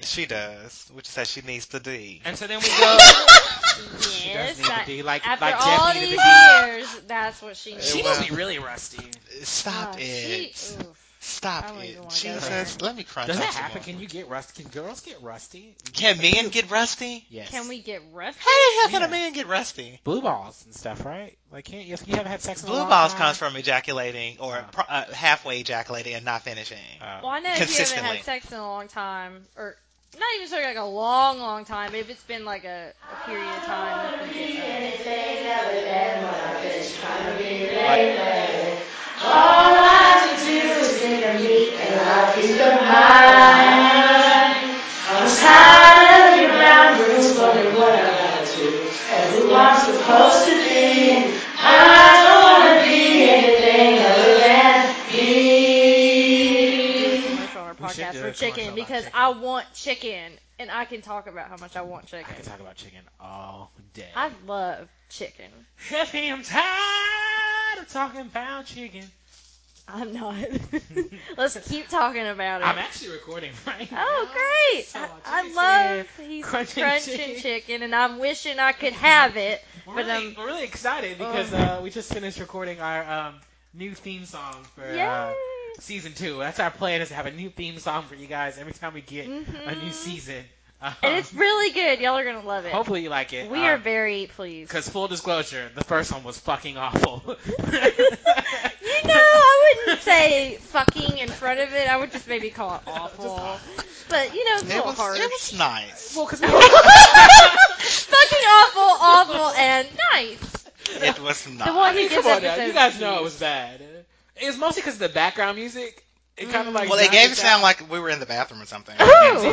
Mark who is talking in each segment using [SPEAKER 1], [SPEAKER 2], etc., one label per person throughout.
[SPEAKER 1] She does, which is that she needs the D.
[SPEAKER 2] And so then we go. she does
[SPEAKER 3] Yes,
[SPEAKER 2] need
[SPEAKER 3] I-
[SPEAKER 2] the D. Like,
[SPEAKER 3] After
[SPEAKER 2] like
[SPEAKER 3] all
[SPEAKER 2] Jeff
[SPEAKER 3] these
[SPEAKER 2] needed the
[SPEAKER 3] years, that's what she
[SPEAKER 2] D.
[SPEAKER 3] needs.
[SPEAKER 2] She
[SPEAKER 1] It
[SPEAKER 2] must
[SPEAKER 1] was-
[SPEAKER 2] be really rusty.
[SPEAKER 1] Stop
[SPEAKER 3] Oh,
[SPEAKER 1] it.
[SPEAKER 3] she- oof. I
[SPEAKER 1] Stop
[SPEAKER 3] don't
[SPEAKER 1] it.
[SPEAKER 3] even wanna go there.
[SPEAKER 1] Jesus, let me cry.
[SPEAKER 2] Does
[SPEAKER 1] out
[SPEAKER 2] that
[SPEAKER 1] some
[SPEAKER 2] happen?
[SPEAKER 1] more.
[SPEAKER 2] Can you get rusty? Can girls get rusty?
[SPEAKER 1] Can men get rusty?
[SPEAKER 2] Yes.
[SPEAKER 3] Can we get rough?
[SPEAKER 1] How the hell can
[SPEAKER 2] Yeah.
[SPEAKER 1] a man get rusty?
[SPEAKER 2] Blue balls and stuff, right? Like, can't you? You haven't had sex in a
[SPEAKER 1] Blue
[SPEAKER 2] long
[SPEAKER 1] balls
[SPEAKER 2] time?
[SPEAKER 1] comes from ejaculating or
[SPEAKER 2] Oh.
[SPEAKER 1] pro- uh, halfway ejaculating and not finishing.
[SPEAKER 2] Oh.
[SPEAKER 3] Well, I know if you haven't
[SPEAKER 1] Consistently.
[SPEAKER 3] had sex in a long time, or not even sure like a long, long time, but if it's been like a, a period of time, that's when it gets uh, commercial on our
[SPEAKER 2] We should
[SPEAKER 3] podcast
[SPEAKER 2] do
[SPEAKER 3] for
[SPEAKER 2] a commercial
[SPEAKER 3] chicken
[SPEAKER 2] about
[SPEAKER 3] because
[SPEAKER 2] chicken.
[SPEAKER 3] I want chicken and I can talk about how much I want
[SPEAKER 2] I
[SPEAKER 3] chicken.
[SPEAKER 2] could talk about chicken all day.
[SPEAKER 3] I love chicken.
[SPEAKER 2] Jeffy, I'm tired of talking about chicken.
[SPEAKER 3] I'm not. Let's keep talking about it.
[SPEAKER 2] I'm actually recording right now.
[SPEAKER 3] Oh great!
[SPEAKER 2] So
[SPEAKER 3] I,
[SPEAKER 2] chicken
[SPEAKER 3] I love he's
[SPEAKER 2] Crunching
[SPEAKER 3] crunching,
[SPEAKER 2] chicken.
[SPEAKER 3] chicken. and I'm wishing I could have it.
[SPEAKER 2] We're
[SPEAKER 3] but,
[SPEAKER 2] really,
[SPEAKER 3] um,
[SPEAKER 2] we're really excited
[SPEAKER 3] Oh.
[SPEAKER 2] because uh, we just finished recording our um, new theme song for uh,
[SPEAKER 3] Yes.
[SPEAKER 2] season two. That's our plan is to have a new theme song for you guys every time we get a new
[SPEAKER 3] Mhm.
[SPEAKER 2] season. Um,
[SPEAKER 3] and it's really good. Y'all are gonna love it.
[SPEAKER 2] hopefully uh, you like it.
[SPEAKER 3] we are very pleased.
[SPEAKER 2] because full disclosure, the first one was fucking awful.
[SPEAKER 3] You know, I wouldn't say fucking in front of it. I would just maybe call it awful. But you know, it's a
[SPEAKER 1] It
[SPEAKER 3] little
[SPEAKER 1] was,
[SPEAKER 3] harsh.
[SPEAKER 1] it was nice.
[SPEAKER 2] Well, because
[SPEAKER 3] fucking awful, awful, and nice.
[SPEAKER 1] It was nice.
[SPEAKER 3] The one who
[SPEAKER 2] come
[SPEAKER 3] gives
[SPEAKER 2] on now,
[SPEAKER 3] episodes
[SPEAKER 2] you guys
[SPEAKER 3] to
[SPEAKER 2] know it
[SPEAKER 3] you.
[SPEAKER 2] was bad. It was mostly because of the background music. It kind of
[SPEAKER 3] Mm.
[SPEAKER 2] like
[SPEAKER 1] well, they
[SPEAKER 2] drowned
[SPEAKER 1] gave it
[SPEAKER 2] us
[SPEAKER 1] sound
[SPEAKER 2] out.
[SPEAKER 1] like we were in the bathroom or something.
[SPEAKER 3] Oh.
[SPEAKER 2] It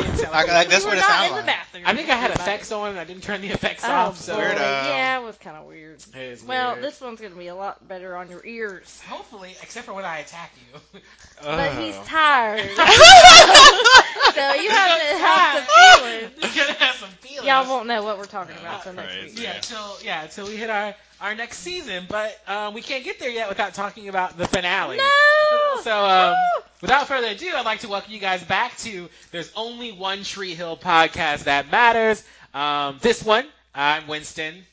[SPEAKER 2] did sound
[SPEAKER 1] Like, like,
[SPEAKER 2] we
[SPEAKER 1] that's
[SPEAKER 3] we
[SPEAKER 1] what
[SPEAKER 2] were
[SPEAKER 3] were
[SPEAKER 1] it
[SPEAKER 3] not
[SPEAKER 1] sounded
[SPEAKER 3] in
[SPEAKER 1] like.
[SPEAKER 3] the bathroom.
[SPEAKER 2] I think I had
[SPEAKER 3] Everybody.
[SPEAKER 2] effects on. I didn't turn the effects
[SPEAKER 3] Oh,
[SPEAKER 2] off. So
[SPEAKER 3] boy.
[SPEAKER 1] Weirdo.
[SPEAKER 3] Yeah, it was kind of weird.
[SPEAKER 2] It is
[SPEAKER 3] Well,
[SPEAKER 2] weird.
[SPEAKER 3] this one's gonna be a lot better on your ears.
[SPEAKER 2] hopefully, except for when I attack you.
[SPEAKER 3] But
[SPEAKER 1] Oh.
[SPEAKER 3] he's tired. So you have to have some feelings.
[SPEAKER 2] You're gonna have some feelings.
[SPEAKER 3] Y'all won't know what we're talking
[SPEAKER 1] Yeah,
[SPEAKER 3] about till next
[SPEAKER 1] crazy.
[SPEAKER 3] week.
[SPEAKER 2] Yeah, till yeah, till we hit our our next season. But um, we can't get there yet without talking about the finale.
[SPEAKER 3] No.
[SPEAKER 2] So, um,
[SPEAKER 3] No!
[SPEAKER 2] Without further ado, I'd like to welcome you guys back to There's Only One Tree Hill podcast that matters. Um, this one, I'm Winston.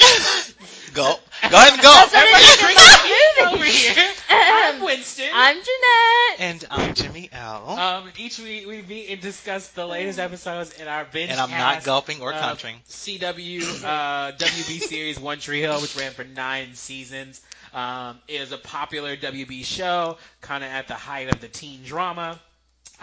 [SPEAKER 1] Go. Go ahead and go.
[SPEAKER 3] That's what it is.
[SPEAKER 2] Everybody
[SPEAKER 3] Moving.
[SPEAKER 2] drink over here. I'm
[SPEAKER 3] Um,
[SPEAKER 2] Winston.
[SPEAKER 3] I'm Jeanette.
[SPEAKER 1] And I'm Jimmy L.
[SPEAKER 2] um, each week we meet and discuss the latest episodes in our binge
[SPEAKER 1] Mm. and I'm not
[SPEAKER 2] cast
[SPEAKER 1] gulping or
[SPEAKER 2] uh,
[SPEAKER 1] countering.
[SPEAKER 2] CW uh, WB series One Tree Hill, which ran for nine seasons. Um, it is a popular WB show, kind of at the height of the teen drama.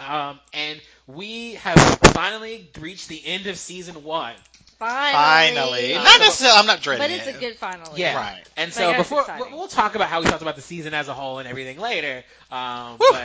[SPEAKER 2] Um, and we have finally reached the end of season one.
[SPEAKER 3] Finally.
[SPEAKER 1] Finally.
[SPEAKER 2] Uh,
[SPEAKER 1] Not
[SPEAKER 2] so-
[SPEAKER 1] necessarily. I'm not dreading
[SPEAKER 3] But it's a
[SPEAKER 1] it.
[SPEAKER 3] good finally.
[SPEAKER 2] Yeah.
[SPEAKER 1] Right.
[SPEAKER 2] And
[SPEAKER 3] Like,
[SPEAKER 2] so
[SPEAKER 3] that's
[SPEAKER 2] before
[SPEAKER 3] exciting.
[SPEAKER 2] we'll we'll talk about how we felt about the season as a whole and everything later. Um,
[SPEAKER 1] Woo.
[SPEAKER 2] but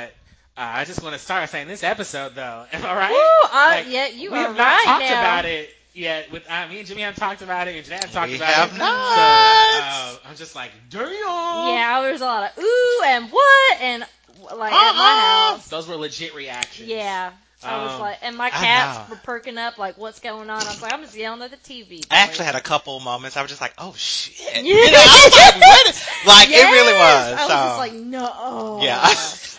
[SPEAKER 2] uh, I just want to start saying this episode though. Am I right?
[SPEAKER 3] Woo, uh,
[SPEAKER 2] Like,
[SPEAKER 3] yeah, you
[SPEAKER 2] we
[SPEAKER 3] are
[SPEAKER 2] have not
[SPEAKER 3] right
[SPEAKER 2] talked
[SPEAKER 3] now.
[SPEAKER 2] about it yet. With uh, me and Jimmy have talked about it, and Jeanette have talked
[SPEAKER 1] We
[SPEAKER 2] about
[SPEAKER 1] have
[SPEAKER 2] it.
[SPEAKER 1] not.
[SPEAKER 2] So, uh, I'm just like, damn.
[SPEAKER 3] Yeah, there's a lot of ooh and what and
[SPEAKER 2] Uh-huh.
[SPEAKER 3] like at
[SPEAKER 1] Uh-uh.
[SPEAKER 3] my
[SPEAKER 1] Oh.
[SPEAKER 3] house.
[SPEAKER 2] Those were legit reactions.
[SPEAKER 3] Yeah. I was
[SPEAKER 2] Um,
[SPEAKER 3] like, and my
[SPEAKER 1] I
[SPEAKER 3] cats
[SPEAKER 1] know.
[SPEAKER 3] were perking up, like, what's going on? I was like, I'm just yelling at the TV.
[SPEAKER 1] I actually had a couple moments. I was just like, oh shit.
[SPEAKER 3] Yeah.
[SPEAKER 1] You know, I was like, what? is- Like it really
[SPEAKER 3] Yes!
[SPEAKER 1] was.
[SPEAKER 3] I was
[SPEAKER 1] so.
[SPEAKER 3] just like, no.
[SPEAKER 1] yeah.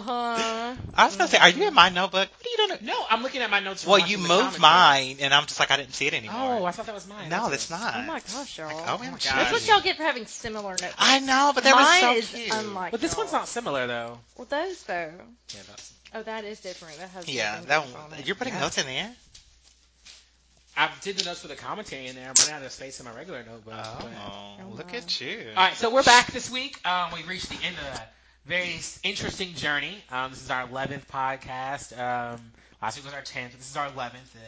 [SPEAKER 3] huh.
[SPEAKER 1] I was gonna say, are you in my notebook? What are you doing?
[SPEAKER 2] No, I'm looking at my notes. From
[SPEAKER 1] Well,
[SPEAKER 2] watching
[SPEAKER 1] you
[SPEAKER 2] the
[SPEAKER 1] moved
[SPEAKER 2] commentary.
[SPEAKER 1] mine, and I'm just like, I didn't see it
[SPEAKER 2] Oh,
[SPEAKER 1] anymore.
[SPEAKER 2] I thought that was mine.
[SPEAKER 1] no,
[SPEAKER 2] That's
[SPEAKER 1] that's not.
[SPEAKER 3] Oh my gosh, y'all.
[SPEAKER 1] Like, oh,
[SPEAKER 2] my
[SPEAKER 1] my
[SPEAKER 2] gosh.
[SPEAKER 3] That's what
[SPEAKER 2] gosh.
[SPEAKER 3] y'all get for having similar notes.
[SPEAKER 1] I know, but that
[SPEAKER 3] Mine
[SPEAKER 1] was
[SPEAKER 3] is
[SPEAKER 1] so cute.
[SPEAKER 3] unlike.
[SPEAKER 2] But this one's
[SPEAKER 3] y'all.
[SPEAKER 2] not similar though.
[SPEAKER 3] Well, those though.
[SPEAKER 2] Yeah, that's.
[SPEAKER 3] Oh, that is different. That has.
[SPEAKER 1] yeah,
[SPEAKER 3] different
[SPEAKER 1] that
[SPEAKER 3] notes on
[SPEAKER 1] one.
[SPEAKER 3] it.
[SPEAKER 1] You're putting
[SPEAKER 2] Yeah.
[SPEAKER 1] notes in there.
[SPEAKER 2] I did the notes for the commentary in there. I'm running out of space in my regular notebook. but-
[SPEAKER 1] Oh,
[SPEAKER 3] Oh,
[SPEAKER 1] look
[SPEAKER 3] my.
[SPEAKER 1] at you.
[SPEAKER 2] All right, so we're back this week. Um, we reached the end of a very s- interesting journey. Um, this is our 11th podcast. Um, last week was our 10th. This is our Uh, 11th, the,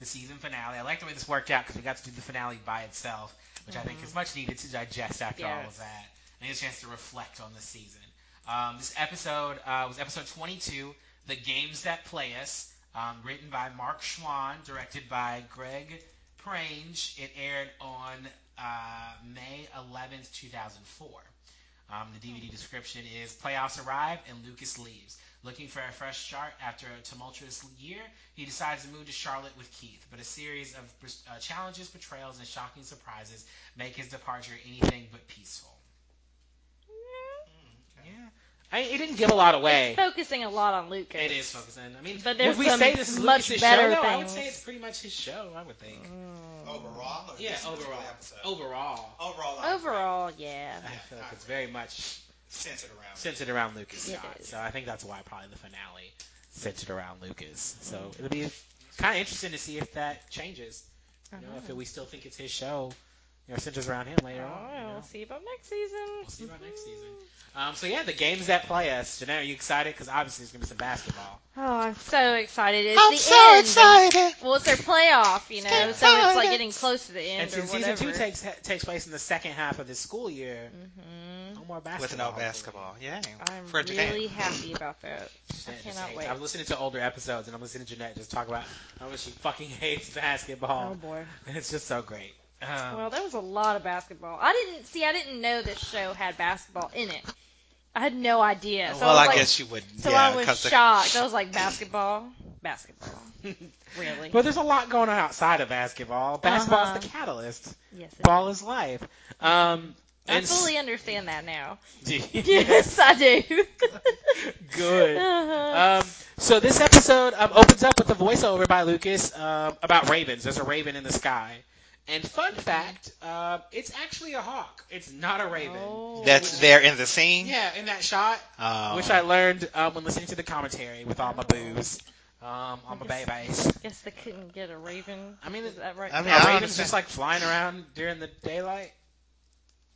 [SPEAKER 2] the season finale. I like the way this worked out because we got to do the finale by itself, which I think is much needed to digest after all of
[SPEAKER 3] Yes.
[SPEAKER 2] that and get a chance to reflect on the season. Um, this episode uh, was episode 22, The Games That Play Us, um, written by Mark Schwann, directed by Greg Prange. It aired on uh, May 11th, 2004. Um, the DVD description is Playoffs arrive and Lucas leaves. Looking for a fresh start after a tumultuous year, he decides to move to Charlotte with Keith. But a series of uh, challenges, betrayals, and shocking surprises make his departure anything but peaceful. Yeah. I, it didn't give a lot away.
[SPEAKER 3] It's focusing a lot on Lucas.
[SPEAKER 2] It is focusing. I mean, would
[SPEAKER 3] But there's
[SPEAKER 2] we
[SPEAKER 3] some
[SPEAKER 2] say this is
[SPEAKER 3] much
[SPEAKER 2] Lucas's
[SPEAKER 3] better
[SPEAKER 2] show? No, I would
[SPEAKER 3] things.
[SPEAKER 2] say it's pretty much his show. I would think.
[SPEAKER 3] Mm.
[SPEAKER 4] Overall? Or
[SPEAKER 2] Yeah,
[SPEAKER 4] this particular
[SPEAKER 2] overall.
[SPEAKER 4] Episode?
[SPEAKER 2] Overall,
[SPEAKER 4] Overall. I was
[SPEAKER 3] Overall, yeah.
[SPEAKER 2] I feel like it's very much
[SPEAKER 4] Centered around.
[SPEAKER 2] centered around Lucas
[SPEAKER 3] It
[SPEAKER 2] Scott.
[SPEAKER 3] is.
[SPEAKER 2] So I think that's why probably the finale centered around Lucas. So it'll be kind of interesting to see if that changes. You know, if we still think it's his show, you know, centers around him later on. You know?
[SPEAKER 3] We'll see about next season. Mm-hmm.
[SPEAKER 2] We'll see about next season. Um, so yeah, the games that play us. Janae, are you excited? Because obviously there's gonna be some basketball.
[SPEAKER 3] Oh, I'm so excited. It's
[SPEAKER 1] I'm
[SPEAKER 3] the
[SPEAKER 1] so
[SPEAKER 3] end.
[SPEAKER 1] excited.
[SPEAKER 3] Well, it's their playoff, you know,
[SPEAKER 1] Yeah.
[SPEAKER 3] so it's like getting close to the end
[SPEAKER 2] And
[SPEAKER 3] or
[SPEAKER 2] since
[SPEAKER 3] whatever.
[SPEAKER 2] season two takes takes place in the second half of the school year,
[SPEAKER 3] hmm
[SPEAKER 2] no more basketball.
[SPEAKER 1] With no
[SPEAKER 2] hopefully.
[SPEAKER 1] basketball. Oh, Yeah.
[SPEAKER 3] I'm
[SPEAKER 1] For Japan.
[SPEAKER 3] really happy about that. I
[SPEAKER 2] Janet just
[SPEAKER 3] cannot
[SPEAKER 2] hates-
[SPEAKER 3] wait.
[SPEAKER 2] I'm listening to older episodes and I'm listening to Jeanette just talk about how much she fucking hates
[SPEAKER 3] Oh
[SPEAKER 2] basketball.
[SPEAKER 3] boy.
[SPEAKER 2] It's just so great. Um,
[SPEAKER 3] Well, there was a lot of basketball. I didn't see. I didn't know this show had basketball in it. I had no idea. So
[SPEAKER 1] well,
[SPEAKER 3] I, was
[SPEAKER 1] I
[SPEAKER 3] like,
[SPEAKER 1] guess you would.
[SPEAKER 3] So
[SPEAKER 1] yeah,
[SPEAKER 3] I was
[SPEAKER 1] 'cause the-
[SPEAKER 3] shocked. I was like, basketball, basketball,
[SPEAKER 2] Um,
[SPEAKER 3] really?
[SPEAKER 2] but there's a lot going on outside of basketball. Basketball
[SPEAKER 3] Uh-huh.
[SPEAKER 2] is the catalyst.
[SPEAKER 3] yes. it
[SPEAKER 2] Ball is life. Um,
[SPEAKER 3] I
[SPEAKER 2] and
[SPEAKER 3] fully understand that now.
[SPEAKER 2] yes,
[SPEAKER 3] Yes, I do.
[SPEAKER 2] good.
[SPEAKER 3] Uh-huh.
[SPEAKER 2] Um, so this episode um, opens up with a voiceover by Lucas um, about ravens. There's a raven in the sky. And fun fact, uh, it's actually a hawk. It's not a raven.
[SPEAKER 3] Oh.
[SPEAKER 1] That's there in the scene.
[SPEAKER 2] Yeah, in that shot,
[SPEAKER 1] Um,
[SPEAKER 2] which I learned um, when listening to the commentary with all my boos, um, all my babies.
[SPEAKER 3] Guess they couldn't get a raven.
[SPEAKER 2] I mean,
[SPEAKER 3] Is that right?
[SPEAKER 1] I mean,
[SPEAKER 2] yeah,
[SPEAKER 1] I
[SPEAKER 2] ravens
[SPEAKER 1] understand.
[SPEAKER 2] just like flying around during the daylight.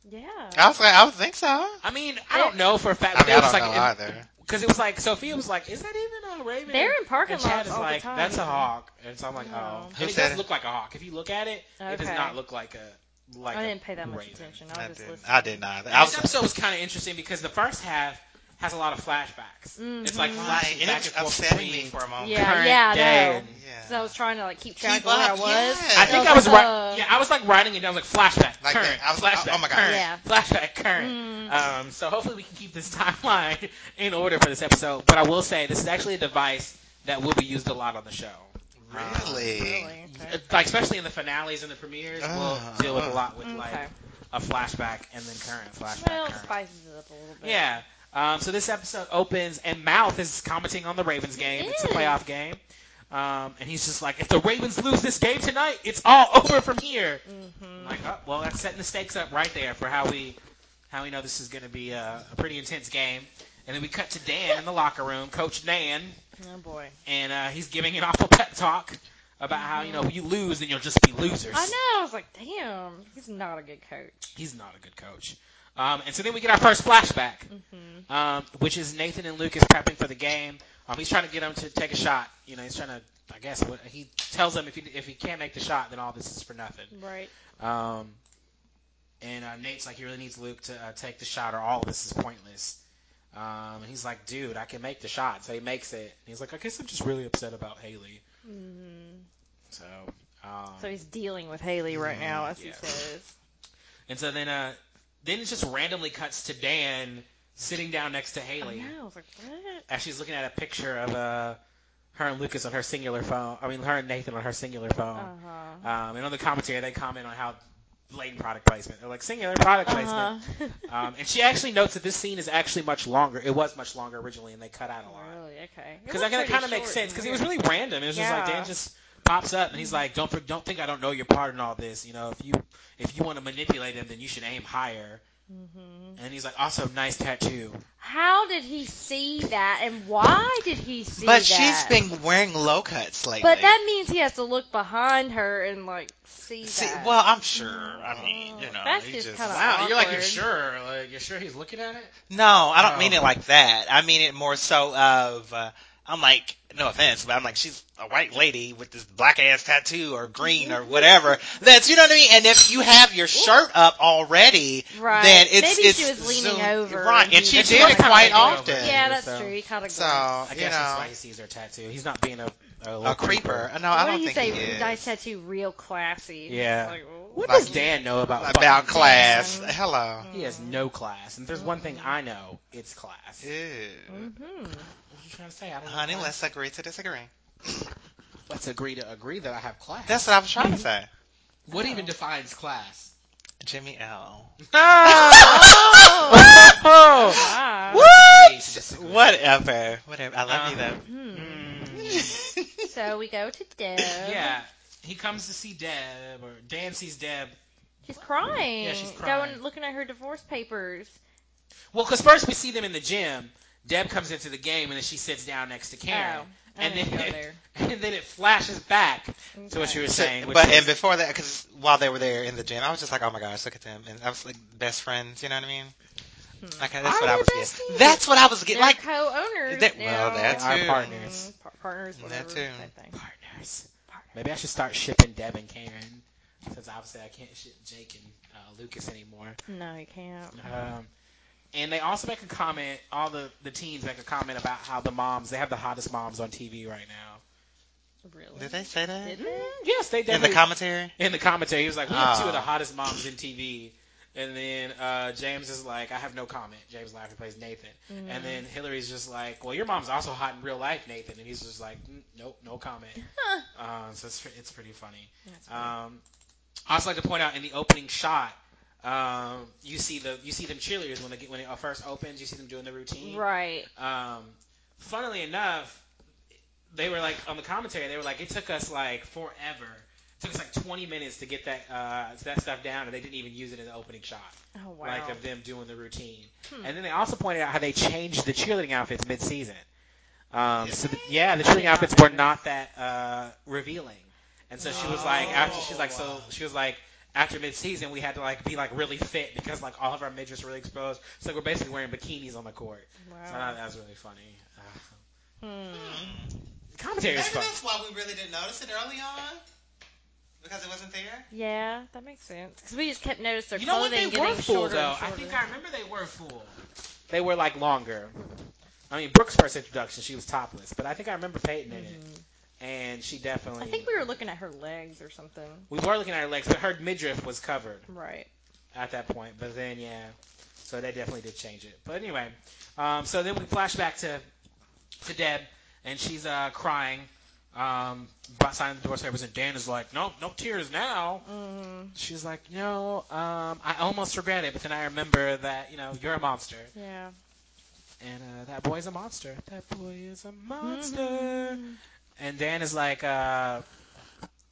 [SPEAKER 3] yeah.
[SPEAKER 1] I was like, I would think so. I
[SPEAKER 2] I mean, I don't know for a fact.
[SPEAKER 1] mean, I don't
[SPEAKER 2] like,
[SPEAKER 1] know either.
[SPEAKER 2] Because it was like Sophia was like, "Is that even a raven?"
[SPEAKER 3] They're in parking
[SPEAKER 2] and Chad
[SPEAKER 3] lots
[SPEAKER 2] is
[SPEAKER 3] all
[SPEAKER 2] like,
[SPEAKER 3] the time.
[SPEAKER 2] "That's a hawk," and so I'm like,
[SPEAKER 3] Oh.
[SPEAKER 2] "Oh."
[SPEAKER 1] Who
[SPEAKER 2] And it
[SPEAKER 1] said
[SPEAKER 2] does
[SPEAKER 1] it?
[SPEAKER 2] look like a hawk if you look at it. It does
[SPEAKER 3] Okay.
[SPEAKER 2] not look like a like.
[SPEAKER 3] I
[SPEAKER 2] a
[SPEAKER 3] didn't pay that much
[SPEAKER 2] raven.
[SPEAKER 3] attention. I
[SPEAKER 1] I
[SPEAKER 3] was just
[SPEAKER 1] didn't.
[SPEAKER 3] listening.
[SPEAKER 1] I did not.
[SPEAKER 2] And
[SPEAKER 1] I
[SPEAKER 2] This
[SPEAKER 1] was.
[SPEAKER 2] episode was kind of interesting because the first half has a lot of flashbacks. It's like
[SPEAKER 3] Mhm.
[SPEAKER 1] Right,
[SPEAKER 2] flashing
[SPEAKER 1] and it
[SPEAKER 2] back
[SPEAKER 1] was
[SPEAKER 2] and forth
[SPEAKER 1] upsetting me
[SPEAKER 2] between
[SPEAKER 1] for a moment.
[SPEAKER 3] Yeah,
[SPEAKER 2] current
[SPEAKER 3] yeah, I
[SPEAKER 2] day
[SPEAKER 3] know.
[SPEAKER 2] and-
[SPEAKER 1] Yeah.
[SPEAKER 3] Because I was trying to like keep track
[SPEAKER 1] Keep
[SPEAKER 3] of where
[SPEAKER 1] up,
[SPEAKER 3] I was.
[SPEAKER 1] yeah.
[SPEAKER 2] I
[SPEAKER 1] So
[SPEAKER 2] think
[SPEAKER 1] it's
[SPEAKER 2] I was
[SPEAKER 3] like,
[SPEAKER 2] right.
[SPEAKER 3] uh,
[SPEAKER 2] Yeah, I was like writing it down, like flashback,
[SPEAKER 1] Like
[SPEAKER 2] current,
[SPEAKER 1] that. I was like,
[SPEAKER 2] flashback,
[SPEAKER 1] oh my God.
[SPEAKER 2] current,
[SPEAKER 3] Yeah.
[SPEAKER 2] flashback, current.
[SPEAKER 3] Mm.
[SPEAKER 2] Um, so hopefully we can keep this timeline in order for this episode. But I will say this is actually a device that will be used a lot on the show,
[SPEAKER 1] Really?
[SPEAKER 3] Really?
[SPEAKER 2] Uh,
[SPEAKER 3] Okay.
[SPEAKER 2] like especially in the finales and the premieres.
[SPEAKER 1] Ah.
[SPEAKER 2] we'll deal with a lot with
[SPEAKER 3] Mm, okay.
[SPEAKER 2] like a flashback and then current flashback.
[SPEAKER 3] Mm-hmm. Well, it
[SPEAKER 2] current.
[SPEAKER 3] spices it up a little bit.
[SPEAKER 2] Yeah. Um, so this episode opens, and Mouth is commenting on the Ravens game. It's a
[SPEAKER 3] is.
[SPEAKER 2] playoff game. Um, and he's just like, if the Ravens lose this game tonight, it's all over from here. I'm
[SPEAKER 3] Mm-hmm.
[SPEAKER 2] like, oh, well, that's setting the stakes up right there for how we how we know this is going to be a, a pretty intense game. And then we cut to Dan in the locker room, Coach Nan,
[SPEAKER 3] Oh boy.
[SPEAKER 2] and uh, he's giving an awful pep talk about how you know you lose and you'll just be losers.
[SPEAKER 3] I know. I was like, damn, he's not a good coach.
[SPEAKER 2] He's not a good coach. Um, and so then we get our first flashback.
[SPEAKER 3] Mm-hmm.
[SPEAKER 2] um, which is Nathan and Lucas prepping for the game. Um, he's trying to get him to take a shot. You know, he's trying to. I guess what, he tells him if he if he can't make the shot, then all this is for nothing.
[SPEAKER 3] Right.
[SPEAKER 2] Um, and uh, Nate's like, he really needs Luke to uh, take the shot, or all this is pointless. Um, and he's like, dude, I can make the shot, so he makes it. And he's like, I guess I'm just really upset about Haley.
[SPEAKER 3] Mm-hmm.
[SPEAKER 2] So. Um, mm-hmm.
[SPEAKER 3] So he's dealing with Haley right now, as
[SPEAKER 2] Yeah.
[SPEAKER 3] he says.
[SPEAKER 2] and so then uh, then it just randomly cuts to Dan sitting down next to Haley.
[SPEAKER 3] I know. I was like, what?
[SPEAKER 2] as she's looking at a picture of uh, her and Lucas on her singular phone. I mean, her and Nathan on her singular phone.
[SPEAKER 3] Uh-huh.
[SPEAKER 2] Um, and on the commentary, they comment on how blatant product placement. They're like singular product placement.
[SPEAKER 3] Uh-huh.
[SPEAKER 2] Um, and she actually notes that this scene is actually much longer. It was much longer originally, and they cut out a lot
[SPEAKER 3] really? Okay. It
[SPEAKER 2] because
[SPEAKER 3] was
[SPEAKER 2] that kind
[SPEAKER 3] pretty
[SPEAKER 2] of makes
[SPEAKER 3] short
[SPEAKER 2] sense
[SPEAKER 3] and
[SPEAKER 2] because it
[SPEAKER 3] weird.
[SPEAKER 2] was really random. It was just like
[SPEAKER 3] Yeah.
[SPEAKER 2] Dan just pops up and he's like, "Don't for, don't think I don't know your part in all this. You know, if you if you want to manipulate him, then you should aim higher."
[SPEAKER 3] Mhm.
[SPEAKER 2] And he's like, "Also, nice tattoo."
[SPEAKER 3] How did he see that, and why did he see
[SPEAKER 1] But
[SPEAKER 3] that?
[SPEAKER 1] she's been wearing low cuts lately.
[SPEAKER 3] But that means he has to look behind her and like see,
[SPEAKER 1] See,
[SPEAKER 3] that.
[SPEAKER 1] well, I'm sure. I mean, you know,
[SPEAKER 3] That's
[SPEAKER 1] you
[SPEAKER 3] just
[SPEAKER 1] just-
[SPEAKER 3] kinda
[SPEAKER 2] Wow, you're like you're
[SPEAKER 3] Awkward.
[SPEAKER 2] sure, like you're sure he's looking at it.
[SPEAKER 1] No, I don't
[SPEAKER 2] Oh.
[SPEAKER 1] mean it like that. I mean it more so of uh, I'm like, no offense, but I'm like she's a white lady with this black ass tattoo or green or whatever. That's you know what I mean. And if you have your shirt up already,
[SPEAKER 3] right?
[SPEAKER 1] then it's
[SPEAKER 3] Maybe
[SPEAKER 1] it's
[SPEAKER 3] she was leaning
[SPEAKER 1] zoomed-
[SPEAKER 3] over,
[SPEAKER 1] right? And
[SPEAKER 3] he
[SPEAKER 1] she
[SPEAKER 3] just
[SPEAKER 1] did
[SPEAKER 3] kinda
[SPEAKER 1] it quite
[SPEAKER 3] glanced.
[SPEAKER 2] over.
[SPEAKER 1] often.
[SPEAKER 3] Yeah, that's
[SPEAKER 2] so-
[SPEAKER 3] true. He kind of
[SPEAKER 1] So
[SPEAKER 2] I
[SPEAKER 1] you
[SPEAKER 2] guess that's why
[SPEAKER 1] know,
[SPEAKER 2] he sees her tattoo. He's not being a, a, little
[SPEAKER 1] a creeper. No, I
[SPEAKER 3] what
[SPEAKER 1] don't
[SPEAKER 3] do you
[SPEAKER 1] think
[SPEAKER 3] say?
[SPEAKER 1] he is.
[SPEAKER 3] Nice tattoo, real classy.
[SPEAKER 2] Yeah.
[SPEAKER 3] Like,
[SPEAKER 2] What
[SPEAKER 1] Like-
[SPEAKER 2] does Dan know about
[SPEAKER 1] about
[SPEAKER 2] fucking-
[SPEAKER 1] class.
[SPEAKER 3] Dan.
[SPEAKER 1] Hello.
[SPEAKER 2] He has no class. And if there's one thing I know, it's class. What
[SPEAKER 1] Ew.
[SPEAKER 3] hmm
[SPEAKER 2] are you trying to say? I don't know
[SPEAKER 1] Honey,
[SPEAKER 2] class.
[SPEAKER 1] let's agree to disagree.
[SPEAKER 2] let's agree to agree that I have class.
[SPEAKER 1] That's what I was trying to say.
[SPEAKER 2] what even defines class.
[SPEAKER 1] Jimmy L.
[SPEAKER 3] Oh. Wow.
[SPEAKER 2] Agree to
[SPEAKER 1] what?
[SPEAKER 2] disagree.
[SPEAKER 1] Whatever. Whatever. I love you though.
[SPEAKER 3] Hmm.
[SPEAKER 2] Mm.
[SPEAKER 3] So we go to Deb.
[SPEAKER 2] yeah. He comes to see Deb, or Dan sees Deb.
[SPEAKER 3] She's crying.
[SPEAKER 2] Yeah, she's
[SPEAKER 3] Going,
[SPEAKER 2] crying.
[SPEAKER 3] looking at her divorce papers.
[SPEAKER 2] Well, because first we see them in the gym. Deb comes into the game, and then she sits down next to Karen.
[SPEAKER 3] Oh, I
[SPEAKER 2] And
[SPEAKER 3] didn't
[SPEAKER 2] then-
[SPEAKER 3] go there.
[SPEAKER 2] And then it flashes back to what
[SPEAKER 3] Okay.
[SPEAKER 2] you were
[SPEAKER 1] So-
[SPEAKER 2] saying. which
[SPEAKER 1] but
[SPEAKER 2] is-
[SPEAKER 1] and before that, because while they were there in the gym, I was just like, oh my gosh, look at them, and I was like best friends. You know what I mean? Like that's
[SPEAKER 3] Hmm. Are
[SPEAKER 1] what I
[SPEAKER 3] they
[SPEAKER 1] was
[SPEAKER 3] besties?
[SPEAKER 1] getting. That's what I was
[SPEAKER 3] They're
[SPEAKER 1] getting. Like
[SPEAKER 3] co-owners.
[SPEAKER 1] that-
[SPEAKER 3] now.
[SPEAKER 1] well, that
[SPEAKER 2] Our
[SPEAKER 1] too.
[SPEAKER 2] partners.
[SPEAKER 3] Mm, par- partners,
[SPEAKER 1] That
[SPEAKER 3] whatever.
[SPEAKER 1] too.
[SPEAKER 3] Same thing.
[SPEAKER 2] partners.
[SPEAKER 3] Partners.
[SPEAKER 2] Maybe I should start shipping Deb and Karen, since obviously I can't ship Jake and uh, Lucas anymore.
[SPEAKER 3] No, you can't.
[SPEAKER 2] Um, and they also make a comment. All the the teens make a comment about how the moms they have the hottest moms on TV right now. Mm,
[SPEAKER 3] Really?
[SPEAKER 1] did they say that
[SPEAKER 3] Did they?
[SPEAKER 2] Yes, they
[SPEAKER 1] in the
[SPEAKER 2] definitely.
[SPEAKER 1] commentary?
[SPEAKER 2] in the commentary, he was like, "We have two
[SPEAKER 1] Ah.
[SPEAKER 2] of the hottest moms in TV." And then uh, James is like, "I have no comment." James Laffer plays Nathan, and then Hillary's just like, "Well, your mom's also hot in real life, Nathan." And he's just like, "Mm, "Nope, no comment."
[SPEAKER 3] Huh.
[SPEAKER 2] Uh, so it's it's pretty funny.
[SPEAKER 3] That's funny.
[SPEAKER 2] Um, I also like to point out in the opening shot, um, you see the you see them cheerleaders when they get, when it first opens. You see them doing the routine.
[SPEAKER 3] right.
[SPEAKER 2] Um, funnily enough, they were like on the commentary. They were like, it took us like forever. It took us like 20 minutes to get that uh, that stuff down, and they didn't even use it in the opening shot,
[SPEAKER 3] Oh wow.
[SPEAKER 2] like of them doing the routine.
[SPEAKER 3] Hmm.
[SPEAKER 2] And then they also pointed out how they changed the cheerleading outfits mid-season. Um,
[SPEAKER 1] Yeah.
[SPEAKER 2] So the, yeah, the
[SPEAKER 3] I did
[SPEAKER 2] cheerleading
[SPEAKER 3] not
[SPEAKER 2] outfits
[SPEAKER 3] know
[SPEAKER 2] were
[SPEAKER 3] that. Oh.
[SPEAKER 2] not that uh, revealing. And so she was like, after she's like, so
[SPEAKER 5] Oh.
[SPEAKER 2] she was like, after mid-season, we had to like be like really fit because like all of our midriffs were really exposed. So like, we're basically wearing bikinis on the court. So I thought
[SPEAKER 3] wow.
[SPEAKER 2] that was really funny. Uh,
[SPEAKER 3] Hmm.
[SPEAKER 2] the commentary
[SPEAKER 5] Maybe
[SPEAKER 2] is fun.
[SPEAKER 5] that's why we really didn't notice it early on. Because it wasn't there.
[SPEAKER 3] Yeah, that makes sense. Because we just kept noticing their
[SPEAKER 2] You know what?
[SPEAKER 3] clothing
[SPEAKER 2] They
[SPEAKER 3] getting
[SPEAKER 2] were full
[SPEAKER 3] shorter
[SPEAKER 2] though.
[SPEAKER 3] and
[SPEAKER 2] I
[SPEAKER 3] shorter.
[SPEAKER 2] think I remember they were full. They were like longer. I mean, Brooke's first introduction, she was topless, but I think I remember Peyton in it,
[SPEAKER 3] Mhm.
[SPEAKER 2] and she definitely.
[SPEAKER 3] I think we were looking at her legs or something.
[SPEAKER 2] We were looking at her legs, but her midriff was covered
[SPEAKER 3] Right.
[SPEAKER 2] at that point. But then, yeah, so they definitely did change it. But anyway, um, so then we flash back to to Deb, and she's uh, crying, um, by signing the divorce papers, and Dan is like, "No, no tears now."
[SPEAKER 3] Mm,
[SPEAKER 2] She's like, "No, um, I almost regret it, but then I remember that you know you're a monster,
[SPEAKER 3] yeah.
[SPEAKER 2] and uh, that boy's a monster. That boy is a monster."
[SPEAKER 3] Mm-hmm.
[SPEAKER 2] And Dan is like, uh,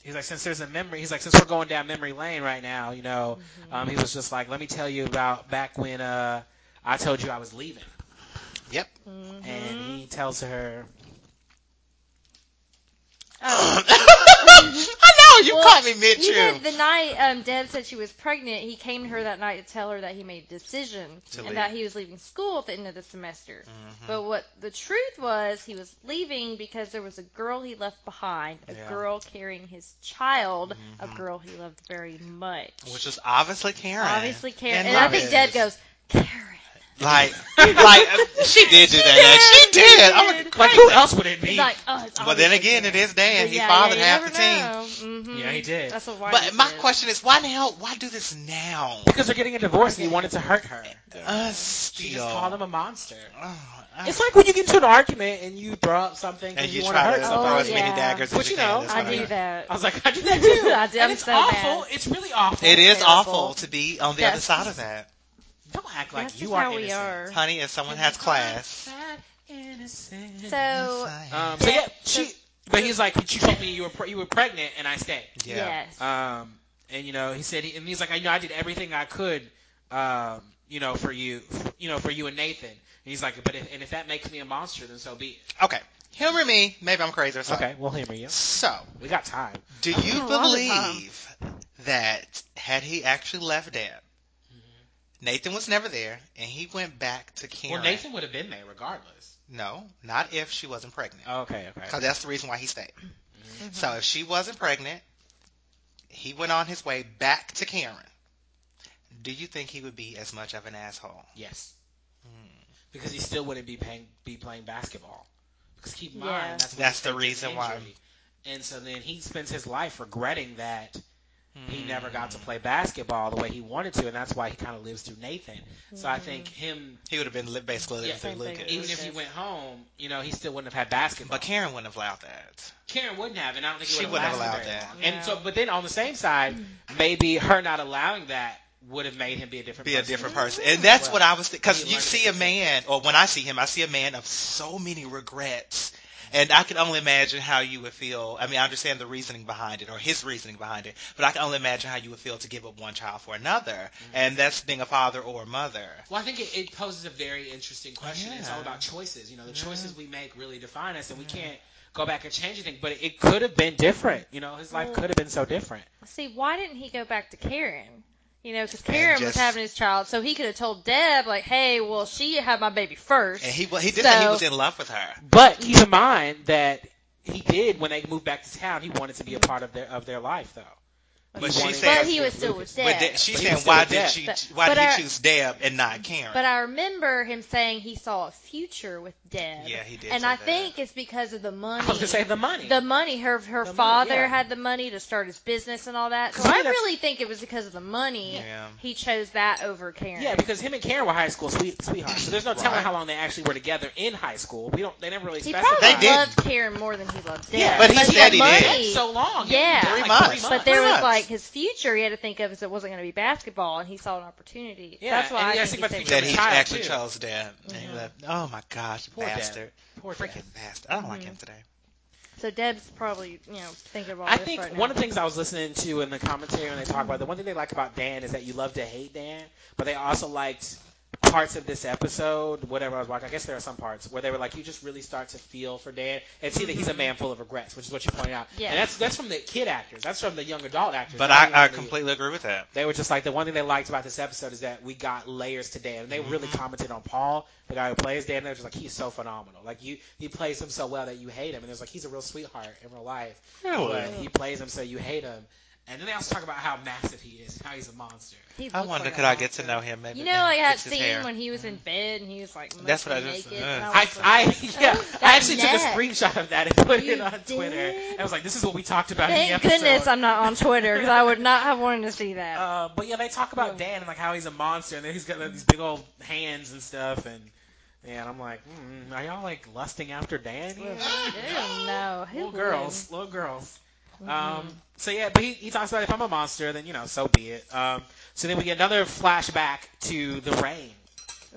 [SPEAKER 2] he's like, since there's a memory, he's like, since we're going down memory lane right now, you know,
[SPEAKER 3] Mm-hmm.
[SPEAKER 2] um, he was just like, let me tell you about back when uh, I told you I was leaving,
[SPEAKER 1] Yep.
[SPEAKER 3] Mhm.
[SPEAKER 2] and he tells her,
[SPEAKER 3] Oh,
[SPEAKER 1] I know you
[SPEAKER 3] Well,
[SPEAKER 1] caught me mid
[SPEAKER 3] He
[SPEAKER 1] chew.
[SPEAKER 3] did the night um, Deb said she was pregnant. He came to her that night to tell her that he made a decision
[SPEAKER 1] To
[SPEAKER 3] and
[SPEAKER 1] leave.
[SPEAKER 3] that he was leaving school at the end of the semester.
[SPEAKER 1] Mm-hmm.
[SPEAKER 3] But
[SPEAKER 1] Mm.
[SPEAKER 3] what the truth was, he was leaving because there was a girl he left behind, a
[SPEAKER 1] Yeah. Mm-hmm.
[SPEAKER 3] girl carrying his child, a girl he loved very much.
[SPEAKER 1] Which is obviously Karen.
[SPEAKER 3] Obviously, Karen. And,
[SPEAKER 1] And
[SPEAKER 3] I think
[SPEAKER 1] Robin.
[SPEAKER 3] Deb goes, Karen.
[SPEAKER 1] Like, like uh, she did do that.
[SPEAKER 3] did,
[SPEAKER 1] She did.
[SPEAKER 3] she
[SPEAKER 1] I'm like,
[SPEAKER 3] did.
[SPEAKER 2] like, who else would it be?
[SPEAKER 3] He's like, oh, it's
[SPEAKER 1] But then again, it is Dan. He fathered half the team.
[SPEAKER 3] team.
[SPEAKER 2] Yeah, he did.
[SPEAKER 3] Mm-hmm. That's what
[SPEAKER 1] But my question is, why the hell? Why do this now?
[SPEAKER 2] because they're getting a divorce, and he wanted to hurt her.
[SPEAKER 1] Us
[SPEAKER 2] She
[SPEAKER 1] still.
[SPEAKER 2] just called him a monster.
[SPEAKER 1] Oh, I-
[SPEAKER 2] It's like when you get into an argument and you throw up something
[SPEAKER 1] and you,
[SPEAKER 2] want to
[SPEAKER 1] try
[SPEAKER 2] hurt
[SPEAKER 1] to
[SPEAKER 3] Oh,
[SPEAKER 1] throw
[SPEAKER 2] somebody.
[SPEAKER 1] as many
[SPEAKER 3] yeah.
[SPEAKER 1] daggers
[SPEAKER 2] But
[SPEAKER 1] as
[SPEAKER 2] you
[SPEAKER 1] you
[SPEAKER 2] know,
[SPEAKER 1] can. That's
[SPEAKER 3] I
[SPEAKER 1] what
[SPEAKER 3] do
[SPEAKER 1] mean.
[SPEAKER 3] that.
[SPEAKER 2] I was like, I did that too.
[SPEAKER 3] I did, I'm
[SPEAKER 2] And it's
[SPEAKER 3] so
[SPEAKER 2] awful.
[SPEAKER 3] bad.
[SPEAKER 2] It's really awful.
[SPEAKER 1] It is
[SPEAKER 3] Terrible.
[SPEAKER 1] awful to be on the other
[SPEAKER 3] That's-
[SPEAKER 1] side of that,
[SPEAKER 2] Don't act like
[SPEAKER 3] That's
[SPEAKER 2] you
[SPEAKER 3] just
[SPEAKER 2] are
[SPEAKER 3] how we
[SPEAKER 2] innocent.
[SPEAKER 3] are.
[SPEAKER 1] honey. If someone has class,
[SPEAKER 2] So,
[SPEAKER 3] So,
[SPEAKER 1] Yes, I am.
[SPEAKER 2] um, so
[SPEAKER 3] Yeah,
[SPEAKER 2] yeah, she. But he's like, you told me you were pre- you were pregnant, and I stayed.
[SPEAKER 1] yeah, Uh,
[SPEAKER 3] yes.
[SPEAKER 2] Um, and you know, he said, and he's like, I know I did everything I could, um, you know, for you, you know, for you and Nathan. And he's like, but if, and if that makes me a monster, then so be it.
[SPEAKER 1] okay. Humor me. Maybe I'm crazy or something.
[SPEAKER 2] we'll humor you.
[SPEAKER 1] So,
[SPEAKER 2] We got time.
[SPEAKER 1] do you
[SPEAKER 3] A lot of
[SPEAKER 1] believe that had he actually left Deb, Nathan was never there, and he went back to Karen?
[SPEAKER 2] Well, Nathan would have been there regardless.
[SPEAKER 1] No, not if she wasn't pregnant.
[SPEAKER 2] Okay,
[SPEAKER 1] Because that's the reason why he stayed.
[SPEAKER 3] Mm-hmm.
[SPEAKER 2] Mm-hmm.
[SPEAKER 1] So if she wasn't pregnant, he went on his way back to Karen. Do you think he would be as much of an asshole?
[SPEAKER 2] Yes,
[SPEAKER 1] Hmm.
[SPEAKER 2] because he still wouldn't be paying, be playing basketball. Because keep in
[SPEAKER 3] Yeah.
[SPEAKER 2] mind, that's, when
[SPEAKER 1] That's
[SPEAKER 2] he
[SPEAKER 1] the
[SPEAKER 2] faked his
[SPEAKER 1] reason why.
[SPEAKER 2] injury. And so then he spends his life regretting that
[SPEAKER 1] Hmm.
[SPEAKER 2] he never got to play basketball the way he wanted to, and that's why he kind of lives through Nathan. So I think him
[SPEAKER 1] He would have been li- basically living
[SPEAKER 2] Yeah.
[SPEAKER 1] through
[SPEAKER 3] Same thing.
[SPEAKER 1] Lucas.
[SPEAKER 2] even if he went home, you know, he still wouldn't have had basketball.
[SPEAKER 1] But Karen wouldn't have allowed that.
[SPEAKER 2] Karen wouldn't have, and I don't think it
[SPEAKER 1] She
[SPEAKER 2] would
[SPEAKER 1] wouldn't have allowed
[SPEAKER 2] lasted very
[SPEAKER 1] that.
[SPEAKER 2] long.
[SPEAKER 3] Yeah.
[SPEAKER 2] And so, but then on the same side, maybe her not allowing that would have made him be a different
[SPEAKER 1] be a
[SPEAKER 2] person.
[SPEAKER 1] different person. And that's
[SPEAKER 2] Well,
[SPEAKER 1] what I was because
[SPEAKER 2] he
[SPEAKER 1] you
[SPEAKER 2] learned
[SPEAKER 1] see
[SPEAKER 2] it
[SPEAKER 1] a
[SPEAKER 2] himself.
[SPEAKER 1] man, or when I see him, I see a man of so many regrets. And I can only imagine how you would feel. I mean, I understand the reasoning behind it or his reasoning behind it, but I can only imagine how you would feel to give up one child for another.
[SPEAKER 2] Mm-hmm.
[SPEAKER 1] And that's being a father or a mother.
[SPEAKER 2] Well, I think it, it poses a very interesting question. It's all
[SPEAKER 1] Yeah.
[SPEAKER 2] about choices. You know, the
[SPEAKER 1] Yeah.
[SPEAKER 2] choices we make really define us, and we can't go back and change anything. But it, it could have been different. You know, his life
[SPEAKER 3] Well-
[SPEAKER 2] could have been so different.
[SPEAKER 3] See, why didn't he go back to Karen? You know, because Karen was
[SPEAKER 1] just-
[SPEAKER 3] having his child, so he could have told Deb, like, hey, well, she had my baby first.
[SPEAKER 1] And he wa- he did say he
[SPEAKER 3] So-
[SPEAKER 1] was in love with her.
[SPEAKER 2] But keep in mind that he did when they moved back to town. He wanted to be a part of their of their life, though.
[SPEAKER 1] But
[SPEAKER 2] He
[SPEAKER 1] she
[SPEAKER 2] wanted-
[SPEAKER 1] said-
[SPEAKER 3] but he was still with
[SPEAKER 1] But
[SPEAKER 3] Deb.
[SPEAKER 1] th- she's
[SPEAKER 2] But he
[SPEAKER 1] saying,
[SPEAKER 2] was still
[SPEAKER 1] why
[SPEAKER 2] with
[SPEAKER 1] did
[SPEAKER 2] Deb.
[SPEAKER 1] she?
[SPEAKER 3] But-
[SPEAKER 1] why
[SPEAKER 3] but
[SPEAKER 1] did
[SPEAKER 3] I-
[SPEAKER 1] he choose Deb and not Karen?
[SPEAKER 3] But I remember him saying he saw a future with Deb.
[SPEAKER 1] yeah, he did.
[SPEAKER 3] and
[SPEAKER 1] say
[SPEAKER 3] I
[SPEAKER 1] that.
[SPEAKER 3] think it's because of the money.
[SPEAKER 2] I was gonna say the money.
[SPEAKER 3] the money. Her her
[SPEAKER 2] The money,
[SPEAKER 3] father
[SPEAKER 2] yeah.
[SPEAKER 3] had the money to start his business and all that. So
[SPEAKER 2] Because I
[SPEAKER 3] I
[SPEAKER 2] mean, that's-
[SPEAKER 3] really think it was because of the money
[SPEAKER 1] Yeah.
[SPEAKER 3] he chose that over Karen.
[SPEAKER 2] yeah, because him and Karen were high school sweet, sweethearts. So there's no telling
[SPEAKER 1] Right.
[SPEAKER 2] how long they actually were together in high school. We don't. They never really
[SPEAKER 3] he
[SPEAKER 2] specified.
[SPEAKER 1] They
[SPEAKER 3] probably
[SPEAKER 1] did.
[SPEAKER 3] loved Karen more than he loved Deb.
[SPEAKER 2] Yeah,
[SPEAKER 1] But he
[SPEAKER 3] the
[SPEAKER 1] said he
[SPEAKER 3] money,
[SPEAKER 1] did.
[SPEAKER 2] so long.
[SPEAKER 3] Yeah.
[SPEAKER 2] It was
[SPEAKER 3] Three
[SPEAKER 2] like
[SPEAKER 1] months.
[SPEAKER 3] But there was
[SPEAKER 1] Nuts.
[SPEAKER 3] like his future he had to think of, so it wasn't going to be basketball, and he saw an opportunity.
[SPEAKER 2] Yeah,
[SPEAKER 3] That's why
[SPEAKER 2] and
[SPEAKER 3] I
[SPEAKER 2] he
[SPEAKER 3] think
[SPEAKER 2] actually
[SPEAKER 3] he
[SPEAKER 2] got
[SPEAKER 3] said
[SPEAKER 2] to
[SPEAKER 1] that
[SPEAKER 2] be
[SPEAKER 1] he
[SPEAKER 2] a child,
[SPEAKER 1] actually
[SPEAKER 2] too.
[SPEAKER 1] chose Deb. And he
[SPEAKER 2] Mhm.
[SPEAKER 1] left. Oh my gosh,
[SPEAKER 2] Poor Deb.
[SPEAKER 1] bastard!
[SPEAKER 2] Poor
[SPEAKER 1] Freaking
[SPEAKER 2] Deb.
[SPEAKER 1] bastard! I don't like
[SPEAKER 3] Mhm.
[SPEAKER 1] him today.
[SPEAKER 3] So Deb's probably you know thinking about.
[SPEAKER 2] I
[SPEAKER 3] this
[SPEAKER 2] think
[SPEAKER 3] right
[SPEAKER 2] one
[SPEAKER 3] now.
[SPEAKER 2] of the things I was listening to in the commentary when they talk about the one thing they like about Dan is that you love to hate Dan, but they also liked parts of this episode, whatever I was watching. I guess there are some parts where they were like, you just really start to feel for Dan and see that
[SPEAKER 3] Mm-hmm.
[SPEAKER 2] he's a man full of regrets, which is what you pointed out.
[SPEAKER 3] Yeah.
[SPEAKER 2] And that's that's from the kid actors. That's from the young adult actors.
[SPEAKER 1] But
[SPEAKER 2] Not even
[SPEAKER 1] I, I
[SPEAKER 2] the-
[SPEAKER 1] completely agree with that.
[SPEAKER 2] They were just like the one thing they liked about this episode is that we got layers to Dan. And they really
[SPEAKER 1] Mhm.
[SPEAKER 2] commented on Paul, the guy who plays Dan. They were just like, he's so phenomenal. Like you, he plays him so well that you hate him. And it was like, he's a real sweetheart in real life but he plays him so you hate him. And then they also talk about how massive he is, how he's a monster.
[SPEAKER 3] He
[SPEAKER 1] I
[SPEAKER 3] looks
[SPEAKER 1] wonder
[SPEAKER 3] like a
[SPEAKER 1] could I get to
[SPEAKER 3] monster.
[SPEAKER 1] know him? Maybe
[SPEAKER 3] You know, like that
[SPEAKER 1] fix his
[SPEAKER 3] scene
[SPEAKER 1] hair.
[SPEAKER 3] when he was in bed and he was like mostly
[SPEAKER 1] That's what I just-
[SPEAKER 3] naked.
[SPEAKER 1] uh,
[SPEAKER 3] and
[SPEAKER 2] I,
[SPEAKER 3] was like,
[SPEAKER 2] I, yeah, I actually took a
[SPEAKER 3] neck.
[SPEAKER 2] screenshot of that and put it
[SPEAKER 3] You
[SPEAKER 2] on Twitter.
[SPEAKER 3] did?
[SPEAKER 2] I was like, this is what we talked about in
[SPEAKER 3] Thank
[SPEAKER 2] the episode.
[SPEAKER 3] goodness I'm not on Twitter because I would not have wanted to see that.
[SPEAKER 2] Uh, but yeah, they talk about Dan and like how he's a monster and then he's got like, these big old hands and stuff. And yeah, and I'm like, mm, are y'all like lusting after Dan? here?
[SPEAKER 3] Ew, no, who
[SPEAKER 2] Little
[SPEAKER 3] would?
[SPEAKER 2] girls, little girls. Um,
[SPEAKER 3] Mhm.
[SPEAKER 2] so yeah, but he, he talks about if I'm a monster, then you know, so be it. Um, so then we get another flashback to the rain.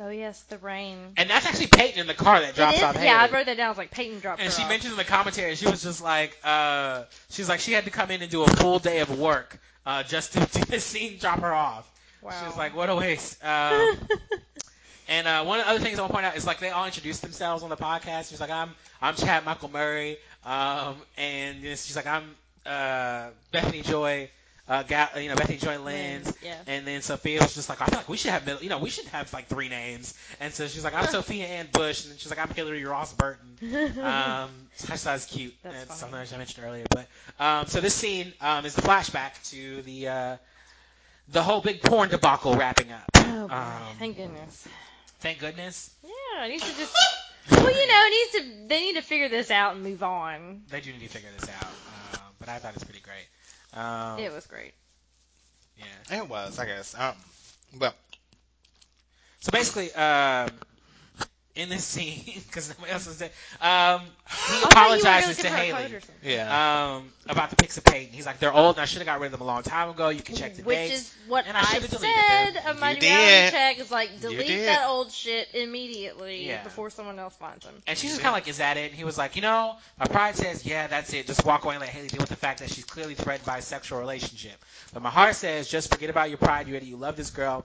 [SPEAKER 3] Oh yes, the rain.
[SPEAKER 2] And that's actually Peyton in the car that drops
[SPEAKER 3] it is,
[SPEAKER 2] off Haley.
[SPEAKER 3] yeah, I wrote that down. I was like, Peyton dropped
[SPEAKER 2] and
[SPEAKER 3] her
[SPEAKER 2] she
[SPEAKER 3] off.
[SPEAKER 2] mentions in the commentary, she was just like, uh, she's like, she had to come in and do a full day of work uh, just to do the scene, drop her off.
[SPEAKER 3] wow.
[SPEAKER 2] She was like, what a waste. Um, and uh, one of the other things I want to point out is like they all introduced themselves on the podcast. She's like, I'm I'm Chad Michael Murray, um, and then she's like, I'm uh, Bethany Joy, uh, Ga- you know Bethany Joy Lenz,
[SPEAKER 3] Yeah.
[SPEAKER 2] and then Sophia was just like, I feel like we should have middle, you know, we should have like three names. And so she's like, I'm Sophia Ann Bush, and then she's like, I'm Hillary Ross Burton. Um, so I just thought it was cute.
[SPEAKER 3] That's
[SPEAKER 2] That's
[SPEAKER 3] funny.
[SPEAKER 2] something I mentioned earlier. But um, so this scene um, is the flashback to the uh, the whole big porn debacle wrapping up.
[SPEAKER 3] oh, boy,
[SPEAKER 2] um,
[SPEAKER 3] thank goodness.
[SPEAKER 2] Thank goodness
[SPEAKER 3] Yeah, I need to just. Well, you know, it needs to. They need to figure this out and move on.
[SPEAKER 2] they do need to figure this out. Um, but I thought it was pretty great. Um,
[SPEAKER 3] It was great.
[SPEAKER 2] yeah.
[SPEAKER 1] It was, I guess. Um, but
[SPEAKER 2] So basically, um, in this scene, because nobody else was there, um, he
[SPEAKER 3] I thought you were
[SPEAKER 2] apologizes to
[SPEAKER 3] gonna give her a
[SPEAKER 2] Haley.
[SPEAKER 3] code or something.
[SPEAKER 1] yeah,
[SPEAKER 2] um, about the pics of Peyton. He's like, they're old, and I should have got rid of them a long time ago. You can check the
[SPEAKER 3] Which
[SPEAKER 2] dates.
[SPEAKER 3] is what
[SPEAKER 2] And I
[SPEAKER 3] I,
[SPEAKER 2] should've deleted
[SPEAKER 3] said
[SPEAKER 2] them.
[SPEAKER 3] of my
[SPEAKER 1] You
[SPEAKER 3] reality
[SPEAKER 1] did.
[SPEAKER 3] check is like delete
[SPEAKER 1] did.
[SPEAKER 3] that old shit immediately
[SPEAKER 2] Yeah.
[SPEAKER 3] before someone else finds them.
[SPEAKER 2] and she's just kind of like, is that it? And he was like, you know, my pride says, yeah, that's it. Just walk away and let Haley deal with the fact that she's clearly threatened by a sexual relationship. But my heart says, just forget about your pride. You idiot. You love this girl.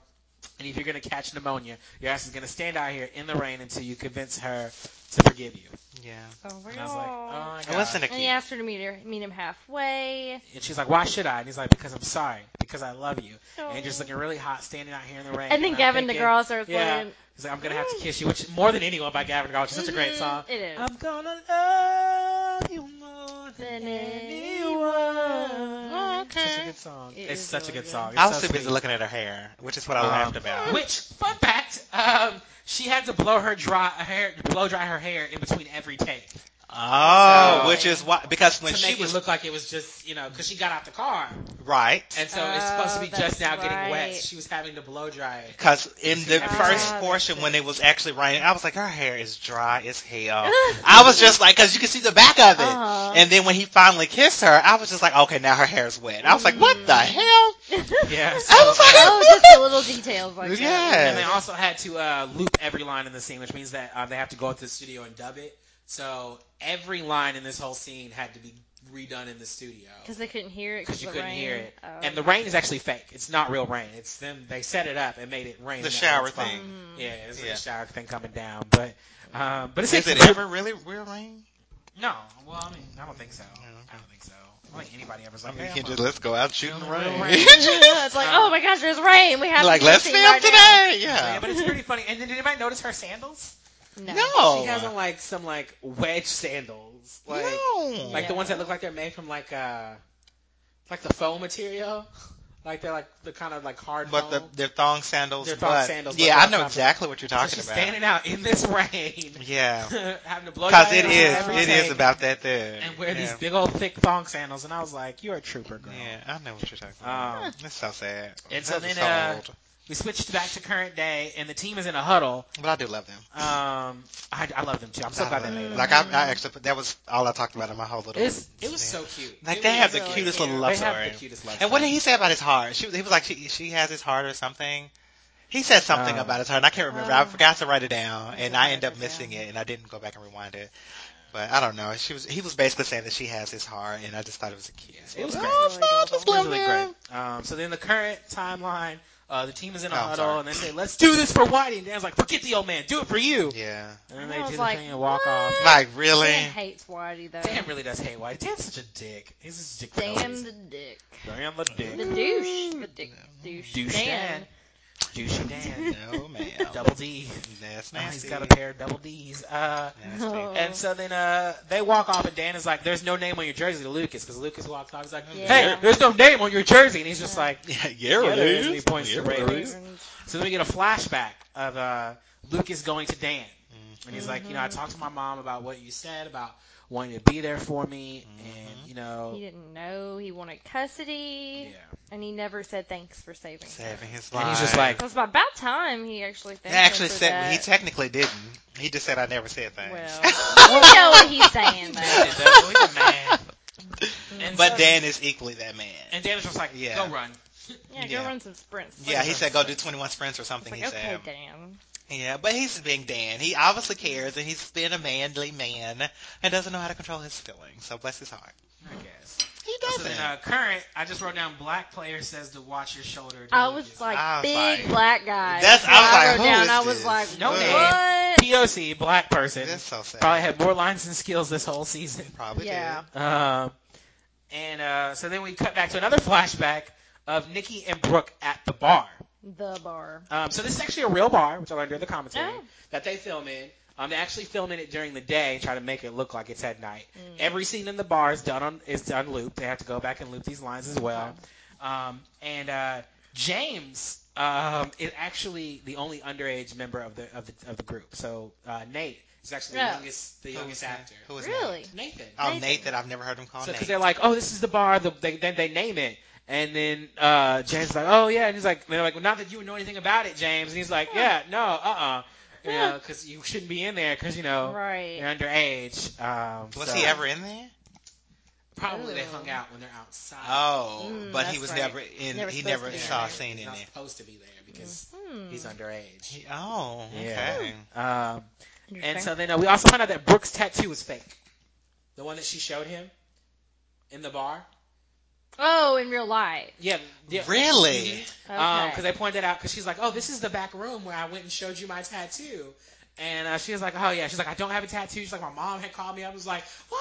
[SPEAKER 2] And if you're going to catch pneumonia, your ass is going to stand out here in the rain until you convince her to forgive you.
[SPEAKER 1] yeah.
[SPEAKER 3] So we're
[SPEAKER 2] And I was like, oh,
[SPEAKER 3] all-
[SPEAKER 2] my
[SPEAKER 1] And
[SPEAKER 2] God.
[SPEAKER 1] listen to
[SPEAKER 3] and he
[SPEAKER 1] Keith.
[SPEAKER 3] asked her to meet her, meet him halfway.
[SPEAKER 2] And she's like, why should I? And he's like, because I'm sorry. Because I love you. And you're just looking really hot standing out here in the rain.
[SPEAKER 3] And then
[SPEAKER 2] I'm
[SPEAKER 3] Gavin
[SPEAKER 2] thinking-
[SPEAKER 3] DeGraw starts
[SPEAKER 2] Yeah.
[SPEAKER 3] playing.
[SPEAKER 2] He's like, I'm gonna have to kiss you, which more than anyone by Gavin DeGraw, which is such a great
[SPEAKER 3] Mhm,
[SPEAKER 2] song.
[SPEAKER 3] It is.
[SPEAKER 2] Mm-hmm. I'm gonna love you more than
[SPEAKER 3] Than
[SPEAKER 2] anyone.
[SPEAKER 3] anyone.
[SPEAKER 2] Such a good song.
[SPEAKER 3] It
[SPEAKER 2] it's
[SPEAKER 3] is
[SPEAKER 2] such a
[SPEAKER 3] really
[SPEAKER 2] good
[SPEAKER 3] good.
[SPEAKER 2] song. It's
[SPEAKER 1] I was
[SPEAKER 2] so
[SPEAKER 1] too busy
[SPEAKER 2] sweet.
[SPEAKER 1] looking at her hair, which is what I
[SPEAKER 2] Um,
[SPEAKER 1] laughed about.
[SPEAKER 2] Which fun fact, um, she had to blow her dry her blow dry her hair in between every take.
[SPEAKER 1] Oh,
[SPEAKER 2] So-
[SPEAKER 1] which is why because when
[SPEAKER 2] to
[SPEAKER 1] she
[SPEAKER 2] make
[SPEAKER 1] was
[SPEAKER 2] it look like it was just you know because she got out the car
[SPEAKER 1] right.
[SPEAKER 2] and so it's supposed to be
[SPEAKER 3] Oh,
[SPEAKER 2] just
[SPEAKER 3] that's
[SPEAKER 2] now getting wet.
[SPEAKER 3] right.
[SPEAKER 2] She was having to blow dry it.
[SPEAKER 1] Because in the
[SPEAKER 2] Yeah.
[SPEAKER 1] first
[SPEAKER 3] Ah,
[SPEAKER 1] portion
[SPEAKER 3] that's
[SPEAKER 1] when
[SPEAKER 3] it.
[SPEAKER 1] it was actually raining, I was like, her hair is dry as hell. Oh. I was just like, because you can see the back of it.
[SPEAKER 3] Uh-huh.
[SPEAKER 1] And then when he finally kissed her, I was just like, okay, now her hair is wet. I was like, what the
[SPEAKER 3] Mm.
[SPEAKER 1] hell?
[SPEAKER 2] Yeah.
[SPEAKER 1] I was like,
[SPEAKER 3] oh, just the little details like
[SPEAKER 1] Yeah.
[SPEAKER 2] And they also had to uh, loop every line in the scene, which means that uh, they have to go out to the studio and dub it. So every line in this whole scene had to be redone in the studio.
[SPEAKER 3] Because they couldn't hear it.
[SPEAKER 2] 'Cause you
[SPEAKER 3] the
[SPEAKER 2] couldn't
[SPEAKER 3] rain.
[SPEAKER 2] hear it.
[SPEAKER 3] Oh.
[SPEAKER 2] And the rain is actually fake. It's not real rain. It's them. They set it up and made it rain.
[SPEAKER 1] The
[SPEAKER 2] that
[SPEAKER 1] shower
[SPEAKER 2] whole
[SPEAKER 1] thing.
[SPEAKER 2] time.
[SPEAKER 3] Mhm.
[SPEAKER 2] Yeah, it's like
[SPEAKER 1] Yeah.
[SPEAKER 2] a shower thing coming down. But um, but it's
[SPEAKER 1] Is it
[SPEAKER 2] actually-
[SPEAKER 1] ever really real rain?
[SPEAKER 2] No. Well, I mean, I don't think so.
[SPEAKER 1] Yeah, okay.
[SPEAKER 2] I don't think so. I don't think anybody ever's
[SPEAKER 1] I
[SPEAKER 2] like,
[SPEAKER 1] mean, you
[SPEAKER 2] "Hey,
[SPEAKER 1] can
[SPEAKER 2] I'm
[SPEAKER 1] just
[SPEAKER 2] a-
[SPEAKER 1] let's go out shooting
[SPEAKER 2] I'm a
[SPEAKER 1] rain.
[SPEAKER 2] rain.
[SPEAKER 3] Mm-hmm. it's like, oh my gosh, there's rain. We have
[SPEAKER 1] like,
[SPEAKER 3] to do
[SPEAKER 1] let's
[SPEAKER 3] this
[SPEAKER 1] film
[SPEAKER 3] thing right now.
[SPEAKER 1] today.
[SPEAKER 2] Yeah,
[SPEAKER 1] Yeah.
[SPEAKER 2] but it's pretty funny. And then did anybody notice her sandals?
[SPEAKER 3] No.
[SPEAKER 1] No.
[SPEAKER 2] She has on like some like wedge sandals, like
[SPEAKER 1] no.
[SPEAKER 2] like the
[SPEAKER 3] Yeah.
[SPEAKER 2] ones that look like they're made from like uh like the foam material, like they're like the kind of like hard.
[SPEAKER 1] but the,
[SPEAKER 2] foam.
[SPEAKER 1] their thong sandals.
[SPEAKER 2] Their thong
[SPEAKER 1] but-
[SPEAKER 2] sandals, but
[SPEAKER 1] Yeah,
[SPEAKER 2] they're
[SPEAKER 1] I know
[SPEAKER 2] not-
[SPEAKER 1] exactly what you're
[SPEAKER 2] So
[SPEAKER 1] talking
[SPEAKER 2] she's
[SPEAKER 1] about.
[SPEAKER 2] standing Oh, out in this rain,
[SPEAKER 1] yeah.
[SPEAKER 2] having to blow
[SPEAKER 1] Because
[SPEAKER 2] dry
[SPEAKER 1] it
[SPEAKER 2] on
[SPEAKER 1] is,
[SPEAKER 2] every
[SPEAKER 1] it
[SPEAKER 2] take,
[SPEAKER 1] is about that thing.
[SPEAKER 2] and wear these
[SPEAKER 1] Yeah.
[SPEAKER 2] big old thick thong sandals, and I was like, you're a trooper, girl.
[SPEAKER 1] Yeah, I know what you're talking about.
[SPEAKER 2] Um,
[SPEAKER 1] That's so sad.
[SPEAKER 2] and
[SPEAKER 1] It's
[SPEAKER 2] so then, uh, We switched back to current day, and the team is in a huddle.
[SPEAKER 1] but I do love them.
[SPEAKER 2] Um, I, I love them too. I'm so
[SPEAKER 1] I
[SPEAKER 2] glad they
[SPEAKER 1] love
[SPEAKER 2] made
[SPEAKER 1] them.
[SPEAKER 2] them.
[SPEAKER 1] Like I, I actually, put- that was all I talked about in my whole little.
[SPEAKER 2] It's, it was so cute.
[SPEAKER 1] Like
[SPEAKER 2] It
[SPEAKER 1] they
[SPEAKER 2] was
[SPEAKER 1] have the
[SPEAKER 3] really
[SPEAKER 1] cutest
[SPEAKER 3] cute.
[SPEAKER 1] little
[SPEAKER 2] They
[SPEAKER 1] love
[SPEAKER 2] have
[SPEAKER 1] story.
[SPEAKER 2] the cutest love.
[SPEAKER 1] And what did
[SPEAKER 2] story.
[SPEAKER 1] he say about his heart? She, he was like, she, she has his heart or something. He said something
[SPEAKER 2] Oh.
[SPEAKER 1] about his heart, and I can't remember. I
[SPEAKER 3] Oh.
[SPEAKER 1] forgot to write it down, and I
[SPEAKER 3] write
[SPEAKER 1] ended up
[SPEAKER 3] it
[SPEAKER 1] missing
[SPEAKER 3] down.
[SPEAKER 1] it, and I didn't go back and rewind it. But I don't know. She was, he was basically saying that she has his heart, and I just thought it was a cute.
[SPEAKER 2] It was
[SPEAKER 1] Oh,
[SPEAKER 2] great.
[SPEAKER 1] so I just
[SPEAKER 2] It was
[SPEAKER 1] love
[SPEAKER 2] really
[SPEAKER 1] him.
[SPEAKER 2] great. Um, so then the current timeline, uh, the team is in a
[SPEAKER 1] Oh, I'm
[SPEAKER 2] huddle
[SPEAKER 1] sorry.
[SPEAKER 2] and they say, "Let's do this for Whitey." And Dan's like, "Forget the old man. Do it for you."
[SPEAKER 1] Yeah.
[SPEAKER 2] And then
[SPEAKER 3] And
[SPEAKER 2] they
[SPEAKER 3] I
[SPEAKER 2] do
[SPEAKER 3] was
[SPEAKER 2] the
[SPEAKER 3] like,
[SPEAKER 2] thing and walk off.
[SPEAKER 3] "What?"
[SPEAKER 1] Like really.
[SPEAKER 3] Dan hates Whitey though.
[SPEAKER 2] Dan really does hate Whitey. Dan's such a dick. He's just a dick. for no
[SPEAKER 3] Damn
[SPEAKER 2] reason.
[SPEAKER 3] the dick.
[SPEAKER 2] Damn the
[SPEAKER 3] The
[SPEAKER 2] dick.
[SPEAKER 3] douche. The dick. Douche.
[SPEAKER 2] Douche
[SPEAKER 3] Dan.
[SPEAKER 2] Dan. Douchey Dan.
[SPEAKER 1] No ma'am.
[SPEAKER 2] double D.
[SPEAKER 1] That's
[SPEAKER 2] Now he's
[SPEAKER 1] nasty.
[SPEAKER 2] got a pair of double D's. Uh,
[SPEAKER 1] Nasty.
[SPEAKER 3] Oh.
[SPEAKER 2] and so then uh, they walk off, and Dan is like, "There's no name on your jersey to Lucas," because Lucas walked off. He's like,
[SPEAKER 3] Yeah.
[SPEAKER 2] "Hey, there's no name on your jersey," and he's just
[SPEAKER 3] Yeah.
[SPEAKER 2] like.
[SPEAKER 1] Yeah,
[SPEAKER 2] Yeah,
[SPEAKER 1] yeah,
[SPEAKER 2] there is. He points to Ray.
[SPEAKER 3] Ravens.
[SPEAKER 2] So then we get a flashback of uh, Lucas going to Dan, and he's like, you know, I
[SPEAKER 3] Mhm.
[SPEAKER 2] talked to my mom about what you said about wanting to be there for me, and you
[SPEAKER 3] He
[SPEAKER 2] know,
[SPEAKER 3] didn't know he wanted
[SPEAKER 2] yeah.
[SPEAKER 3] custody, and he never said thanks for saving. her.
[SPEAKER 1] Saving his life.
[SPEAKER 2] And he's just like,
[SPEAKER 3] It was about time he actually
[SPEAKER 1] he
[SPEAKER 3] thanked her
[SPEAKER 1] actually
[SPEAKER 3] for
[SPEAKER 1] said
[SPEAKER 3] that.
[SPEAKER 1] he technically didn't. He just said I never said things.
[SPEAKER 3] Well, you know what he's
[SPEAKER 2] "Man,
[SPEAKER 3] saying though.
[SPEAKER 2] though, he's a man." And so-
[SPEAKER 1] but Dan is equally that man.
[SPEAKER 2] and Dan is just like,
[SPEAKER 1] Yeah.
[SPEAKER 2] go run.
[SPEAKER 3] Yeah,
[SPEAKER 1] Yeah.
[SPEAKER 3] go run some sprints.
[SPEAKER 1] yeah, he said go do 21 sprints or
[SPEAKER 3] It's
[SPEAKER 1] something.
[SPEAKER 3] like,
[SPEAKER 1] he
[SPEAKER 3] okay,
[SPEAKER 1] said.
[SPEAKER 3] Dan.
[SPEAKER 1] Yeah, but he's being Dan. He obviously cares, and he's been a manly man and doesn't know how to control his feelings. So bless his heart.
[SPEAKER 2] I guess.
[SPEAKER 1] He
[SPEAKER 2] So
[SPEAKER 1] doesn't.
[SPEAKER 2] then, uh, current, I just wrote down black player says to watch your shoulder. to
[SPEAKER 3] I was
[SPEAKER 2] Lucas.
[SPEAKER 3] like
[SPEAKER 1] I was
[SPEAKER 3] big
[SPEAKER 1] like-
[SPEAKER 3] black guy.
[SPEAKER 1] That's-
[SPEAKER 3] That's what
[SPEAKER 1] I
[SPEAKER 3] I
[SPEAKER 1] was like,
[SPEAKER 3] wrote
[SPEAKER 1] who
[SPEAKER 3] down.
[SPEAKER 1] is
[SPEAKER 3] I was
[SPEAKER 1] this?
[SPEAKER 3] like,
[SPEAKER 2] No
[SPEAKER 3] what?
[SPEAKER 2] name. POC, black person,
[SPEAKER 1] That's so sad.
[SPEAKER 2] probably had more lines than skills this whole season.
[SPEAKER 1] Probably
[SPEAKER 3] Yeah.
[SPEAKER 2] Um, and uh, so then we cut back to another flashback of Nikki and Brooke at the bar.
[SPEAKER 3] The bar.
[SPEAKER 2] Um, so this is actually a real bar, which I learned during the commentary,
[SPEAKER 3] Oh.
[SPEAKER 2] that they film in. Um, they actually film in it during the day, try to make it look like it's at night.
[SPEAKER 3] Mm.
[SPEAKER 2] Every scene in the bar is done on is done loop. They have to go back and loop these lines as well. Um, and uh, James um, is actually the only underage member of the of the, of the group. So uh, Nate is actually the
[SPEAKER 3] Yeah.
[SPEAKER 2] youngest the
[SPEAKER 1] did. Who was
[SPEAKER 2] youngest
[SPEAKER 1] that?
[SPEAKER 2] actor.
[SPEAKER 1] Who was
[SPEAKER 3] Really?
[SPEAKER 2] Nathan.
[SPEAKER 1] Oh,
[SPEAKER 3] Nathan.
[SPEAKER 1] Nathan. I've never heard him called
[SPEAKER 2] So
[SPEAKER 1] Nathan.
[SPEAKER 2] because they're like, oh, this is the bar. The, they, they they name it, and then uh, James is like, oh yeah, and he's like, and they're like, well, not that you would know anything about it, James. And he's like, yeah, no, uh, uh you know, because you shouldn't be in there because you know
[SPEAKER 3] Right.
[SPEAKER 2] you're underage. Um,
[SPEAKER 1] Was
[SPEAKER 2] so
[SPEAKER 1] he ever in there?
[SPEAKER 2] Probably they
[SPEAKER 3] Ooh.
[SPEAKER 2] hung out when they're outside.
[SPEAKER 1] Oh,
[SPEAKER 3] Mm,
[SPEAKER 1] but he
[SPEAKER 3] that's
[SPEAKER 1] was
[SPEAKER 3] right.
[SPEAKER 1] never in.
[SPEAKER 3] Never
[SPEAKER 1] he
[SPEAKER 3] supposed
[SPEAKER 1] never
[SPEAKER 3] to be in
[SPEAKER 1] saw a
[SPEAKER 3] there.
[SPEAKER 1] scene
[SPEAKER 2] He's
[SPEAKER 1] in
[SPEAKER 2] not
[SPEAKER 1] it.
[SPEAKER 2] supposed to be there because
[SPEAKER 3] Hmm.
[SPEAKER 2] he's underage.
[SPEAKER 1] He- oh,
[SPEAKER 2] Yeah.
[SPEAKER 1] okay.
[SPEAKER 2] Um, and
[SPEAKER 3] Interesting.
[SPEAKER 2] so then uh, we also found out that Brooke's tattoo was fake, the one that she showed him in the bar.
[SPEAKER 3] oh, in real life.
[SPEAKER 2] Yeah, yeah.
[SPEAKER 1] Really?
[SPEAKER 2] Mhm.
[SPEAKER 3] Okay.
[SPEAKER 2] because they pointed out because she's like, oh, this is the back room where I went and showed you my tattoo, and uh, she was like, oh yeah, she's like, I don't have a tattoo. She's like, my mom had called me. I was like, why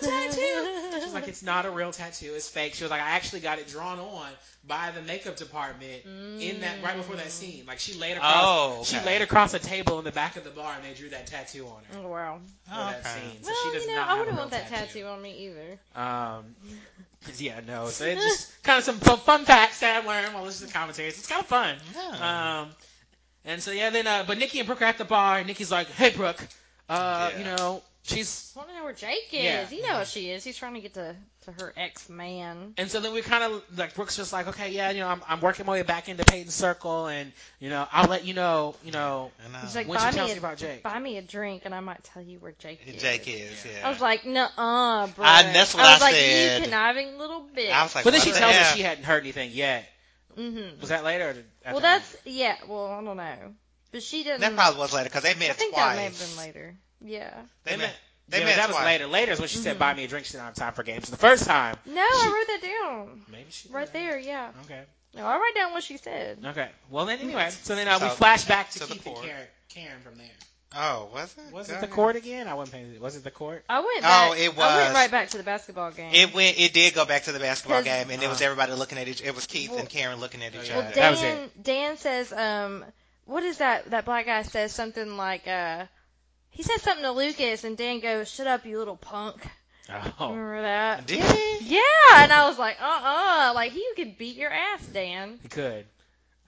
[SPEAKER 2] you have a tattoo? she's like, it's not a real tattoo. It's fake. She was like, I actually got it drawn on by the makeup department in that right before that scene. Like she laid across,
[SPEAKER 1] Oh, okay.
[SPEAKER 2] she laid across a table in the back of the bar and they drew that tattoo on her.
[SPEAKER 3] Oh, wow.
[SPEAKER 2] for
[SPEAKER 1] Oh,
[SPEAKER 2] that
[SPEAKER 1] okay.
[SPEAKER 2] scene. So
[SPEAKER 3] well,
[SPEAKER 2] she does
[SPEAKER 3] you know,
[SPEAKER 2] not
[SPEAKER 3] I
[SPEAKER 2] have a
[SPEAKER 3] wouldn't
[SPEAKER 2] real
[SPEAKER 3] want that tattoo on me either.
[SPEAKER 2] um, yeah, no. So it's just kind of some fun, fun facts that I learned while listening to commentaries. It's kind of fun.
[SPEAKER 1] Hmm.
[SPEAKER 2] Um, and so yeah, then uh, but Nikki and Brooke are at the bar. And Nikki's like, "Hey, Brooke, uh,
[SPEAKER 1] Yeah.
[SPEAKER 2] you know, She's
[SPEAKER 3] I want to know where Jake is.
[SPEAKER 2] Yeah.
[SPEAKER 3] You know what she is. He's trying to get to, to her ex man.
[SPEAKER 2] and so then we kind of like Brooks just like okay yeah you know I'm, I'm working my way back into Peyton's circle and you know I'll let you know you know
[SPEAKER 1] I know.
[SPEAKER 3] He's like,
[SPEAKER 2] when she
[SPEAKER 3] buy me,
[SPEAKER 2] tells
[SPEAKER 3] a,
[SPEAKER 2] me about Jake.
[SPEAKER 3] buy me a drink, and I might tell you where Jake is.
[SPEAKER 1] Jake is, yeah.
[SPEAKER 3] I was like, nuh-uh, bro.
[SPEAKER 1] I- that's what
[SPEAKER 3] I was
[SPEAKER 1] I
[SPEAKER 3] like,
[SPEAKER 1] said.
[SPEAKER 3] you conniving little bitch.
[SPEAKER 1] I was like,
[SPEAKER 2] But then
[SPEAKER 1] what
[SPEAKER 2] she
[SPEAKER 1] the
[SPEAKER 2] tells
[SPEAKER 1] hell?
[SPEAKER 2] us she hadn't heard anything yet.
[SPEAKER 3] mm-hmm.
[SPEAKER 2] Was that later? Or after
[SPEAKER 3] Well, that's yeah. Well, I don't know, but she didn't.
[SPEAKER 1] That probably was later because they
[SPEAKER 3] I
[SPEAKER 1] met
[SPEAKER 3] think that
[SPEAKER 1] twice.
[SPEAKER 3] may have been later. Yeah.
[SPEAKER 1] They met. They
[SPEAKER 2] yeah, but
[SPEAKER 1] met
[SPEAKER 2] that was
[SPEAKER 1] twice.
[SPEAKER 2] later. Later is when she said,
[SPEAKER 3] Mhm.
[SPEAKER 2] "Buy me a drink." She didn't have time for games. The first time,
[SPEAKER 3] No, I wrote that down
[SPEAKER 2] maybe she did.
[SPEAKER 3] right there. Yeah.
[SPEAKER 2] Okay,
[SPEAKER 3] No, I write down what she said.
[SPEAKER 2] okay. Well, then anyway, so then uh, we
[SPEAKER 1] Mm-hmm. So-
[SPEAKER 2] flash back to
[SPEAKER 1] so the
[SPEAKER 2] Keith and
[SPEAKER 1] court.
[SPEAKER 2] Karen, Karen from there.
[SPEAKER 1] Oh, was it?
[SPEAKER 2] Was
[SPEAKER 1] Go
[SPEAKER 2] it the
[SPEAKER 1] ahead.
[SPEAKER 2] court again? I wasn't paying. attention. Was it the court?
[SPEAKER 3] I went.
[SPEAKER 1] Oh,
[SPEAKER 3] Back,
[SPEAKER 1] it
[SPEAKER 3] I
[SPEAKER 1] was.
[SPEAKER 3] went right back to the basketball game.
[SPEAKER 1] It went. It did go back to the basketball
[SPEAKER 3] 'Cause-
[SPEAKER 1] game, and it was
[SPEAKER 2] Uh.
[SPEAKER 1] everybody looking at each. It was Keith
[SPEAKER 3] Well-
[SPEAKER 1] and Karen looking at each
[SPEAKER 2] Well,
[SPEAKER 1] other.
[SPEAKER 2] they- That
[SPEAKER 3] Dan
[SPEAKER 2] was
[SPEAKER 3] Dan says, um, what is that? That black guy says something like, uh, he says something to Lucas, and Dan goes, "Shut up, you little punk."
[SPEAKER 2] Oh,
[SPEAKER 3] Remember that?
[SPEAKER 1] Did
[SPEAKER 3] yeah.
[SPEAKER 1] he?
[SPEAKER 3] Yeah, and I was like, uh uh like you could beat your ass, Dan.
[SPEAKER 2] he could.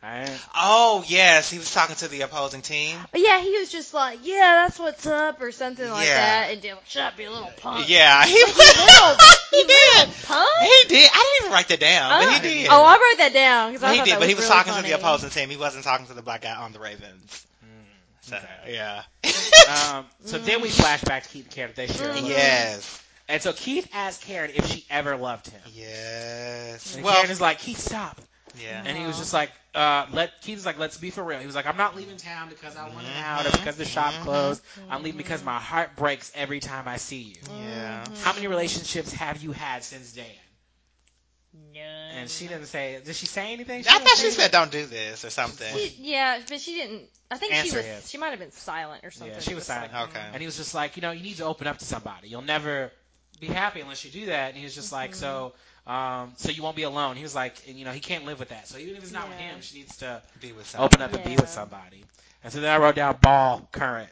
[SPEAKER 2] I,
[SPEAKER 1] Oh yes, he was talking to the opposing team.
[SPEAKER 3] But yeah, he was just like, yeah, that's what's up, or something like
[SPEAKER 1] Yeah.
[SPEAKER 3] that, and Dan, like, shut up, you little punk.
[SPEAKER 1] Yeah, he
[SPEAKER 3] Like, you little,
[SPEAKER 1] he
[SPEAKER 3] you
[SPEAKER 1] did.
[SPEAKER 3] little punk.
[SPEAKER 1] He did. I didn't even write that down, but
[SPEAKER 3] Uh,
[SPEAKER 1] he did.
[SPEAKER 3] Oh, I wrote that down because I
[SPEAKER 1] he
[SPEAKER 3] thought
[SPEAKER 1] did,
[SPEAKER 3] that
[SPEAKER 1] but he was
[SPEAKER 3] was really
[SPEAKER 1] talking
[SPEAKER 3] funny.
[SPEAKER 1] to the opposing team. He wasn't talking to the black guy on the Ravens.
[SPEAKER 2] Mm.
[SPEAKER 1] So,
[SPEAKER 2] Okay.
[SPEAKER 1] Yeah.
[SPEAKER 2] um, so then we flash back to Keith and Karen. They share a
[SPEAKER 3] Mhm.
[SPEAKER 2] little-
[SPEAKER 1] yes.
[SPEAKER 2] And so Keith asked Karen if she ever loved him.
[SPEAKER 1] Yes.
[SPEAKER 2] And
[SPEAKER 1] Well,
[SPEAKER 2] Karen is like, Keith, stop.
[SPEAKER 1] yeah.
[SPEAKER 2] And he was
[SPEAKER 3] Aw.
[SPEAKER 2] just like, uh, let Keith was like, let's be for real. He was like, I'm not leaving town because I want out or because the shop
[SPEAKER 1] Mhm.
[SPEAKER 2] closed. I'm leaving because my heart breaks every time I see you.
[SPEAKER 3] Mm.
[SPEAKER 1] Yeah.
[SPEAKER 2] How many relationships have you had since Dan?
[SPEAKER 3] None.
[SPEAKER 2] And she didn't say. Did she say anything?
[SPEAKER 1] I thought
[SPEAKER 2] didn't
[SPEAKER 1] she
[SPEAKER 2] say
[SPEAKER 1] said, "Don't do this" or something.
[SPEAKER 3] She, yeah, but she didn't. I think she
[SPEAKER 2] Answer
[SPEAKER 3] was.
[SPEAKER 2] him.
[SPEAKER 3] She might have been silent or something.
[SPEAKER 2] Yeah, she was
[SPEAKER 3] Just like,
[SPEAKER 2] silent.
[SPEAKER 1] Okay.
[SPEAKER 2] And he was just like, you know, you need to open up to somebody. You'll never be happy unless you do that. And he was just like, so, um, so you won't be alone. He was like, and, you know, he can't live with that. So even if it's not with
[SPEAKER 3] Yeah.
[SPEAKER 2] him, she needs to
[SPEAKER 1] Be with
[SPEAKER 2] open
[SPEAKER 1] somebody.
[SPEAKER 2] up and be
[SPEAKER 3] Yeah.
[SPEAKER 2] with somebody. And so then I wrote down ball current.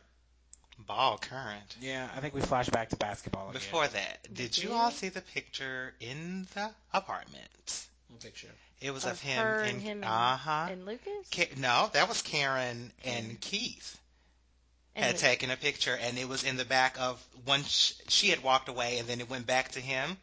[SPEAKER 1] Ball current.
[SPEAKER 2] Yeah, I think we flash back to basketball again.
[SPEAKER 1] Before that, did you all see the picture in the apartment?
[SPEAKER 2] picture.
[SPEAKER 1] It was
[SPEAKER 3] Of
[SPEAKER 1] of, him
[SPEAKER 3] her
[SPEAKER 1] and,
[SPEAKER 3] and him and-
[SPEAKER 1] uh huh.
[SPEAKER 3] "Hmm, And Lucas.
[SPEAKER 1] Ka- no, that was Karen and Keith
[SPEAKER 3] And
[SPEAKER 1] had
[SPEAKER 3] Lucas.
[SPEAKER 1] taken a picture, and it was in the back of one. Sh- she had walked away, and then it went back to him,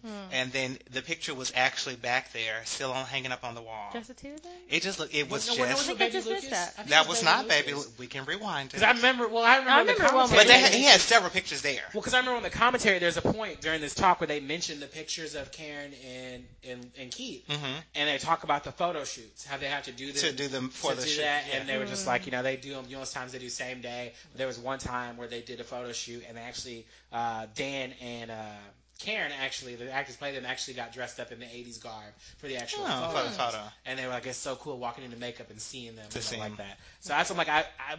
[SPEAKER 3] Hmm.
[SPEAKER 1] and then the picture was actually back there, still on hanging up on the wall.
[SPEAKER 3] Just the two of them.
[SPEAKER 1] it just looked. It was
[SPEAKER 2] No, no, no,
[SPEAKER 1] just.
[SPEAKER 3] think I
[SPEAKER 2] Baby
[SPEAKER 3] just missed
[SPEAKER 2] Lucas?
[SPEAKER 3] that.
[SPEAKER 2] I think it
[SPEAKER 1] that was not baby.
[SPEAKER 2] Lucas.
[SPEAKER 1] Lu- We can rewind it.
[SPEAKER 2] Because I remember, well, I remember,
[SPEAKER 3] I remember
[SPEAKER 2] the
[SPEAKER 3] one
[SPEAKER 2] commentary.
[SPEAKER 1] but they
[SPEAKER 3] Yeah.
[SPEAKER 1] had, he had several pictures there.
[SPEAKER 2] Well, because I remember on the commentary, there's a point during this talk where they mentioned the pictures of Karen and and, and Keith,
[SPEAKER 1] Mm-hmm.
[SPEAKER 2] and they talk about the photo shoots, how they have to do this
[SPEAKER 1] To do them for
[SPEAKER 2] to
[SPEAKER 1] the
[SPEAKER 2] do
[SPEAKER 1] shoot.
[SPEAKER 2] that,
[SPEAKER 1] yeah.
[SPEAKER 2] and they were just like, you know, they do them. You know, sometimes they do same day. There was one time where they did a photo shoot, and they actually uh, Dan and uh, Karen actually, the actors played them, actually got dressed up in the '80s garb for the actual
[SPEAKER 1] Oh,
[SPEAKER 2] photo.
[SPEAKER 1] photo, photo.
[SPEAKER 2] And they were like, it's so cool walking into makeup and seeing them
[SPEAKER 1] To
[SPEAKER 2] and
[SPEAKER 1] see
[SPEAKER 2] stuff like
[SPEAKER 1] 'em.
[SPEAKER 2] that. So that's I'm like, I, I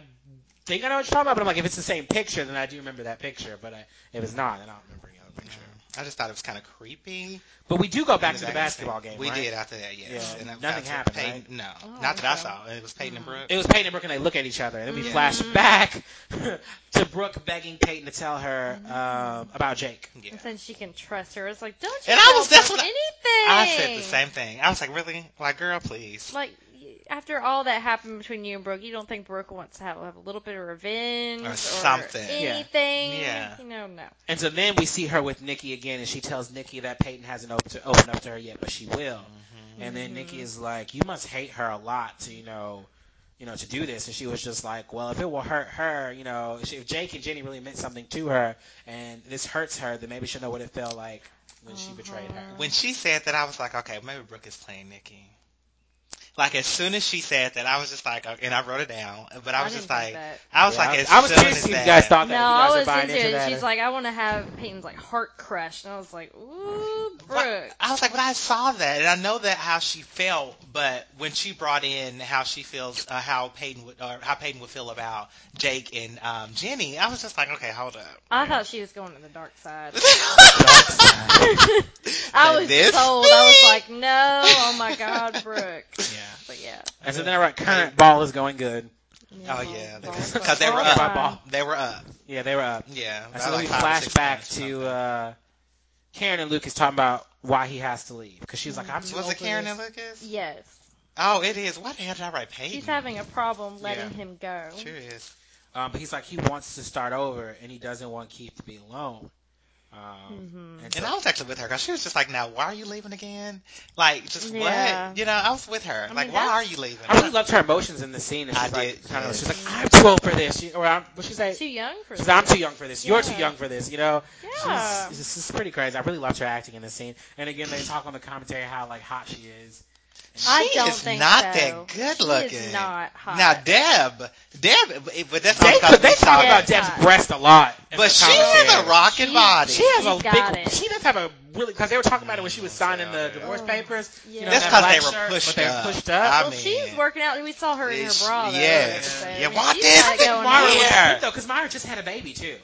[SPEAKER 2] think I know what you're talking about, but I'm like, if it's the same picture, then I do remember that picture. But I, if it's not, then I don't remember any other picture.
[SPEAKER 1] I just thought it was kind of creepy.
[SPEAKER 2] But we do go back
[SPEAKER 1] In
[SPEAKER 2] to the basketball game.
[SPEAKER 1] We
[SPEAKER 2] right?
[SPEAKER 1] did after that, yes.
[SPEAKER 2] Yeah,
[SPEAKER 1] And that-
[SPEAKER 2] nothing
[SPEAKER 1] that's
[SPEAKER 2] happened,
[SPEAKER 1] Peyton,
[SPEAKER 2] right? Mm.
[SPEAKER 1] No,
[SPEAKER 3] Oh,
[SPEAKER 1] not that I
[SPEAKER 3] okay.
[SPEAKER 1] saw. It was Peyton and Brooke.
[SPEAKER 2] It was Peyton and Brooke, and they look at each other, and then we
[SPEAKER 3] Mhm.
[SPEAKER 2] flash back to Brooke begging Peyton to tell her um, about Jake.
[SPEAKER 1] yeah.
[SPEAKER 3] And then she can trust her. It's like, don't you
[SPEAKER 1] And I
[SPEAKER 3] tell
[SPEAKER 1] was- that's
[SPEAKER 3] them
[SPEAKER 1] what I-
[SPEAKER 3] anything.
[SPEAKER 1] I said the same thing. I was like, really? Like, girl, please.
[SPEAKER 3] Like y- after all that happened between you and Brooke, you don't think Brooke wants to have, have a little bit of revenge
[SPEAKER 1] Or something.
[SPEAKER 2] Yeah.
[SPEAKER 3] anything?
[SPEAKER 1] Yeah.
[SPEAKER 3] You know, no.
[SPEAKER 2] And so then we see her with Nikki again, and she tells Nikki that Peyton hasn't opened, to, opened up to her yet, but she will.
[SPEAKER 3] Mm-hmm.
[SPEAKER 2] And then Nikki is like, "You must hate her a lot to you know, you know, to do this." And she was just like, "Well, if it will hurt her, you know, if she- if Jake and Jenny really meant something to her, and this hurts her, then maybe she'll know what it felt like when she betrayed her."
[SPEAKER 3] Mm-hmm.
[SPEAKER 1] When she said that, I was like, okay, maybe Brooke is playing Nikki. Like, as soon as she said that, I was just like, okay, and I wrote it down, but I was just
[SPEAKER 3] didn't
[SPEAKER 1] like,
[SPEAKER 3] think that.
[SPEAKER 1] I was
[SPEAKER 2] Yeah,
[SPEAKER 1] like, as
[SPEAKER 2] I was
[SPEAKER 1] soon
[SPEAKER 2] curious
[SPEAKER 1] as
[SPEAKER 2] if you
[SPEAKER 1] that,
[SPEAKER 2] guys thought
[SPEAKER 3] No,
[SPEAKER 2] that. if you guys
[SPEAKER 3] I
[SPEAKER 2] are
[SPEAKER 3] was
[SPEAKER 2] buying
[SPEAKER 3] into it.
[SPEAKER 2] that
[SPEAKER 3] She's
[SPEAKER 2] or-
[SPEAKER 3] like, I want to have Peyton's like heart crushed, and I was like, ooh, Brooke.
[SPEAKER 1] But I was like, when I saw that, and I know that how she felt, but when she brought in how she feels, uh, how Peyton would, or how Peyton would feel about Jake and um, Jenny, I was just like, okay, hold up.
[SPEAKER 3] I thought she was going to the dark side. I
[SPEAKER 1] Like
[SPEAKER 3] was
[SPEAKER 1] this?
[SPEAKER 3] sold. I was like, no, oh my god, Brooke.
[SPEAKER 2] yeah.
[SPEAKER 3] But yeah.
[SPEAKER 2] And so then I wrote, "Current ball is going good."
[SPEAKER 1] Oh yeah,
[SPEAKER 3] Ball-
[SPEAKER 1] because they were
[SPEAKER 3] ball-
[SPEAKER 2] Talking about
[SPEAKER 1] up.
[SPEAKER 2] ball.
[SPEAKER 1] They were up.
[SPEAKER 2] Yeah, they were up.
[SPEAKER 1] Yeah.
[SPEAKER 2] And
[SPEAKER 1] by
[SPEAKER 2] so then
[SPEAKER 1] like
[SPEAKER 2] we
[SPEAKER 1] five or
[SPEAKER 2] flash
[SPEAKER 1] six
[SPEAKER 2] back
[SPEAKER 1] points or
[SPEAKER 2] to
[SPEAKER 1] something.
[SPEAKER 2] uh, Karen and Lucas talking about why he has to leave because she's like, "I'm too
[SPEAKER 1] was
[SPEAKER 2] old
[SPEAKER 1] it
[SPEAKER 2] for
[SPEAKER 1] Karen
[SPEAKER 2] this."
[SPEAKER 1] and Lucas?
[SPEAKER 3] Yes.
[SPEAKER 1] Oh, it is. Why the hell did I write Peyton?
[SPEAKER 3] She's having a problem letting
[SPEAKER 1] Yeah.
[SPEAKER 3] him go.
[SPEAKER 1] Sure is.
[SPEAKER 2] Um, but he's like he wants to start over and he doesn't want Keith to be alone. Um,
[SPEAKER 3] Mhm.
[SPEAKER 2] and
[SPEAKER 1] Hmm. And
[SPEAKER 2] so-
[SPEAKER 1] I was actually with her because she was just like, "Now, why are you leaving again? Like, just
[SPEAKER 3] Yeah.
[SPEAKER 1] what? You know?" I was with her.
[SPEAKER 3] mean,
[SPEAKER 1] like, why are
[SPEAKER 3] that's-
[SPEAKER 1] you leaving?
[SPEAKER 2] I really loved her emotions in the scene. And
[SPEAKER 1] I
[SPEAKER 2] she's like,
[SPEAKER 1] did,
[SPEAKER 2] Kind of,
[SPEAKER 1] yes.
[SPEAKER 2] she's like, I'm too old for this. She, or I'm, what she say?
[SPEAKER 3] Too young for
[SPEAKER 2] She's
[SPEAKER 3] this.
[SPEAKER 2] like, I'm too young for this. You're too
[SPEAKER 3] Yeah.
[SPEAKER 2] young for this. You know,
[SPEAKER 3] Yeah.
[SPEAKER 2] she's, this is pretty crazy. I really loved her acting in this scene. And again, they talk on the commentary how like hot she is.
[SPEAKER 3] I
[SPEAKER 1] she
[SPEAKER 3] don't
[SPEAKER 1] is
[SPEAKER 3] think
[SPEAKER 1] not
[SPEAKER 3] so.
[SPEAKER 1] that good
[SPEAKER 3] She
[SPEAKER 1] looking.
[SPEAKER 3] is not hot.
[SPEAKER 1] Now, Deb, Deb, but that's
[SPEAKER 2] They,
[SPEAKER 1] all
[SPEAKER 2] they,
[SPEAKER 1] because we
[SPEAKER 2] talk
[SPEAKER 1] saw
[SPEAKER 2] about
[SPEAKER 1] that.
[SPEAKER 3] Yeah.
[SPEAKER 2] Deb's breast a lot. in
[SPEAKER 1] But
[SPEAKER 2] the
[SPEAKER 1] she has a
[SPEAKER 2] commentary.
[SPEAKER 1] rocking
[SPEAKER 3] She-
[SPEAKER 1] body.
[SPEAKER 2] She has
[SPEAKER 3] She's
[SPEAKER 2] a
[SPEAKER 3] got
[SPEAKER 2] big.
[SPEAKER 3] it.
[SPEAKER 2] She does have a really because they were talking about it when she was signing the divorce
[SPEAKER 3] Oh.
[SPEAKER 2] papers. You know,
[SPEAKER 3] Yeah.
[SPEAKER 1] That's
[SPEAKER 2] that black
[SPEAKER 1] because they were
[SPEAKER 2] shirt,
[SPEAKER 1] pushed
[SPEAKER 2] but they were
[SPEAKER 1] up.
[SPEAKER 2] pushed up.
[SPEAKER 1] I
[SPEAKER 3] well, she
[SPEAKER 1] mean,
[SPEAKER 3] was working out, and we saw her in her
[SPEAKER 1] Is-
[SPEAKER 3] bra. Though,
[SPEAKER 1] yes.
[SPEAKER 3] So,
[SPEAKER 2] Yeah,
[SPEAKER 3] I mean,
[SPEAKER 1] why
[SPEAKER 3] she's
[SPEAKER 1] did-
[SPEAKER 3] got
[SPEAKER 1] I
[SPEAKER 3] it
[SPEAKER 1] think
[SPEAKER 3] going
[SPEAKER 2] Myra
[SPEAKER 3] on.
[SPEAKER 2] was
[SPEAKER 1] Yeah.
[SPEAKER 2] cute though, because Myra just had a baby too.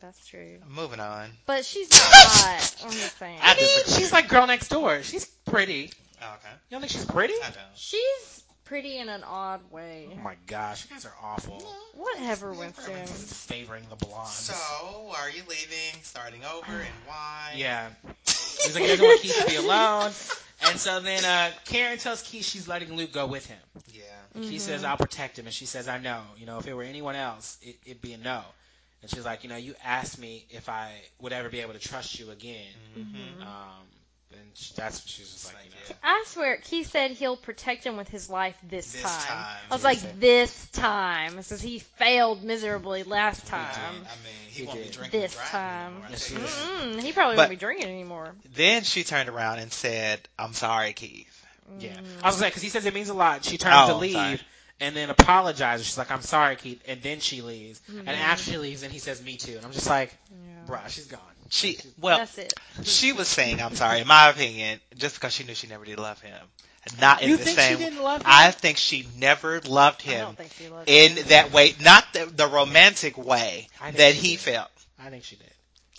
[SPEAKER 3] That's true.
[SPEAKER 1] moving on.
[SPEAKER 3] But she's not hot. I'm just saying.
[SPEAKER 1] I
[SPEAKER 2] Man,
[SPEAKER 1] disagree.
[SPEAKER 2] she's like girl next door. She's pretty. You
[SPEAKER 1] Oh, okay,
[SPEAKER 2] don't think she's pretty?
[SPEAKER 1] I don't.
[SPEAKER 3] She's pretty in an odd way.
[SPEAKER 2] Oh my gosh, you guys are awful.
[SPEAKER 3] Whatever, Winston.
[SPEAKER 2] Everyone's favoring the blondes.
[SPEAKER 6] So, are you leaving, starting over, and why?
[SPEAKER 2] yeah, he's like he doesn't want Keith to be alone, and so then uh, Karen tells Keith she's letting Luke go with him.
[SPEAKER 6] Yeah.
[SPEAKER 2] And Keith
[SPEAKER 3] Mhm.
[SPEAKER 2] says I'll protect him, and she says I know. You know, if it were anyone else, it, it'd be a no. And she's like, you know, you asked me if I would ever be able to trust you again.
[SPEAKER 1] Mm-hmm.
[SPEAKER 3] Mhm.
[SPEAKER 2] Um, and she, that's what she's just like, you know.
[SPEAKER 3] I swear, Keith said he'll protect him with his life this,
[SPEAKER 6] This
[SPEAKER 3] time.
[SPEAKER 6] time.
[SPEAKER 3] I was like, this time. Since he failed miserably last
[SPEAKER 1] Mm-hmm.
[SPEAKER 6] I
[SPEAKER 3] time.
[SPEAKER 6] mean, he,
[SPEAKER 2] He
[SPEAKER 6] won't be
[SPEAKER 2] did.
[SPEAKER 6] drinking
[SPEAKER 3] um, This
[SPEAKER 6] driving
[SPEAKER 3] time. Mm-hmm.
[SPEAKER 6] anymore, I
[SPEAKER 2] Yes,
[SPEAKER 6] tell you
[SPEAKER 2] he
[SPEAKER 6] that.
[SPEAKER 3] Mm-mm, Mm-hmm. he probably
[SPEAKER 1] But-
[SPEAKER 3] won't be drinking anymore.
[SPEAKER 1] Then she turned around and said, "I'm sorry, Keith."
[SPEAKER 2] Yeah,
[SPEAKER 3] Mm.
[SPEAKER 2] I was like, because he says it means a lot. She turns
[SPEAKER 1] Oh,
[SPEAKER 2] to
[SPEAKER 1] I'm
[SPEAKER 2] leave
[SPEAKER 1] sorry.
[SPEAKER 2] and then apologizes. She's like, "I'm sorry, Keith," and then she leaves. And
[SPEAKER 3] Mhm.
[SPEAKER 2] after she leaves, and he says, "Me too," and I'm just like,
[SPEAKER 3] Yeah.
[SPEAKER 2] "Bruh, she's gone."
[SPEAKER 1] She well,
[SPEAKER 3] That's it.
[SPEAKER 1] she was saying, "I'm sorry," in my opinion, just because she knew she never did love him. Not in
[SPEAKER 2] you
[SPEAKER 1] the
[SPEAKER 2] think
[SPEAKER 1] same.
[SPEAKER 2] she didn't love him?
[SPEAKER 1] I think she never loved
[SPEAKER 3] I
[SPEAKER 1] him
[SPEAKER 3] don't think she loves
[SPEAKER 1] in that way, not the, the romantic way
[SPEAKER 2] I think
[SPEAKER 1] that
[SPEAKER 2] she
[SPEAKER 1] he
[SPEAKER 2] did.
[SPEAKER 1] felt.
[SPEAKER 2] I think she did.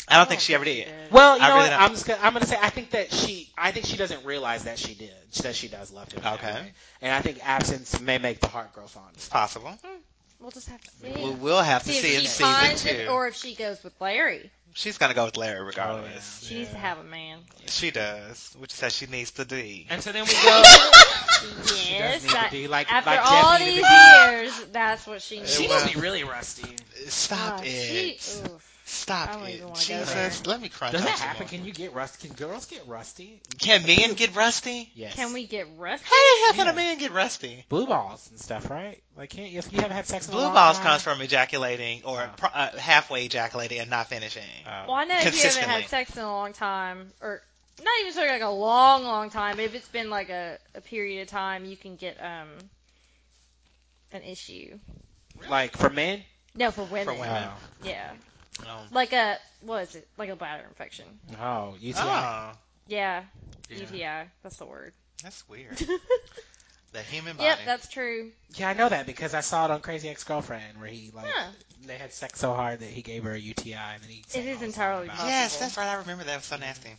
[SPEAKER 1] I don't think she ever did.
[SPEAKER 2] Well, you
[SPEAKER 1] I
[SPEAKER 2] know
[SPEAKER 1] really
[SPEAKER 2] what?
[SPEAKER 1] don't.
[SPEAKER 2] I'm just gonna, I'm gonna say I think that she I think she doesn't realize that she did that she does love him. in that
[SPEAKER 1] Okay.
[SPEAKER 2] way. And I think absence may make the heart grow fond.
[SPEAKER 1] It's possible.
[SPEAKER 3] We'll just have to see.
[SPEAKER 1] We will have to
[SPEAKER 3] see if
[SPEAKER 1] see in
[SPEAKER 3] she
[SPEAKER 1] season
[SPEAKER 3] finds
[SPEAKER 1] two.
[SPEAKER 3] it or if she goes with Larry.
[SPEAKER 1] She's gonna go with Larry regardless.
[SPEAKER 3] She needs to have a man.
[SPEAKER 1] She does, which is that she needs to be.
[SPEAKER 2] And so then we go. she does
[SPEAKER 3] Yes.
[SPEAKER 2] need to
[SPEAKER 3] I-
[SPEAKER 2] be like
[SPEAKER 3] after
[SPEAKER 2] like
[SPEAKER 3] all
[SPEAKER 2] Jeff
[SPEAKER 3] these
[SPEAKER 2] needed to
[SPEAKER 3] years, that's what she
[SPEAKER 2] be.
[SPEAKER 3] needs.
[SPEAKER 2] She
[SPEAKER 1] was-
[SPEAKER 2] must be really rusty.
[SPEAKER 1] Stop
[SPEAKER 3] Ah,
[SPEAKER 1] it!
[SPEAKER 3] She, oof. I
[SPEAKER 1] Stop
[SPEAKER 3] don't
[SPEAKER 1] it!
[SPEAKER 3] even wanna go there.
[SPEAKER 1] Jesus, let me crunch.
[SPEAKER 2] Does
[SPEAKER 1] up
[SPEAKER 2] that
[SPEAKER 1] some
[SPEAKER 2] happen?
[SPEAKER 1] more.
[SPEAKER 2] Can you get rusty? Can girls get rusty?
[SPEAKER 1] Can men get rusty?
[SPEAKER 2] Yes.
[SPEAKER 3] Can we get rough?
[SPEAKER 1] Hey, how can
[SPEAKER 2] Yeah.
[SPEAKER 1] a man get rusty?
[SPEAKER 2] Blue balls and stuff, right? Like, can't if you haven't had sex in a
[SPEAKER 1] Blue
[SPEAKER 2] long
[SPEAKER 1] balls
[SPEAKER 2] time?
[SPEAKER 1] comes from ejaculating or
[SPEAKER 2] Oh.
[SPEAKER 1] pro- uh, halfway ejaculating and not finishing.
[SPEAKER 2] Oh.
[SPEAKER 3] Well, I know if you haven't
[SPEAKER 1] Consistently.
[SPEAKER 3] had sex in a long time, or not even sort of like a long, long time, but if it's been like a, a period of time, you can get um an issue.
[SPEAKER 2] like for men.
[SPEAKER 3] No, for women.
[SPEAKER 1] women. Yeah.
[SPEAKER 2] Oh.
[SPEAKER 3] Yeah.
[SPEAKER 1] Um,
[SPEAKER 3] Like a, what is it? Like a bladder infection.
[SPEAKER 2] Oh, UTI.
[SPEAKER 1] oh,
[SPEAKER 3] Yeah, E
[SPEAKER 2] Yeah.
[SPEAKER 3] UTI. That's the word.
[SPEAKER 1] that's weird.
[SPEAKER 3] yep,
[SPEAKER 1] The human body.
[SPEAKER 3] that's true.
[SPEAKER 2] Yeah, I know that because I saw it on Crazy Ex-Girlfriend where he like
[SPEAKER 3] Huh.
[SPEAKER 2] they had sex so hard that he gave her a UTI and then he. sang
[SPEAKER 3] is
[SPEAKER 2] all the song
[SPEAKER 3] entirely
[SPEAKER 2] about it.
[SPEAKER 1] yes,
[SPEAKER 3] possible.
[SPEAKER 1] that's right. I remember that was so nasty.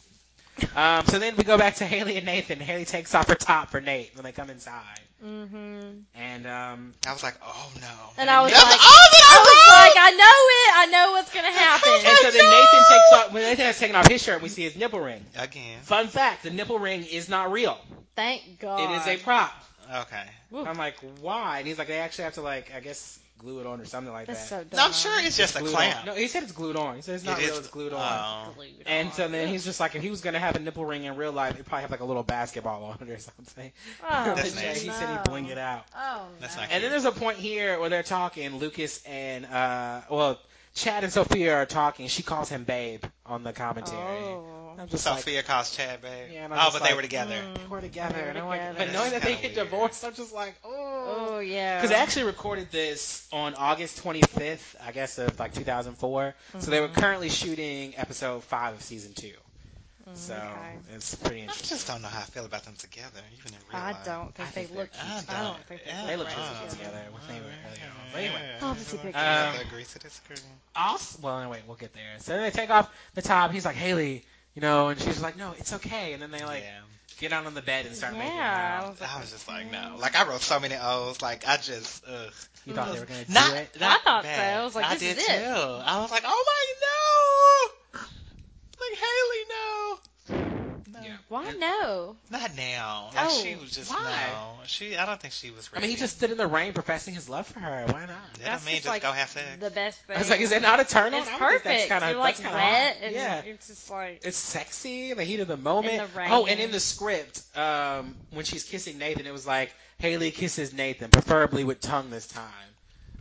[SPEAKER 2] Um, so then we go back to Haley and Nathan. Haley takes off her top for Nate when they come inside,
[SPEAKER 3] Mm-hmm.
[SPEAKER 2] and um,
[SPEAKER 1] I was like, oh no.
[SPEAKER 3] And I was
[SPEAKER 1] That's
[SPEAKER 3] like,
[SPEAKER 1] all that
[SPEAKER 3] I was
[SPEAKER 1] I
[SPEAKER 3] like, I know it. I know what's gonna happen.
[SPEAKER 2] and so then Nathan takes off when Nathan has taken off his shirt, we see his nipple ring.
[SPEAKER 1] was again.
[SPEAKER 2] Fun fact: the nipple ring is not real;
[SPEAKER 3] Thank God.
[SPEAKER 2] it is a prop.
[SPEAKER 1] Okay.
[SPEAKER 3] Ooh.
[SPEAKER 2] I'm like, why? And he's like, they actually have to like, I guess, glue it on or something like that.
[SPEAKER 3] That's so dumb.
[SPEAKER 1] No, I'm sure it's just a
[SPEAKER 2] Glue it
[SPEAKER 1] clamp.
[SPEAKER 2] on. No, he said it's glued on. He said it's not
[SPEAKER 1] It
[SPEAKER 2] real.
[SPEAKER 1] is-
[SPEAKER 2] It's glued on.
[SPEAKER 1] Oh.
[SPEAKER 3] Glued
[SPEAKER 2] And
[SPEAKER 3] on.
[SPEAKER 2] so then he's just like, if he was gonna have a nipple ring in real life, he'd probably have like a little basketball on it or something.
[SPEAKER 3] Oh,
[SPEAKER 2] But
[SPEAKER 1] That's
[SPEAKER 2] yeah,
[SPEAKER 1] nasty.
[SPEAKER 2] he said he'd bling it out.
[SPEAKER 3] Oh,
[SPEAKER 1] That's
[SPEAKER 3] no.
[SPEAKER 1] not
[SPEAKER 2] And then there's a point here where they're talking. Lucas and uh, well, Chad and Sophia are talking. She calls him babe on the commentary.
[SPEAKER 3] Oh.
[SPEAKER 2] I'm just like,
[SPEAKER 1] Sophia calls Chad babe.
[SPEAKER 2] Yeah, and I'm
[SPEAKER 1] oh,
[SPEAKER 2] just
[SPEAKER 1] but
[SPEAKER 2] like,
[SPEAKER 1] they were together.
[SPEAKER 3] Mm.
[SPEAKER 2] we're together,
[SPEAKER 3] We're
[SPEAKER 2] and I'm like,
[SPEAKER 3] together.
[SPEAKER 2] but knowing that
[SPEAKER 1] That's
[SPEAKER 2] they
[SPEAKER 1] kinda
[SPEAKER 2] get
[SPEAKER 1] weird.
[SPEAKER 2] divorced, I'm just like, oh.
[SPEAKER 3] Oh yeah.
[SPEAKER 2] Because they actually recorded this on August 25th, I guess, of like 2004. So they were
[SPEAKER 3] Mm-hmm.
[SPEAKER 2] currently shooting episode five of season two. So
[SPEAKER 3] Mm, okay.
[SPEAKER 2] it's pretty
[SPEAKER 1] I
[SPEAKER 2] interesting.
[SPEAKER 1] just don't know how I feel about them together, even in real
[SPEAKER 3] I
[SPEAKER 1] life.
[SPEAKER 3] don't think
[SPEAKER 2] I
[SPEAKER 3] they
[SPEAKER 2] think
[SPEAKER 3] look
[SPEAKER 2] they're
[SPEAKER 3] cute.
[SPEAKER 2] cute.
[SPEAKER 3] I don't think
[SPEAKER 1] Yeah.
[SPEAKER 2] They look
[SPEAKER 3] look
[SPEAKER 2] cute
[SPEAKER 3] right
[SPEAKER 2] together when they were earlier on. But anyway,
[SPEAKER 3] Opposite
[SPEAKER 1] Um,
[SPEAKER 3] picture.
[SPEAKER 1] I
[SPEAKER 2] Um,
[SPEAKER 1] agree to disagree.
[SPEAKER 2] also, well, anyway, we'll get there. So then they take off the top. He's like, Haley, you know, and she's like, no, it's okay. And then they like
[SPEAKER 1] yeah.
[SPEAKER 2] get out on the bed and start making
[SPEAKER 3] Yeah.
[SPEAKER 2] out.
[SPEAKER 1] I was just like,
[SPEAKER 2] "Mm."
[SPEAKER 1] no. Like, I wrote so many O's. Like, I just, ugh.
[SPEAKER 2] You thought they were gonna do
[SPEAKER 1] Not,
[SPEAKER 2] it.
[SPEAKER 1] not
[SPEAKER 3] I thought
[SPEAKER 1] bad.
[SPEAKER 3] so. I was like,
[SPEAKER 1] I
[SPEAKER 3] this
[SPEAKER 1] did
[SPEAKER 3] is
[SPEAKER 1] too.
[SPEAKER 3] it.
[SPEAKER 1] I was like, oh my, no! Like, Haley, no! No.
[SPEAKER 2] Yeah.
[SPEAKER 3] Why Why no?
[SPEAKER 1] Not now. Like
[SPEAKER 3] Oh,
[SPEAKER 1] she was just
[SPEAKER 2] why?
[SPEAKER 1] no. She I don't think she was
[SPEAKER 2] I
[SPEAKER 1] ready.
[SPEAKER 2] mean, he just stood in the rain professing his love for her. Why not?
[SPEAKER 1] That
[SPEAKER 3] That's
[SPEAKER 1] don't mean
[SPEAKER 3] just
[SPEAKER 1] just
[SPEAKER 3] like
[SPEAKER 1] go have sex.
[SPEAKER 3] The best thing.
[SPEAKER 2] I was like, is that not a turn on?
[SPEAKER 3] it's
[SPEAKER 2] I would think
[SPEAKER 3] perfect.
[SPEAKER 2] That's kinda,
[SPEAKER 3] You're like
[SPEAKER 2] that's
[SPEAKER 3] wet
[SPEAKER 2] kinda hot.
[SPEAKER 3] and
[SPEAKER 2] yeah.
[SPEAKER 3] it's just like
[SPEAKER 2] It's sexy in the heat of the moment.
[SPEAKER 3] In the
[SPEAKER 2] Oh,
[SPEAKER 3] rain.
[SPEAKER 2] and in the script, um, when she's kissing Nathan, it was like Haley kisses Nathan, preferably with tongue this time.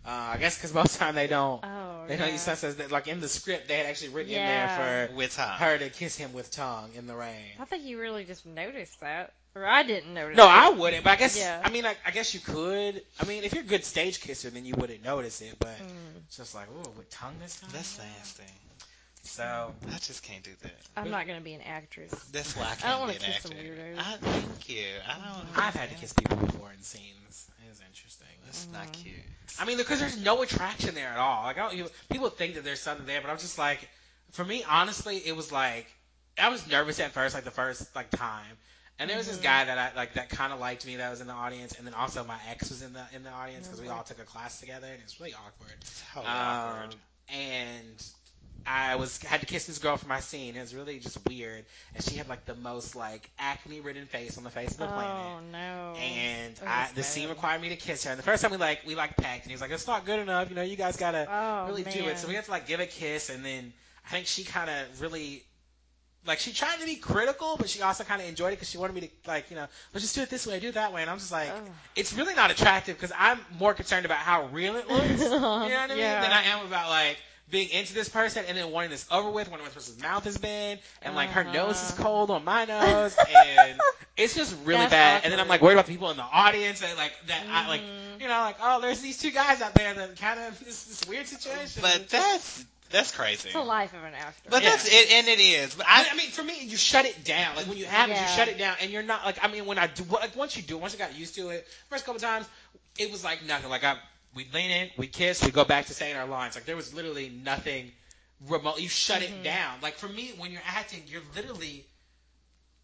[SPEAKER 2] Uh, I guess because most time they don't.
[SPEAKER 3] oh.
[SPEAKER 2] They don't
[SPEAKER 3] yeah.
[SPEAKER 2] use senses. That, like in the script, they had actually written
[SPEAKER 3] Yeah.
[SPEAKER 2] in there
[SPEAKER 1] with
[SPEAKER 2] for
[SPEAKER 1] time.
[SPEAKER 2] her to kiss him with tongue in the rain.
[SPEAKER 3] I think you really just noticed that, or I didn't notice.
[SPEAKER 2] No,
[SPEAKER 3] it.
[SPEAKER 2] I wouldn't. But I guess
[SPEAKER 3] Yeah.
[SPEAKER 2] I mean, I, I guess you could. I mean, if you're a good stage kisser, then you wouldn't notice it. But
[SPEAKER 3] Mm,
[SPEAKER 2] it's just like, oh, with tongue this time.
[SPEAKER 1] That's nasty.
[SPEAKER 2] So
[SPEAKER 1] I just can't do that.
[SPEAKER 3] I'm not gonna be an actress.
[SPEAKER 1] That's why I can't
[SPEAKER 3] I don't
[SPEAKER 1] be
[SPEAKER 3] wanna
[SPEAKER 1] an
[SPEAKER 3] kiss
[SPEAKER 1] actor.
[SPEAKER 3] some weirdos.
[SPEAKER 1] I thank you. I don't.
[SPEAKER 2] I've had to kiss people before in scenes. It is interesting.
[SPEAKER 1] That's not
[SPEAKER 3] Mm-hmm.
[SPEAKER 1] cute.
[SPEAKER 2] I mean, because there's no attraction there at all. Like, I don't, even- people think that there's something there, but I'm just like, for me, honestly, it was like, I was nervous at first, like the first like time. And there was this
[SPEAKER 3] Mhm.
[SPEAKER 2] guy that I like that kind of liked me that was in the audience, and then also my ex was in the in the audience because we
[SPEAKER 3] Okay.
[SPEAKER 2] all took a class together, and it was really awkward.
[SPEAKER 1] So
[SPEAKER 2] Um,
[SPEAKER 1] awkward.
[SPEAKER 2] and I was had to kiss this girl for my scene. It was really just weird, and she had like the most like acne ridden face on the face of the planet
[SPEAKER 3] Oh no.
[SPEAKER 2] and
[SPEAKER 3] Oh,
[SPEAKER 2] I,
[SPEAKER 3] that's
[SPEAKER 2] the scene
[SPEAKER 3] bad.
[SPEAKER 2] required me to kiss her. And the first time we like we like packed, and he was like, "It's not good enough, you know. You guys gotta
[SPEAKER 3] oh
[SPEAKER 2] really
[SPEAKER 3] man.
[SPEAKER 2] do it." So we had to like give a kiss, and then I think she kind of really, like, she tried to be critical, but she also kind of enjoyed it because she wanted me to like, you know, let's just do it this way, do it that way. And I'm just like,
[SPEAKER 3] Ugh.
[SPEAKER 2] it's really not attractive because I'm more concerned about how real it looks, you know what I mean,
[SPEAKER 3] Yeah.
[SPEAKER 2] than I am about like. Being into this person and then wanting this over with, wanting what this person's mouth has been, and like her nose is
[SPEAKER 3] Uh-huh.
[SPEAKER 2] cold on my nose, and it's just really
[SPEAKER 3] That's
[SPEAKER 2] bad. And then I'm
[SPEAKER 3] awkward.
[SPEAKER 2] like worried about the people in the audience that like that I like
[SPEAKER 3] Mhm.
[SPEAKER 2] you know like oh there's these two guys out there that kind of this, this weird situation.
[SPEAKER 1] But that's that's crazy.
[SPEAKER 3] It's the life of an actor.
[SPEAKER 1] But
[SPEAKER 2] Yeah.
[SPEAKER 1] that's it, and it is. But
[SPEAKER 2] I,
[SPEAKER 1] I,
[SPEAKER 2] I mean for me you shut it down like when you have it you
[SPEAKER 3] Yeah.
[SPEAKER 2] shut it down and you're not like I mean when I do like once you do it, once you got used to it first couple times it was like nothing like I we lean in we kiss we go back to saying our lines like there was literally nothing remote you shut it
[SPEAKER 3] Mhm.
[SPEAKER 2] down like for me when you're acting you're literally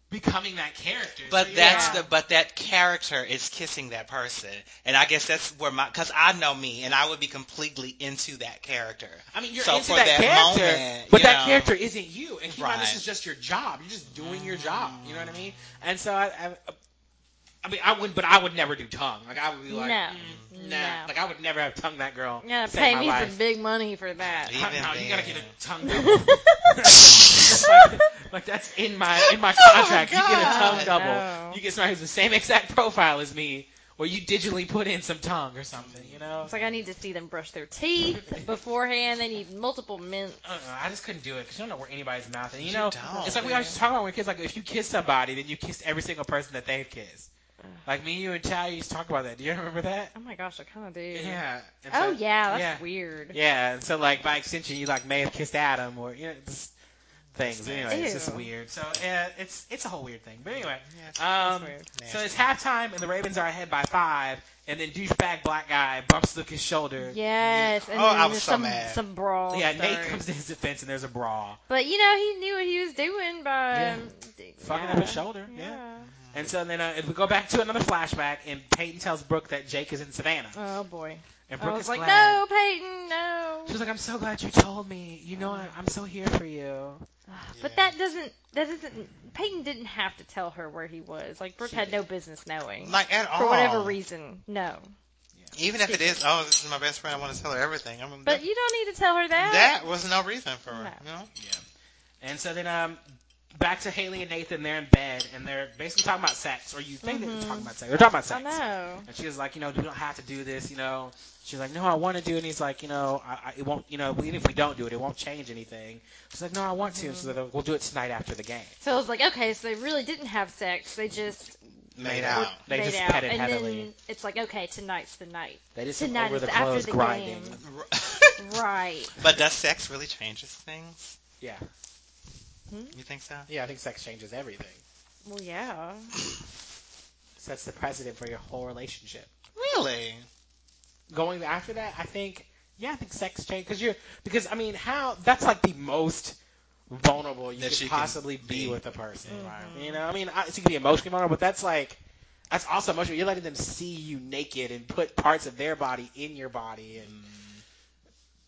[SPEAKER 2] becoming that character
[SPEAKER 1] But
[SPEAKER 2] So you're
[SPEAKER 1] that's
[SPEAKER 2] not-
[SPEAKER 1] the but that character is kissing that person, and I guess that's where my because I know me, and I would be completely into that character.
[SPEAKER 2] I mean, you're
[SPEAKER 1] So
[SPEAKER 2] into
[SPEAKER 1] for
[SPEAKER 2] that,
[SPEAKER 1] that
[SPEAKER 2] character,
[SPEAKER 1] moment,
[SPEAKER 2] but
[SPEAKER 1] you
[SPEAKER 2] that
[SPEAKER 1] know.
[SPEAKER 2] character isn't you. And keep in mind, this
[SPEAKER 1] Right. Mm.
[SPEAKER 2] is just your job. You're just doing your job. You know what I mean? And so I, I, I mean, I would, but I would never do tongue. Like I would be like,
[SPEAKER 3] No.
[SPEAKER 2] mm,
[SPEAKER 3] No.
[SPEAKER 2] nah. Like I would never have tongue that girl.
[SPEAKER 3] you gotta
[SPEAKER 2] save
[SPEAKER 3] pay
[SPEAKER 2] my
[SPEAKER 3] me
[SPEAKER 2] life.
[SPEAKER 3] some big money for that.
[SPEAKER 1] Yeah. Even
[SPEAKER 2] no, you gotta
[SPEAKER 1] then.
[SPEAKER 2] get a tongue. double. like, like that's in my in my contract. you get a tongue
[SPEAKER 1] God.
[SPEAKER 2] double.
[SPEAKER 3] No.
[SPEAKER 2] You get somebody who's the same exact profile as me, or you digitally put in some tongue or something. You know.
[SPEAKER 3] It's like I need to see them brush their teeth beforehand. They need multiple mints.
[SPEAKER 2] I don't know, I just couldn't do it because you don't know where anybody's mouth is. You
[SPEAKER 1] You
[SPEAKER 2] know,
[SPEAKER 1] don't,
[SPEAKER 2] it's like we
[SPEAKER 1] man.
[SPEAKER 2] always talk about when kids. Like if you kiss somebody, then you kissed every single person that they've kissed. Like me, you, and Chow used to talk about that. Do you remember that?
[SPEAKER 3] Oh my gosh, I kind of do.
[SPEAKER 2] Yeah. And
[SPEAKER 3] Oh
[SPEAKER 2] so-
[SPEAKER 3] yeah, that's
[SPEAKER 2] yeah.
[SPEAKER 3] weird.
[SPEAKER 2] Yeah. And so like by extension, you like may have kissed Adam or you know just things. Anyway, it's just
[SPEAKER 3] Ew.
[SPEAKER 2] weird. So yeah, it's it's a whole weird thing. But anyway,
[SPEAKER 3] That's
[SPEAKER 2] um,
[SPEAKER 3] weird.
[SPEAKER 2] so it's halftime and the Ravens are ahead by five, and then douchebag black guy bumps Luke's shoulder.
[SPEAKER 3] Yes. And
[SPEAKER 1] Oh,
[SPEAKER 3] then
[SPEAKER 1] I was
[SPEAKER 3] there's
[SPEAKER 1] so
[SPEAKER 3] some,
[SPEAKER 1] mad.
[SPEAKER 3] Some brawl.
[SPEAKER 2] Yeah, Nate
[SPEAKER 3] starts.
[SPEAKER 2] comes to his defense and there's a brawl.
[SPEAKER 3] But you know, he knew what he was doing by
[SPEAKER 2] Yeah.
[SPEAKER 3] um, d-
[SPEAKER 2] Fucking
[SPEAKER 3] yeah.
[SPEAKER 2] up his shoulder. yeah.
[SPEAKER 3] Yeah.
[SPEAKER 2] And so then uh, if we go back to another flashback, and Peyton tells Brooke that Jake is in Savannah,
[SPEAKER 3] Oh boy.
[SPEAKER 2] and
[SPEAKER 3] I
[SPEAKER 2] Brooke
[SPEAKER 3] was
[SPEAKER 2] is
[SPEAKER 3] like,
[SPEAKER 2] glad.
[SPEAKER 3] no, Peyton, no.
[SPEAKER 2] She was like, "I'm so glad you told me. You know, I, I'm so here for you."
[SPEAKER 3] But
[SPEAKER 1] Yeah.
[SPEAKER 3] that doesn't. That isn't. Peyton didn't have to tell her where he was. Like Brooke
[SPEAKER 2] She
[SPEAKER 3] had no business knowing.
[SPEAKER 1] like at all
[SPEAKER 3] for whatever reason, no.
[SPEAKER 1] Even if it is, oh, this is my best friend. I want to tell her everything. I'm,
[SPEAKER 3] But you don't need to tell her that.
[SPEAKER 1] that was no reason for her.
[SPEAKER 3] No.
[SPEAKER 1] You know?
[SPEAKER 2] And so then um, back to Haley and Nathan. They're in bed, and they're basically talking about sex, or you think they're
[SPEAKER 3] Mhm.
[SPEAKER 2] talking about sex. They're talking about
[SPEAKER 3] I
[SPEAKER 2] sex.
[SPEAKER 3] know.
[SPEAKER 2] And she was like, you know, we don't have to do this, you know. She's like, no, I want to do it. And he's like, you know, I, I, it won't, you know, even if we don't do it, it won't change anything. She's like, no, I want to. And she's like, we'll do it tonight after the game.
[SPEAKER 3] So I was like, okay, so they really didn't have sex. They just
[SPEAKER 1] Made
[SPEAKER 2] Yeah.
[SPEAKER 1] out.
[SPEAKER 2] They
[SPEAKER 3] made
[SPEAKER 2] just
[SPEAKER 3] out,
[SPEAKER 2] petted
[SPEAKER 3] and
[SPEAKER 2] heavily.
[SPEAKER 3] then it's like, okay, tonight's the night.
[SPEAKER 2] They just
[SPEAKER 3] Tonight
[SPEAKER 2] over
[SPEAKER 3] is
[SPEAKER 2] the
[SPEAKER 3] after
[SPEAKER 2] clothes
[SPEAKER 3] the
[SPEAKER 2] grinding.
[SPEAKER 3] game.
[SPEAKER 1] right.
[SPEAKER 3] Right.
[SPEAKER 1] But does sex really changes things?
[SPEAKER 2] Yeah.
[SPEAKER 1] You think so?
[SPEAKER 2] Yeah, I think sex changes everything.
[SPEAKER 3] Well, yeah.
[SPEAKER 2] sets the precedent for your whole relationship.
[SPEAKER 1] Really?
[SPEAKER 2] Going after that, I think, yeah, I think sex change because you're because I mean, how that's like the most vulnerable you
[SPEAKER 1] That
[SPEAKER 2] could
[SPEAKER 1] you can
[SPEAKER 2] possibly be
[SPEAKER 1] be.
[SPEAKER 2] with a person.
[SPEAKER 3] Mhm.
[SPEAKER 2] You know, I mean, I, so you can be emotionally vulnerable, but that's like that's also emotional. You're letting them see you naked and put parts of their body in your body and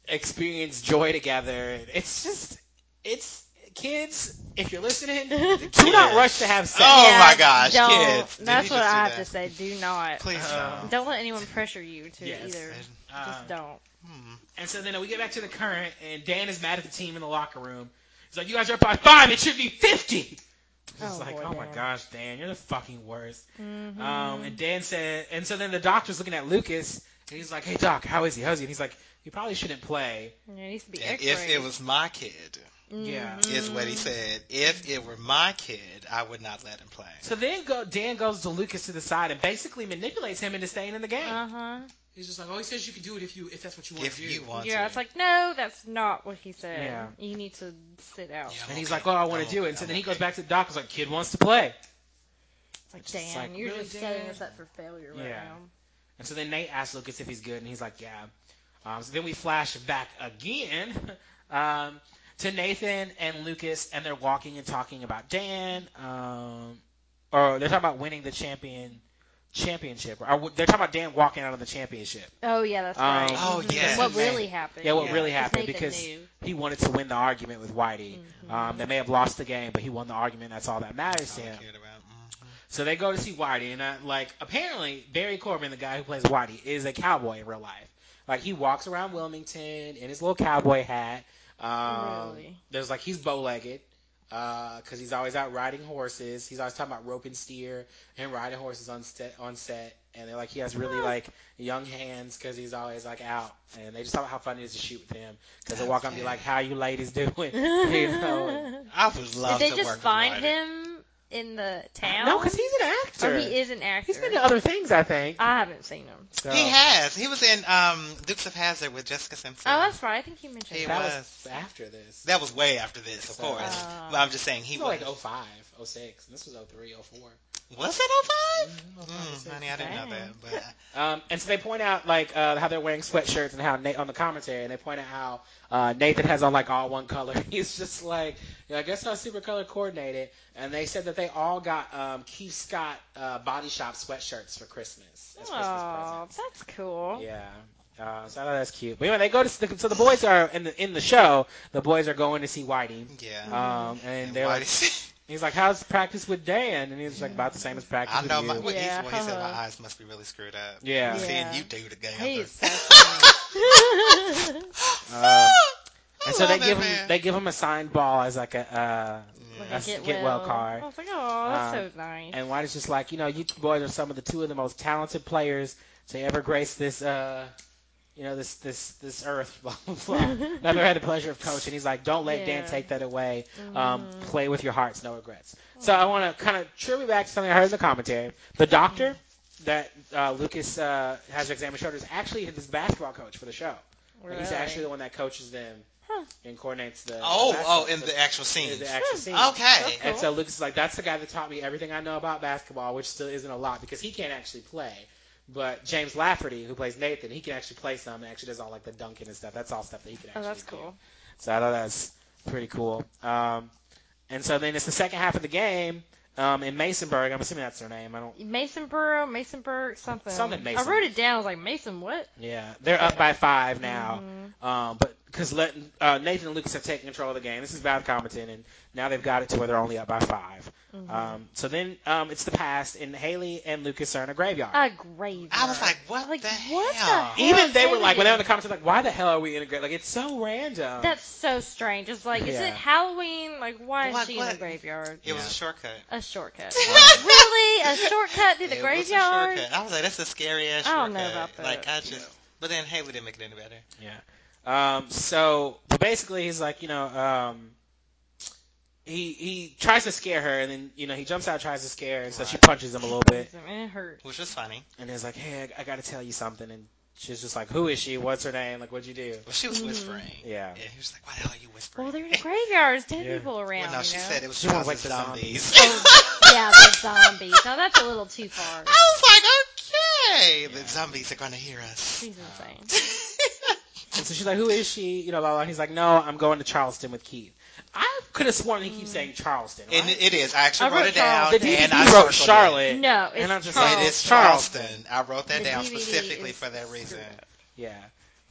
[SPEAKER 2] experience joy together. It's just it's kids, if you're listening, do not
[SPEAKER 1] Kids.
[SPEAKER 2] rush to have sex.
[SPEAKER 1] Oh
[SPEAKER 3] Yeah,
[SPEAKER 1] my gosh,
[SPEAKER 3] don't.
[SPEAKER 1] kids. Did
[SPEAKER 3] That's
[SPEAKER 1] you
[SPEAKER 3] what
[SPEAKER 1] just do
[SPEAKER 3] I have
[SPEAKER 1] that?
[SPEAKER 3] to say. Do not.
[SPEAKER 1] Please
[SPEAKER 2] Uh,
[SPEAKER 1] don't.
[SPEAKER 3] Don't let anyone pressure you to
[SPEAKER 2] Yes.
[SPEAKER 3] either.
[SPEAKER 2] Um,
[SPEAKER 3] Just don't.
[SPEAKER 1] Hmm.
[SPEAKER 2] And so then we get back to the current, and Dan is mad at the team in the locker room. He's like, "You guys are up by five. It should be 50. It's
[SPEAKER 3] Oh,
[SPEAKER 2] like,
[SPEAKER 3] boy,
[SPEAKER 2] "Oh my
[SPEAKER 3] Dan.
[SPEAKER 2] gosh, Dan, you're the fucking worst."
[SPEAKER 3] Mhm.
[SPEAKER 2] Um, and Dan said, and so then the doctor's looking at Lucas, and he's like, "Hey doc, how is he? How's he?" And he's like, "He probably shouldn't play."
[SPEAKER 3] Yeah, it needs to be
[SPEAKER 1] And
[SPEAKER 3] X-rays.
[SPEAKER 1] if it was my kid,
[SPEAKER 2] yeah,
[SPEAKER 1] is what he
[SPEAKER 3] Mhm.
[SPEAKER 1] said. If it were my kid, I would not let him play.
[SPEAKER 2] So then go, Dan goes to Lucas to the side and basically manipulates him into staying in the game.
[SPEAKER 3] Uh-huh.
[SPEAKER 7] He's just like, oh, he says you can do it if you if that's what you want
[SPEAKER 1] If
[SPEAKER 7] to do.
[SPEAKER 1] you want
[SPEAKER 3] Yeah,
[SPEAKER 1] to.
[SPEAKER 3] it's like, no, that's not what he said.
[SPEAKER 2] Yeah.
[SPEAKER 3] You need to sit out.
[SPEAKER 1] Yeah.
[SPEAKER 2] and he's like, "Oh, I want to do it." And so then he goes back to the doc. He's like, "Kid wants to play."
[SPEAKER 3] It's like,
[SPEAKER 2] It's just
[SPEAKER 3] Dan,
[SPEAKER 2] like,
[SPEAKER 3] you're
[SPEAKER 2] really,
[SPEAKER 3] just setting
[SPEAKER 2] Dan?
[SPEAKER 3] us up for failure right
[SPEAKER 2] Yeah.
[SPEAKER 3] now.
[SPEAKER 2] And so then Nate asks Lucas if he's good, and he's like, yeah. Um, so then we flash back again um, to Nathan and Lucas, and they're walking and talking about Dan, um, or they're talking about winning the champion championship, or they're talking about Dan walking out of the championship.
[SPEAKER 3] Oh, yeah, that's
[SPEAKER 2] Um,
[SPEAKER 3] right.
[SPEAKER 1] Oh,
[SPEAKER 3] Mhm.
[SPEAKER 1] yes.
[SPEAKER 3] What really happened.
[SPEAKER 2] Yeah, what
[SPEAKER 1] Yeah.
[SPEAKER 2] really
[SPEAKER 3] Because
[SPEAKER 2] happened
[SPEAKER 3] Nathan
[SPEAKER 2] because
[SPEAKER 3] knew.
[SPEAKER 2] he wanted to win the argument with Whitey.
[SPEAKER 3] Mm-hmm.
[SPEAKER 2] Um, they may have lost the game, but he won the argument. That's all that matters
[SPEAKER 1] That's
[SPEAKER 2] to
[SPEAKER 1] all I
[SPEAKER 2] him.
[SPEAKER 1] cared about. Mhm.
[SPEAKER 2] So they go to see Whitey, and uh like apparently Barry Corbin, the guy who plays Whitey, is a cowboy in real life. Like he walks around Wilmington in his little cowboy hat. Um,
[SPEAKER 3] Really?
[SPEAKER 2] There's like he's bow-legged because he's always out riding horses. He's always talking about roping steer and riding horses on set. On set, and they're like he has really
[SPEAKER 3] Huh.
[SPEAKER 2] like young hands because he's always like out. And they just talk about how fun it is to shoot with him because they
[SPEAKER 1] That's
[SPEAKER 2] walk up and be
[SPEAKER 1] good.
[SPEAKER 2] like, "How you ladies doing?" you know.
[SPEAKER 1] I would love
[SPEAKER 3] Mm-hmm. Did they
[SPEAKER 1] to
[SPEAKER 3] just
[SPEAKER 1] work
[SPEAKER 3] find
[SPEAKER 1] with
[SPEAKER 3] him in the town?
[SPEAKER 2] No, because he's an actor.
[SPEAKER 3] Or Oh, he is an actor. Uh,
[SPEAKER 2] He's been in other things, I think.
[SPEAKER 3] I haven't seen him.
[SPEAKER 2] So.
[SPEAKER 1] He has. He was in um, Dukes of Hazard with Jessica Simpson.
[SPEAKER 3] Oh, that's right. I think you mentioned
[SPEAKER 1] He
[SPEAKER 3] that.
[SPEAKER 2] that was,
[SPEAKER 1] was.
[SPEAKER 2] after this.
[SPEAKER 1] that was way after this, of
[SPEAKER 2] So-
[SPEAKER 1] course.
[SPEAKER 3] Uh,
[SPEAKER 1] but I'm just saying he
[SPEAKER 2] He
[SPEAKER 1] was.
[SPEAKER 2] was like 05, 06, and this was 03, 04.
[SPEAKER 3] oh-
[SPEAKER 1] was it 05?
[SPEAKER 3] Mm-hmm,
[SPEAKER 2] Mhm, 05,
[SPEAKER 1] Mm,
[SPEAKER 2] 06.
[SPEAKER 1] honey, I didn't know that.
[SPEAKER 3] Dang.
[SPEAKER 1] But uh,
[SPEAKER 2] Um, and so they point out like uh, how they're wearing sweatshirts and how Nate on the commentary, and they point out how uh, Nathan has on like all one color. He's just like, you know, I guess not super color coordinated. And they said that they all got um, Keith Scott uh, Body Shop sweatshirts for Christmas. As
[SPEAKER 3] Oh,
[SPEAKER 2] Christmas
[SPEAKER 3] that's cool.
[SPEAKER 2] presents. Yeah. Uh, so I thought that's cute. But anyway, they go to so the boys are in the in the show. The boys are going to see Whitey,
[SPEAKER 1] yeah.
[SPEAKER 3] Uh,
[SPEAKER 2] um, and
[SPEAKER 1] And
[SPEAKER 2] they're like,
[SPEAKER 1] Whitey-
[SPEAKER 2] He's like, "How's practice with Dan?" And he's like, "About the same as practice
[SPEAKER 1] I know
[SPEAKER 2] with
[SPEAKER 1] my.
[SPEAKER 2] you."
[SPEAKER 1] What
[SPEAKER 3] Yeah,
[SPEAKER 1] he, well, he said
[SPEAKER 3] uh-huh.
[SPEAKER 1] my eyes must be really screwed up.
[SPEAKER 2] yeah.
[SPEAKER 1] Seeing
[SPEAKER 3] Yeah.
[SPEAKER 1] you do the game.
[SPEAKER 3] He's so funny.
[SPEAKER 2] Um,
[SPEAKER 1] I
[SPEAKER 2] and so they
[SPEAKER 1] love that
[SPEAKER 2] give him
[SPEAKER 1] man.
[SPEAKER 2] they give him a signed ball as like a uh,
[SPEAKER 1] Yeah.
[SPEAKER 2] That's the get well card.
[SPEAKER 3] I was like, oh, that's
[SPEAKER 2] Um,
[SPEAKER 3] so nice.
[SPEAKER 2] and White is just like, you know, you boys are some of the two of the most talented players to ever grace this uh, you know, this this this earth. Blah blah blah. Never had the pleasure of coaching. He's like, "Don't let Dan
[SPEAKER 3] Yeah. Mm-hmm.
[SPEAKER 2] take that away. Um, play with your hearts, no regrets." So I want to kind of true me back to something I heard in the commentary. The doctor that uh, Lucas uh, has examined his shoulder is actually his basketball coach for the show. Like, He's actually the one that coaches them
[SPEAKER 3] Huh.
[SPEAKER 2] and coordinates the.
[SPEAKER 1] Oh,
[SPEAKER 2] the
[SPEAKER 1] oh,
[SPEAKER 2] basketball-
[SPEAKER 1] in the Oh, actual scene.
[SPEAKER 2] in the actual scene.
[SPEAKER 1] Okay.
[SPEAKER 3] That's
[SPEAKER 2] And
[SPEAKER 3] cool.
[SPEAKER 2] so Lucas is like, that's the guy that taught me everything I know about basketball, which still isn't a lot because he can't actually play. But James Lafferty, who plays Nathan, he can actually play some and actually does all like the dunking and stuff. That's all stuff that he can
[SPEAKER 3] Oh,
[SPEAKER 2] actually
[SPEAKER 3] that's
[SPEAKER 2] do.
[SPEAKER 3] cool.
[SPEAKER 2] So I thought that's pretty cool. Um, and so then it's the second half of the game um, in Masonburg. I'm assuming that's their name. I don't.
[SPEAKER 3] Mason Burrow, Mason Burke, something.
[SPEAKER 2] Something Mason.
[SPEAKER 3] I wrote it down. I was like, Mason, what?
[SPEAKER 2] Yeah, they're up by five now.
[SPEAKER 3] Mhm.
[SPEAKER 2] Um, but because uh, Nathan and Lucas have taken control of the game, this is Val Compton, and now they've got it to where they're only up by 5 Um, so then um, it's the past, and Haley and Lucas are in a graveyard.
[SPEAKER 3] A grave.
[SPEAKER 1] I was like, what
[SPEAKER 3] Like,
[SPEAKER 1] the
[SPEAKER 3] what the
[SPEAKER 1] hell?
[SPEAKER 3] heck?
[SPEAKER 2] Even they were like, when they were in
[SPEAKER 3] Halloween.
[SPEAKER 2] the comments, like, why the hell are we in a graveyard? Like, it's so random.
[SPEAKER 3] That's so strange. It's like, is
[SPEAKER 2] um, Yeah.
[SPEAKER 3] it Halloween? Like, why is
[SPEAKER 1] What-
[SPEAKER 3] she in
[SPEAKER 1] what-
[SPEAKER 3] the graveyard?
[SPEAKER 1] It was
[SPEAKER 2] Yeah.
[SPEAKER 1] a shortcut.
[SPEAKER 3] A shortcut. really? A shortcut through
[SPEAKER 1] It was
[SPEAKER 3] the
[SPEAKER 1] a
[SPEAKER 3] graveyard?
[SPEAKER 1] shortcut. I was like, that's a scary ass
[SPEAKER 3] I
[SPEAKER 1] shortcut.
[SPEAKER 3] don't know about that.
[SPEAKER 1] Like I just, but then Haley didn't make it any better.
[SPEAKER 2] Um, so but basically, he's like, you know, um, he he tries to scare her, and then you know he jumps out, tries to scare, her, and so she
[SPEAKER 1] Right.
[SPEAKER 2] punches him a little bit.
[SPEAKER 3] Man, it hurt.
[SPEAKER 1] Which was funny.
[SPEAKER 2] and is like, "Hey, I, I got to tell you something." And she's just like, "Who is she? What's her name? Like, what'd you do?"
[SPEAKER 1] Well, she was
[SPEAKER 3] Mhm.
[SPEAKER 1] whispering.
[SPEAKER 2] Yeah.
[SPEAKER 1] Yeah. He was like, why the hell are you whispering?
[SPEAKER 3] Well, they're in graveyards, dead
[SPEAKER 2] Yeah.
[SPEAKER 3] people around.
[SPEAKER 1] well, no,
[SPEAKER 3] you
[SPEAKER 1] she
[SPEAKER 3] know? Oh,
[SPEAKER 1] said it was
[SPEAKER 2] She wanted,
[SPEAKER 1] because
[SPEAKER 2] like,
[SPEAKER 1] of
[SPEAKER 2] the
[SPEAKER 1] zombies.
[SPEAKER 3] yeah, the zombies. Now that's a little too
[SPEAKER 1] I
[SPEAKER 3] far.
[SPEAKER 1] was like, okay, the zombies are gonna hear us.
[SPEAKER 3] She's insane.
[SPEAKER 2] And so she's like, "Who is she?" You know, blah blah. He's like, "No, I'm going to Charleston with Keith." I could have sworn he keeps saying Charleston. Right?
[SPEAKER 1] and it, it is. I actually
[SPEAKER 3] I
[SPEAKER 1] wrote,
[SPEAKER 3] wrote
[SPEAKER 1] it down,
[SPEAKER 2] the
[SPEAKER 1] and
[SPEAKER 2] DVD
[SPEAKER 1] I
[SPEAKER 2] wrote
[SPEAKER 1] circled
[SPEAKER 2] Charlotte.
[SPEAKER 3] No, it's
[SPEAKER 2] And I'm just
[SPEAKER 1] It.
[SPEAKER 2] like,
[SPEAKER 1] It
[SPEAKER 3] Charles.
[SPEAKER 1] is
[SPEAKER 2] Charleston.
[SPEAKER 1] Charleston. I wrote that
[SPEAKER 3] The
[SPEAKER 1] down
[SPEAKER 3] DVD
[SPEAKER 1] specifically
[SPEAKER 3] is
[SPEAKER 1] for that
[SPEAKER 3] screwed
[SPEAKER 1] reason.
[SPEAKER 3] up.
[SPEAKER 2] Yeah.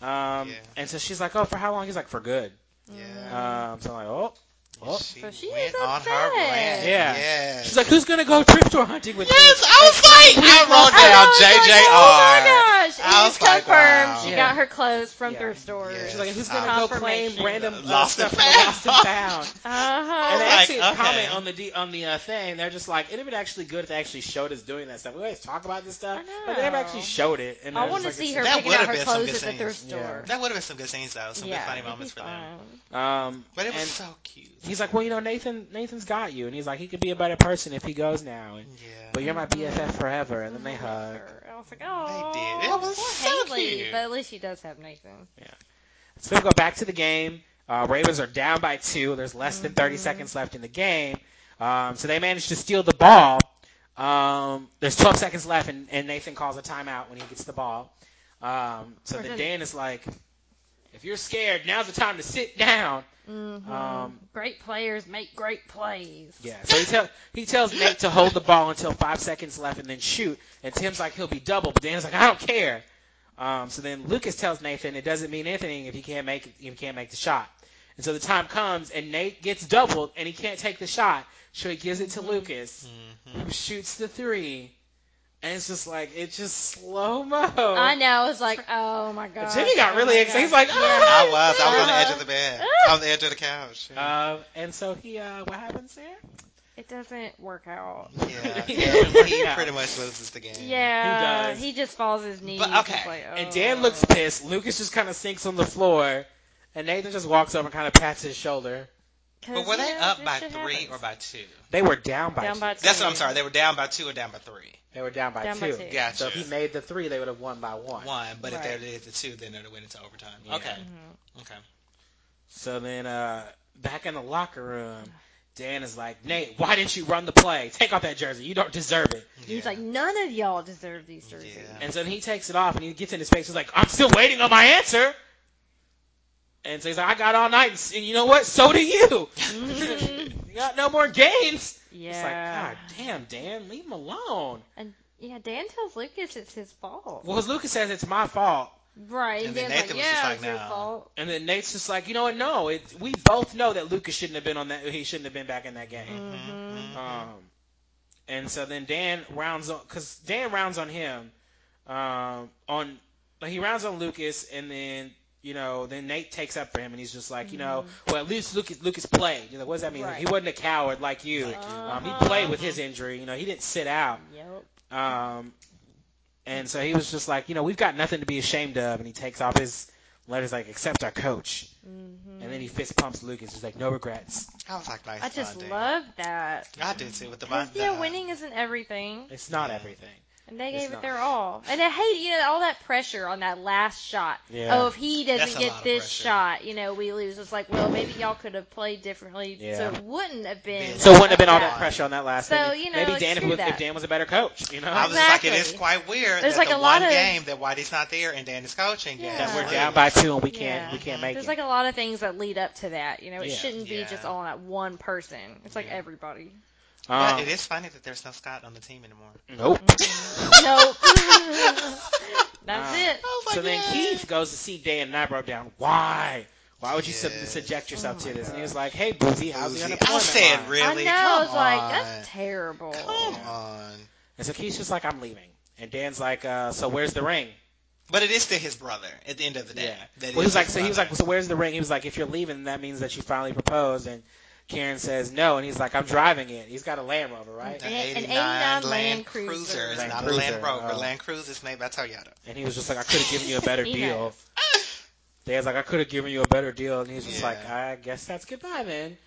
[SPEAKER 2] Um,
[SPEAKER 1] Yeah.
[SPEAKER 2] And so she's like, "Oh, for how long?" He's like, "For good."
[SPEAKER 3] Uh-huh.
[SPEAKER 1] Yeah.
[SPEAKER 2] Um, so I'm like, "Oh." Well,
[SPEAKER 1] she
[SPEAKER 3] So Mm. she
[SPEAKER 1] went
[SPEAKER 3] is
[SPEAKER 1] on her
[SPEAKER 3] upset.
[SPEAKER 1] rant.
[SPEAKER 2] Yeah.
[SPEAKER 1] Yes.
[SPEAKER 2] she's like, who's gonna go thrift store hunting with
[SPEAKER 1] yes,
[SPEAKER 2] me?
[SPEAKER 1] I was like, I wrote
[SPEAKER 3] I
[SPEAKER 2] "Oh,
[SPEAKER 1] down JJR.
[SPEAKER 3] was like, oh my gosh!
[SPEAKER 1] I
[SPEAKER 3] It
[SPEAKER 1] was
[SPEAKER 3] is
[SPEAKER 1] like,
[SPEAKER 3] confirmed.
[SPEAKER 1] wow.
[SPEAKER 3] She
[SPEAKER 2] Yeah.
[SPEAKER 3] got her clothes from
[SPEAKER 2] Yeah.
[SPEAKER 3] thrift stores.
[SPEAKER 1] Yeah.
[SPEAKER 2] She's like, who's
[SPEAKER 1] Yes,
[SPEAKER 2] gonna go claim
[SPEAKER 3] confirmation.
[SPEAKER 2] random uh,
[SPEAKER 1] Lost
[SPEAKER 2] stuff
[SPEAKER 1] and
[SPEAKER 2] from the
[SPEAKER 1] found.
[SPEAKER 2] Lost and Found?
[SPEAKER 3] Uh
[SPEAKER 2] And they
[SPEAKER 1] Like,
[SPEAKER 3] huh.
[SPEAKER 2] actually
[SPEAKER 1] okay.
[SPEAKER 2] comment on the D, on the uh, thing. They're just like, it would be actually good if they actually showed us doing that stuff. We always talk about this stuff,
[SPEAKER 3] I
[SPEAKER 2] but they never
[SPEAKER 3] know.
[SPEAKER 2] actually showed it. And
[SPEAKER 3] I
[SPEAKER 2] they're
[SPEAKER 3] want to
[SPEAKER 2] just like,
[SPEAKER 3] see her
[SPEAKER 2] it's-
[SPEAKER 1] That
[SPEAKER 3] picking
[SPEAKER 1] would've
[SPEAKER 3] out her
[SPEAKER 1] been some
[SPEAKER 3] clothes
[SPEAKER 1] good
[SPEAKER 3] at the
[SPEAKER 1] scenes.
[SPEAKER 3] thrift
[SPEAKER 2] Yeah.
[SPEAKER 3] store.
[SPEAKER 1] That would have been some good scenes though, some
[SPEAKER 3] yeah,
[SPEAKER 1] good funny
[SPEAKER 3] it'd be
[SPEAKER 1] moments for them.
[SPEAKER 3] fun.
[SPEAKER 2] Um,
[SPEAKER 1] But it was
[SPEAKER 2] and
[SPEAKER 1] so cute.
[SPEAKER 2] he's like, well, you know, Nathan, Nathan's got you, and he's like, he could be a better person if he goes now. And,
[SPEAKER 1] Yeah.
[SPEAKER 2] but you're my BFF forever, and then they
[SPEAKER 3] Mhm.
[SPEAKER 2] hug.
[SPEAKER 3] I was like, oh,
[SPEAKER 1] did. It was so cute.
[SPEAKER 3] But at least she does have Nathan.
[SPEAKER 2] So we go back to the game. Uh, Ravens are down by two. There's less than 30
[SPEAKER 3] Mhm.
[SPEAKER 2] seconds left in the game. Um, so they manage to steal the ball. Um, there's 12 seconds left, and, and Nathan calls a timeout when he gets the ball. Um, so
[SPEAKER 3] Or
[SPEAKER 2] then
[SPEAKER 3] did-
[SPEAKER 2] Dan is like, if you're scared, now's the time to sit down.
[SPEAKER 3] Mm-hmm.
[SPEAKER 2] Um,
[SPEAKER 3] great players make great plays.
[SPEAKER 2] Yeah. So he, tell, he tells Nate to hold the ball until five seconds left and then shoot. And Tim's like, he'll be double. But Dan's like, I don't care. Um, so then Lucas tells Nathan it doesn't mean anything if he can't make if he can't make the shot. And so the time comes and Nate gets doubled and he can't take the shot, so he gives it to Lucas,
[SPEAKER 1] Mm-hmm.
[SPEAKER 2] who shoots the three. And it's just like it's just slow mo.
[SPEAKER 3] I know. It's like, oh my god.
[SPEAKER 2] Jimmy got really excited. He's like,
[SPEAKER 1] I
[SPEAKER 2] ah!
[SPEAKER 1] was. I was on the
[SPEAKER 3] Uh-huh.
[SPEAKER 1] edge of the bed. on the edge of the couch.
[SPEAKER 2] Um, and so he, uh, what happens there?
[SPEAKER 3] it doesn't work out.
[SPEAKER 1] yeah.
[SPEAKER 2] Yeah.
[SPEAKER 1] He pretty much loses the game.
[SPEAKER 3] Yeah,
[SPEAKER 2] does.
[SPEAKER 3] he just falls his knees.
[SPEAKER 1] But,
[SPEAKER 3] It's
[SPEAKER 1] okay.
[SPEAKER 3] like,
[SPEAKER 2] And
[SPEAKER 3] oh.
[SPEAKER 2] Dan looks pissed. Lucas just kind of sinks on the floor, and Nathan just walks over and kind of pats his shoulder.
[SPEAKER 3] 'Cause,
[SPEAKER 1] But were they
[SPEAKER 3] yeah,
[SPEAKER 1] up
[SPEAKER 3] this
[SPEAKER 1] by
[SPEAKER 3] shit
[SPEAKER 1] three
[SPEAKER 3] happens.
[SPEAKER 1] or by two?
[SPEAKER 2] They were down by
[SPEAKER 3] down
[SPEAKER 2] two.
[SPEAKER 3] by two?
[SPEAKER 1] That's what I'm sorry. They were down by two or down by three.
[SPEAKER 2] They were down by,
[SPEAKER 3] Down by
[SPEAKER 2] two.
[SPEAKER 3] two.
[SPEAKER 1] Gotcha.
[SPEAKER 2] So if he made the three, they would have won by one.
[SPEAKER 1] one, but if
[SPEAKER 3] Right.
[SPEAKER 1] they did the two, then they'd have went into overtime.
[SPEAKER 2] Yeah.
[SPEAKER 1] Okay.
[SPEAKER 3] Mhm.
[SPEAKER 1] Okay.
[SPEAKER 2] So then, uh, back in the locker room, Dan is like, Nate, why didn't you run the play? Take off that jersey. You don't deserve it.
[SPEAKER 3] He's
[SPEAKER 1] Yeah.
[SPEAKER 3] like, none of y'all deserve these jerseys.
[SPEAKER 1] Yeah.
[SPEAKER 2] And so then he takes it off and he gets in his face. He's like, I'm still waiting on my answer. And so he's like, I got all night, and s- and you know what? So do you.
[SPEAKER 3] Mhm.
[SPEAKER 2] you got no more games. It's like,
[SPEAKER 3] Yeah.
[SPEAKER 2] God damn, Dan, leave him alone.
[SPEAKER 3] yeah, Dan tells Lucas it's his fault.
[SPEAKER 2] Well, 'cause Lucas says it's my fault,
[SPEAKER 3] Right.
[SPEAKER 1] And
[SPEAKER 3] And
[SPEAKER 1] then
[SPEAKER 3] Dan's like,
[SPEAKER 1] Nathan was just
[SPEAKER 3] yeah,
[SPEAKER 1] like,
[SPEAKER 3] it's your
[SPEAKER 1] nah.
[SPEAKER 3] fault.
[SPEAKER 2] and then Nate's just like, you know what? No, it, we both know that Lucas shouldn't have been on that. He shouldn't have been back in that game.
[SPEAKER 1] Mm-hmm.
[SPEAKER 3] Mhm.
[SPEAKER 1] Oh,
[SPEAKER 2] Um, and so then Dan rounds on because Dan rounds on him. Um, on like he rounds on Lucas, and then you know then Nate takes up for him, and he's just like, you know, well at least Lucas Lucas played. You know, what does that mean? Like, he
[SPEAKER 3] Right. Uh-huh.
[SPEAKER 2] wasn't a coward like you. um, he played with his injury. You know, he didn't sit out.
[SPEAKER 3] Yep.
[SPEAKER 2] Um, and so he was just like, you know, we've got nothing to be ashamed of. And he takes off his letters, like, except our coach.
[SPEAKER 3] Mm-hmm.
[SPEAKER 2] And then he fist pumps Lucas. He's like, no regrets.
[SPEAKER 1] I was like, nice.
[SPEAKER 3] I just
[SPEAKER 1] bonding.
[SPEAKER 3] love that.
[SPEAKER 1] I did too with the
[SPEAKER 3] Because,
[SPEAKER 1] bond.
[SPEAKER 3] yeah, winning isn't everything.
[SPEAKER 2] It's not
[SPEAKER 1] Yeah.
[SPEAKER 2] everything.
[SPEAKER 3] And they
[SPEAKER 2] It's
[SPEAKER 3] gave
[SPEAKER 2] not.
[SPEAKER 3] it their all. And I hate, you know, all that pressure on that last shot.
[SPEAKER 2] Yeah.
[SPEAKER 3] Oh, if he
[SPEAKER 1] That's
[SPEAKER 3] doesn't
[SPEAKER 1] a lot
[SPEAKER 3] get
[SPEAKER 1] of
[SPEAKER 3] this
[SPEAKER 1] pressure.
[SPEAKER 3] shot, you know, we lose. It's like, well, maybe y'all could have played differently,
[SPEAKER 2] Yeah.
[SPEAKER 3] so it wouldn't have been.
[SPEAKER 2] So it wouldn't have been all
[SPEAKER 3] like
[SPEAKER 2] that pressure on that last
[SPEAKER 3] So,
[SPEAKER 2] thing.
[SPEAKER 3] you know,
[SPEAKER 2] Maybe
[SPEAKER 3] like,
[SPEAKER 2] Dan, if,
[SPEAKER 3] screw
[SPEAKER 2] was- if
[SPEAKER 3] that.
[SPEAKER 2] Dan was a better coach, you know?
[SPEAKER 1] I was just like, it is
[SPEAKER 3] Exactly.
[SPEAKER 1] quite weird
[SPEAKER 3] There's
[SPEAKER 1] that
[SPEAKER 3] like
[SPEAKER 1] the
[SPEAKER 3] a lot
[SPEAKER 1] one
[SPEAKER 3] of-
[SPEAKER 1] game that Whitey's not there and Dan is coaching. Yeah,
[SPEAKER 3] Yeah.
[SPEAKER 2] That we're
[SPEAKER 3] Yeah.
[SPEAKER 2] down by two and we can't,
[SPEAKER 3] Yeah.
[SPEAKER 2] we can't make
[SPEAKER 3] There's
[SPEAKER 2] it.
[SPEAKER 3] like a lot of things that lead up to that. You know, it
[SPEAKER 2] Yeah.
[SPEAKER 3] shouldn't be
[SPEAKER 1] Yeah.
[SPEAKER 3] just all on that one person. It's like
[SPEAKER 1] Yeah.
[SPEAKER 3] everybody.
[SPEAKER 1] But
[SPEAKER 2] Um,
[SPEAKER 1] it is funny that there's no Scott on the team anymore.
[SPEAKER 2] Nope.
[SPEAKER 3] No. That's
[SPEAKER 2] Uh,
[SPEAKER 3] it.
[SPEAKER 2] so then Keith goes to see Dan, and I wrote down, why? Why would you sub-
[SPEAKER 1] Yes.
[SPEAKER 2] subject yourself
[SPEAKER 3] Oh
[SPEAKER 2] to
[SPEAKER 3] my
[SPEAKER 2] this? And he
[SPEAKER 3] God.
[SPEAKER 2] was like, hey, Boozy, how's the
[SPEAKER 1] Boozy.
[SPEAKER 2] unemployment
[SPEAKER 1] I said,
[SPEAKER 2] line?
[SPEAKER 1] really?
[SPEAKER 3] I know.
[SPEAKER 1] Come
[SPEAKER 3] I was like,
[SPEAKER 1] on.
[SPEAKER 3] that's terrible.
[SPEAKER 1] Come
[SPEAKER 2] Yeah.
[SPEAKER 1] on.
[SPEAKER 2] And so Keith's just like, I'm leaving. And Dan's like, uh, so where's the ring?
[SPEAKER 1] But it is still his brother at the end of the day.
[SPEAKER 2] Yeah.
[SPEAKER 1] That
[SPEAKER 2] Well, he
[SPEAKER 1] is
[SPEAKER 2] was like,
[SPEAKER 1] his
[SPEAKER 2] so he was
[SPEAKER 1] brother.
[SPEAKER 2] like, so where's the ring? He was like, if you're leaving, that means that you finally proposed. And Karen says no, and he's like, I'm driving it. He's got a Land Rover, right?
[SPEAKER 1] An
[SPEAKER 3] An
[SPEAKER 1] 89,
[SPEAKER 3] 89 Land
[SPEAKER 1] Land Cruiser.
[SPEAKER 3] Cruiser.
[SPEAKER 1] It's
[SPEAKER 2] Land
[SPEAKER 1] not a
[SPEAKER 2] Cruiser,
[SPEAKER 1] Land Rover.
[SPEAKER 2] oh.
[SPEAKER 1] Land Cruiser is made by Toyota.
[SPEAKER 2] And he was just like, I could have given you a better
[SPEAKER 3] He
[SPEAKER 2] deal. Dan's like, I could have given you a better deal, and he's just
[SPEAKER 1] Yeah.
[SPEAKER 2] like, I guess that's goodbye then.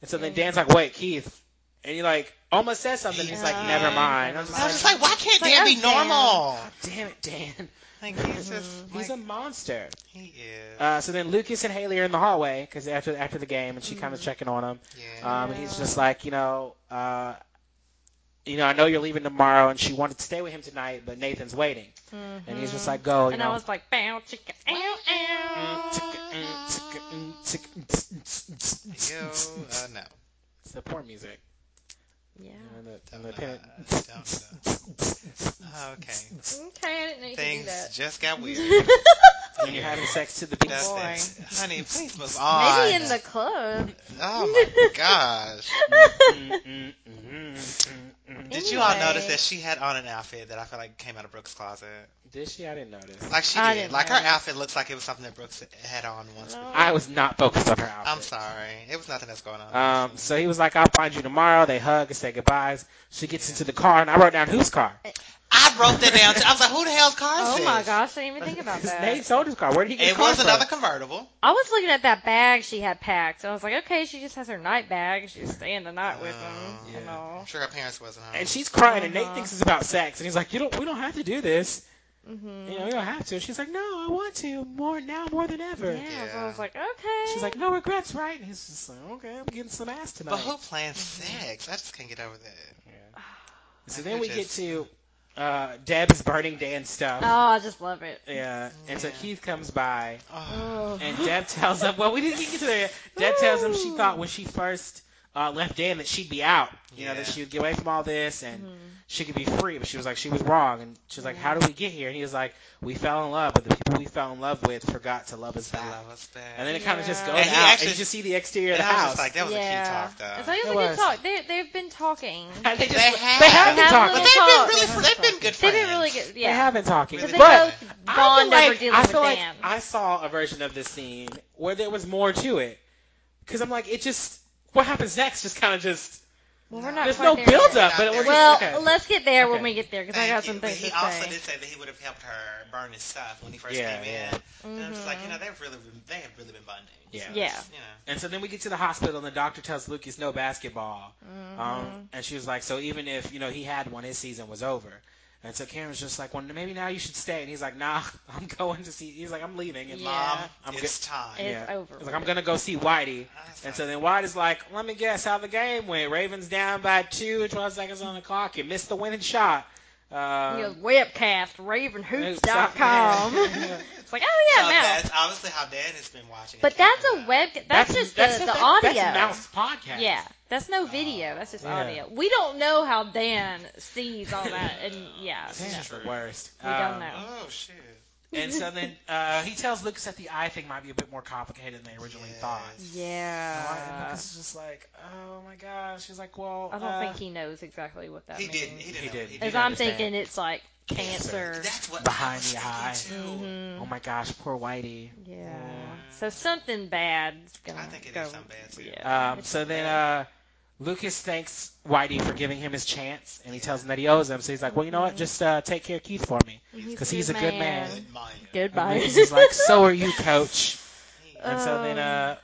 [SPEAKER 2] And so then
[SPEAKER 3] Mhm.
[SPEAKER 2] Dan's like, wait, Keith, and he like almost says something. and He's like,
[SPEAKER 1] Yeah.
[SPEAKER 2] never mind.
[SPEAKER 3] Never
[SPEAKER 2] I'm
[SPEAKER 1] I was
[SPEAKER 2] just
[SPEAKER 1] just
[SPEAKER 2] like,
[SPEAKER 1] like, why can't
[SPEAKER 3] But
[SPEAKER 1] Dan be
[SPEAKER 3] I'm Dan. Mm-hmm.
[SPEAKER 1] normal?
[SPEAKER 2] God damn it, Dan.
[SPEAKER 1] Like, he's just,
[SPEAKER 2] He's a
[SPEAKER 1] like,
[SPEAKER 2] monster.
[SPEAKER 1] he is.
[SPEAKER 2] Uh, so then Lucas and Haley are in the hallway because after after the game, and she kind
[SPEAKER 1] Mm.
[SPEAKER 2] of
[SPEAKER 3] Mhm.
[SPEAKER 2] checking on him.
[SPEAKER 1] yeah.
[SPEAKER 2] Um, and he's
[SPEAKER 3] Yeah.
[SPEAKER 2] just like, you know, uh, you know, I know you're leaving tomorrow, and she wanted to stay with him tonight, but Nathan's waiting,
[SPEAKER 3] Mhm.
[SPEAKER 2] and he's just like, go, you
[SPEAKER 3] and I
[SPEAKER 2] know. Mm.
[SPEAKER 3] was like, bow, chicken, ow, ow.
[SPEAKER 1] Yo, uh, no.
[SPEAKER 2] It's the poor music.
[SPEAKER 3] Yeah.
[SPEAKER 2] And the,
[SPEAKER 1] Don't
[SPEAKER 2] and the
[SPEAKER 1] know.
[SPEAKER 2] pennant.
[SPEAKER 1] Don't Okay.
[SPEAKER 3] Okay, I didn't know you could do
[SPEAKER 1] Things
[SPEAKER 3] that.
[SPEAKER 1] just got weird.
[SPEAKER 2] when you're having sex to the beat.
[SPEAKER 1] That's
[SPEAKER 3] Boy.
[SPEAKER 1] it. Honey, please move on.
[SPEAKER 3] Maybe in the club.
[SPEAKER 1] Oh my gosh.
[SPEAKER 2] Mm, mm, mm, mm.
[SPEAKER 1] Did you all
[SPEAKER 3] Anyway.
[SPEAKER 1] notice that she had on an outfit that I feel like came out of Brooke's closet?
[SPEAKER 2] Did she? I didn't notice.
[SPEAKER 1] Like she
[SPEAKER 3] I
[SPEAKER 1] did.
[SPEAKER 3] didn't
[SPEAKER 1] Like her
[SPEAKER 3] notice.
[SPEAKER 1] outfit looks like it was something that Brooks had on once.
[SPEAKER 3] No.
[SPEAKER 1] before.
[SPEAKER 2] I was not focused on her outfit.
[SPEAKER 1] I'm sorry. It was nothing that's going on.
[SPEAKER 3] Uh,
[SPEAKER 2] Um, so he was like, "I'll find you tomorrow." They hug and say goodbyes. She gets into the car, and I wrote down whose car.
[SPEAKER 1] I wrote that down. Too. I was like, who the hell's car is
[SPEAKER 3] Oh
[SPEAKER 1] this?
[SPEAKER 3] my gosh, I didn't even think about
[SPEAKER 2] It's
[SPEAKER 3] that.
[SPEAKER 2] Nate Solder's car. Where did he get the
[SPEAKER 1] It
[SPEAKER 2] car
[SPEAKER 1] was
[SPEAKER 2] from?
[SPEAKER 1] another convertible.
[SPEAKER 3] I was looking at that bag she had packed. I was like, okay, she just has her night bag. She's staying the night with them
[SPEAKER 1] Oh,
[SPEAKER 3] and
[SPEAKER 2] yeah.
[SPEAKER 1] I'm
[SPEAKER 3] all.
[SPEAKER 1] sure her parents wasn't home.
[SPEAKER 2] And she's crying, and Nate
[SPEAKER 3] Uh-huh.
[SPEAKER 2] thinks it's about sex, and he's like, "You don't. We don't have to do this.
[SPEAKER 3] hmm
[SPEAKER 2] You know, we don't have to." She's like, "No, I want to more now, more than ever."
[SPEAKER 3] Yeah, so I was like, okay.
[SPEAKER 2] She's like, "No regrets, right?" And he's just like, "Okay, I'm getting some ass tonight."
[SPEAKER 1] but who plans sex? I just can't get over that.
[SPEAKER 2] so
[SPEAKER 1] I
[SPEAKER 2] then
[SPEAKER 1] could
[SPEAKER 2] we get
[SPEAKER 1] just-
[SPEAKER 2] to uh, Deb's burning Dan stuff.
[SPEAKER 3] oh, I just love it.
[SPEAKER 2] Yeah, and so
[SPEAKER 1] Yeah.
[SPEAKER 2] Keith comes by.
[SPEAKER 1] Oh.
[SPEAKER 3] Oh.
[SPEAKER 2] And Deb tells him, well, we didn't even get to there. Deb tells him she thought when she first uh, left Dan that she'd be out, you know, that
[SPEAKER 1] Yeah.
[SPEAKER 2] she would get away from all this and
[SPEAKER 3] Mhm.
[SPEAKER 2] she could be free. But she was like, she was wrong. And she was like, how did we get here? And he was like, we fell in love, but the people we fell in love with forgot to love us
[SPEAKER 1] I
[SPEAKER 2] back.
[SPEAKER 1] love us back.
[SPEAKER 2] And then it kind of just
[SPEAKER 3] Yeah.
[SPEAKER 2] goes
[SPEAKER 1] And he
[SPEAKER 2] out,
[SPEAKER 1] actually-
[SPEAKER 2] and you just see the exterior of
[SPEAKER 1] And
[SPEAKER 2] the
[SPEAKER 1] I was
[SPEAKER 2] house.
[SPEAKER 1] just like, that was
[SPEAKER 3] yeah.
[SPEAKER 1] a cute talk,
[SPEAKER 3] It's
[SPEAKER 1] though.
[SPEAKER 3] like it was
[SPEAKER 2] It
[SPEAKER 3] a
[SPEAKER 2] was.
[SPEAKER 3] good talk. They they've been talking.
[SPEAKER 2] And they just,
[SPEAKER 1] They
[SPEAKER 2] they
[SPEAKER 1] have.
[SPEAKER 2] have been
[SPEAKER 3] They have
[SPEAKER 2] talking.
[SPEAKER 1] But
[SPEAKER 3] They
[SPEAKER 1] they've been
[SPEAKER 3] talk.
[SPEAKER 1] really,
[SPEAKER 3] They
[SPEAKER 1] they've been good
[SPEAKER 3] They've
[SPEAKER 1] friends.
[SPEAKER 3] been really good.
[SPEAKER 2] They
[SPEAKER 3] Yeah,
[SPEAKER 2] have been talking.
[SPEAKER 3] because
[SPEAKER 1] Really
[SPEAKER 3] they
[SPEAKER 2] but
[SPEAKER 3] both
[SPEAKER 2] I feel
[SPEAKER 3] bond
[SPEAKER 2] like-
[SPEAKER 3] over dealing
[SPEAKER 2] I
[SPEAKER 3] with
[SPEAKER 2] feel like
[SPEAKER 3] Dan.
[SPEAKER 2] I saw a version of this scene where there was more to it. Because I'm like, it just, what happens next just kind of just,
[SPEAKER 3] well, we're not
[SPEAKER 2] there's
[SPEAKER 3] quite
[SPEAKER 2] no
[SPEAKER 3] there
[SPEAKER 2] build up,
[SPEAKER 3] yet.
[SPEAKER 2] but we're just,
[SPEAKER 3] Well,
[SPEAKER 2] okay.
[SPEAKER 3] let's get there when
[SPEAKER 2] Okay.
[SPEAKER 3] we get there because I
[SPEAKER 1] Thank
[SPEAKER 3] got
[SPEAKER 1] you.
[SPEAKER 3] some
[SPEAKER 1] But
[SPEAKER 3] things
[SPEAKER 1] he
[SPEAKER 3] to
[SPEAKER 1] also
[SPEAKER 3] say.
[SPEAKER 1] did say that he would have helped her burn his stuff when he first
[SPEAKER 2] Yeah,
[SPEAKER 1] came
[SPEAKER 2] yeah.
[SPEAKER 1] in. And I'm just like, you know, they've really, been, they have really been bonding.
[SPEAKER 2] Yeah.
[SPEAKER 1] So,
[SPEAKER 3] Mm-hmm. Yeah.
[SPEAKER 1] You know.
[SPEAKER 2] And so then we get to the hospital, and the doctor tells Luke it's no basketball.
[SPEAKER 3] Mhm.
[SPEAKER 2] Um, and she was like, so even if you know he had one, his season was over. And so Cameron's just like, well, maybe now you should stay. And he's like, nah, I'm going to see. He's like, I'm leaving. And mom,
[SPEAKER 3] Yeah.
[SPEAKER 2] I'm
[SPEAKER 1] it's time.
[SPEAKER 2] yeah.
[SPEAKER 3] It's over.
[SPEAKER 2] go- he's like, I'm
[SPEAKER 3] with.
[SPEAKER 2] gonna go see Whitey.
[SPEAKER 1] I was
[SPEAKER 2] And
[SPEAKER 1] like,
[SPEAKER 2] so then Whitey's like, let me guess how the game went. Ravens down by two, 12 seconds on the clock. You missed the winning shot.
[SPEAKER 1] Uh,
[SPEAKER 3] You know,
[SPEAKER 2] Um,
[SPEAKER 3] webcast, ravenhoops.com.
[SPEAKER 2] Yeah.
[SPEAKER 3] it's like, oh yeah,
[SPEAKER 1] so
[SPEAKER 3] now.
[SPEAKER 1] that's obviously how Dan has been watching.
[SPEAKER 3] But
[SPEAKER 1] it.
[SPEAKER 3] that's a web. That's, just the, the
[SPEAKER 2] that-
[SPEAKER 3] audio.
[SPEAKER 2] That's mouse podcast.
[SPEAKER 3] Yeah, that's no video. That's just
[SPEAKER 2] Yeah.
[SPEAKER 3] audio. We don't know how Dan sees all that, and yeah,
[SPEAKER 1] This is
[SPEAKER 2] That's
[SPEAKER 3] no,
[SPEAKER 2] the worst.
[SPEAKER 3] we don't
[SPEAKER 2] Um,
[SPEAKER 3] know.
[SPEAKER 1] Oh shit.
[SPEAKER 2] And so then uh, he tells Lucas that the eye thing might be a bit more complicated than they originally
[SPEAKER 1] Yes.
[SPEAKER 2] thought. And Whitey- and
[SPEAKER 3] Yeah,
[SPEAKER 2] Lucas is just like, oh my gosh. He's like, well,
[SPEAKER 3] I don't
[SPEAKER 2] uh,
[SPEAKER 3] think he knows exactly what that
[SPEAKER 1] He
[SPEAKER 3] means.
[SPEAKER 1] didn't. He didn't.
[SPEAKER 2] He
[SPEAKER 1] know.
[SPEAKER 2] didn't.
[SPEAKER 3] As
[SPEAKER 2] didn't
[SPEAKER 3] I'm
[SPEAKER 2] understand.
[SPEAKER 3] thinking, it's like cancer.
[SPEAKER 1] That's what
[SPEAKER 2] Behind
[SPEAKER 1] I was
[SPEAKER 2] the
[SPEAKER 1] thinking,
[SPEAKER 2] eye.
[SPEAKER 1] Too.
[SPEAKER 3] Mhm.
[SPEAKER 2] Oh my gosh, poor Whitey.
[SPEAKER 3] Yeah. So something bad's gonna
[SPEAKER 1] I think it is
[SPEAKER 3] go.
[SPEAKER 1] something bad, too.
[SPEAKER 3] Yeah.
[SPEAKER 2] Um, so then uh, Lucas thanks Whitey for giving him his chance, and he tells him that he owes him. So he's like, well, you know what?
[SPEAKER 3] Mm-hmm.
[SPEAKER 2] Just uh, take care of Keith for me. Because uh, he's a good man.
[SPEAKER 1] Good mind.
[SPEAKER 2] And
[SPEAKER 3] Goodbye.
[SPEAKER 2] Lucas is like, so are you, coach.
[SPEAKER 1] He-
[SPEAKER 2] And so
[SPEAKER 3] Um,
[SPEAKER 2] then uh,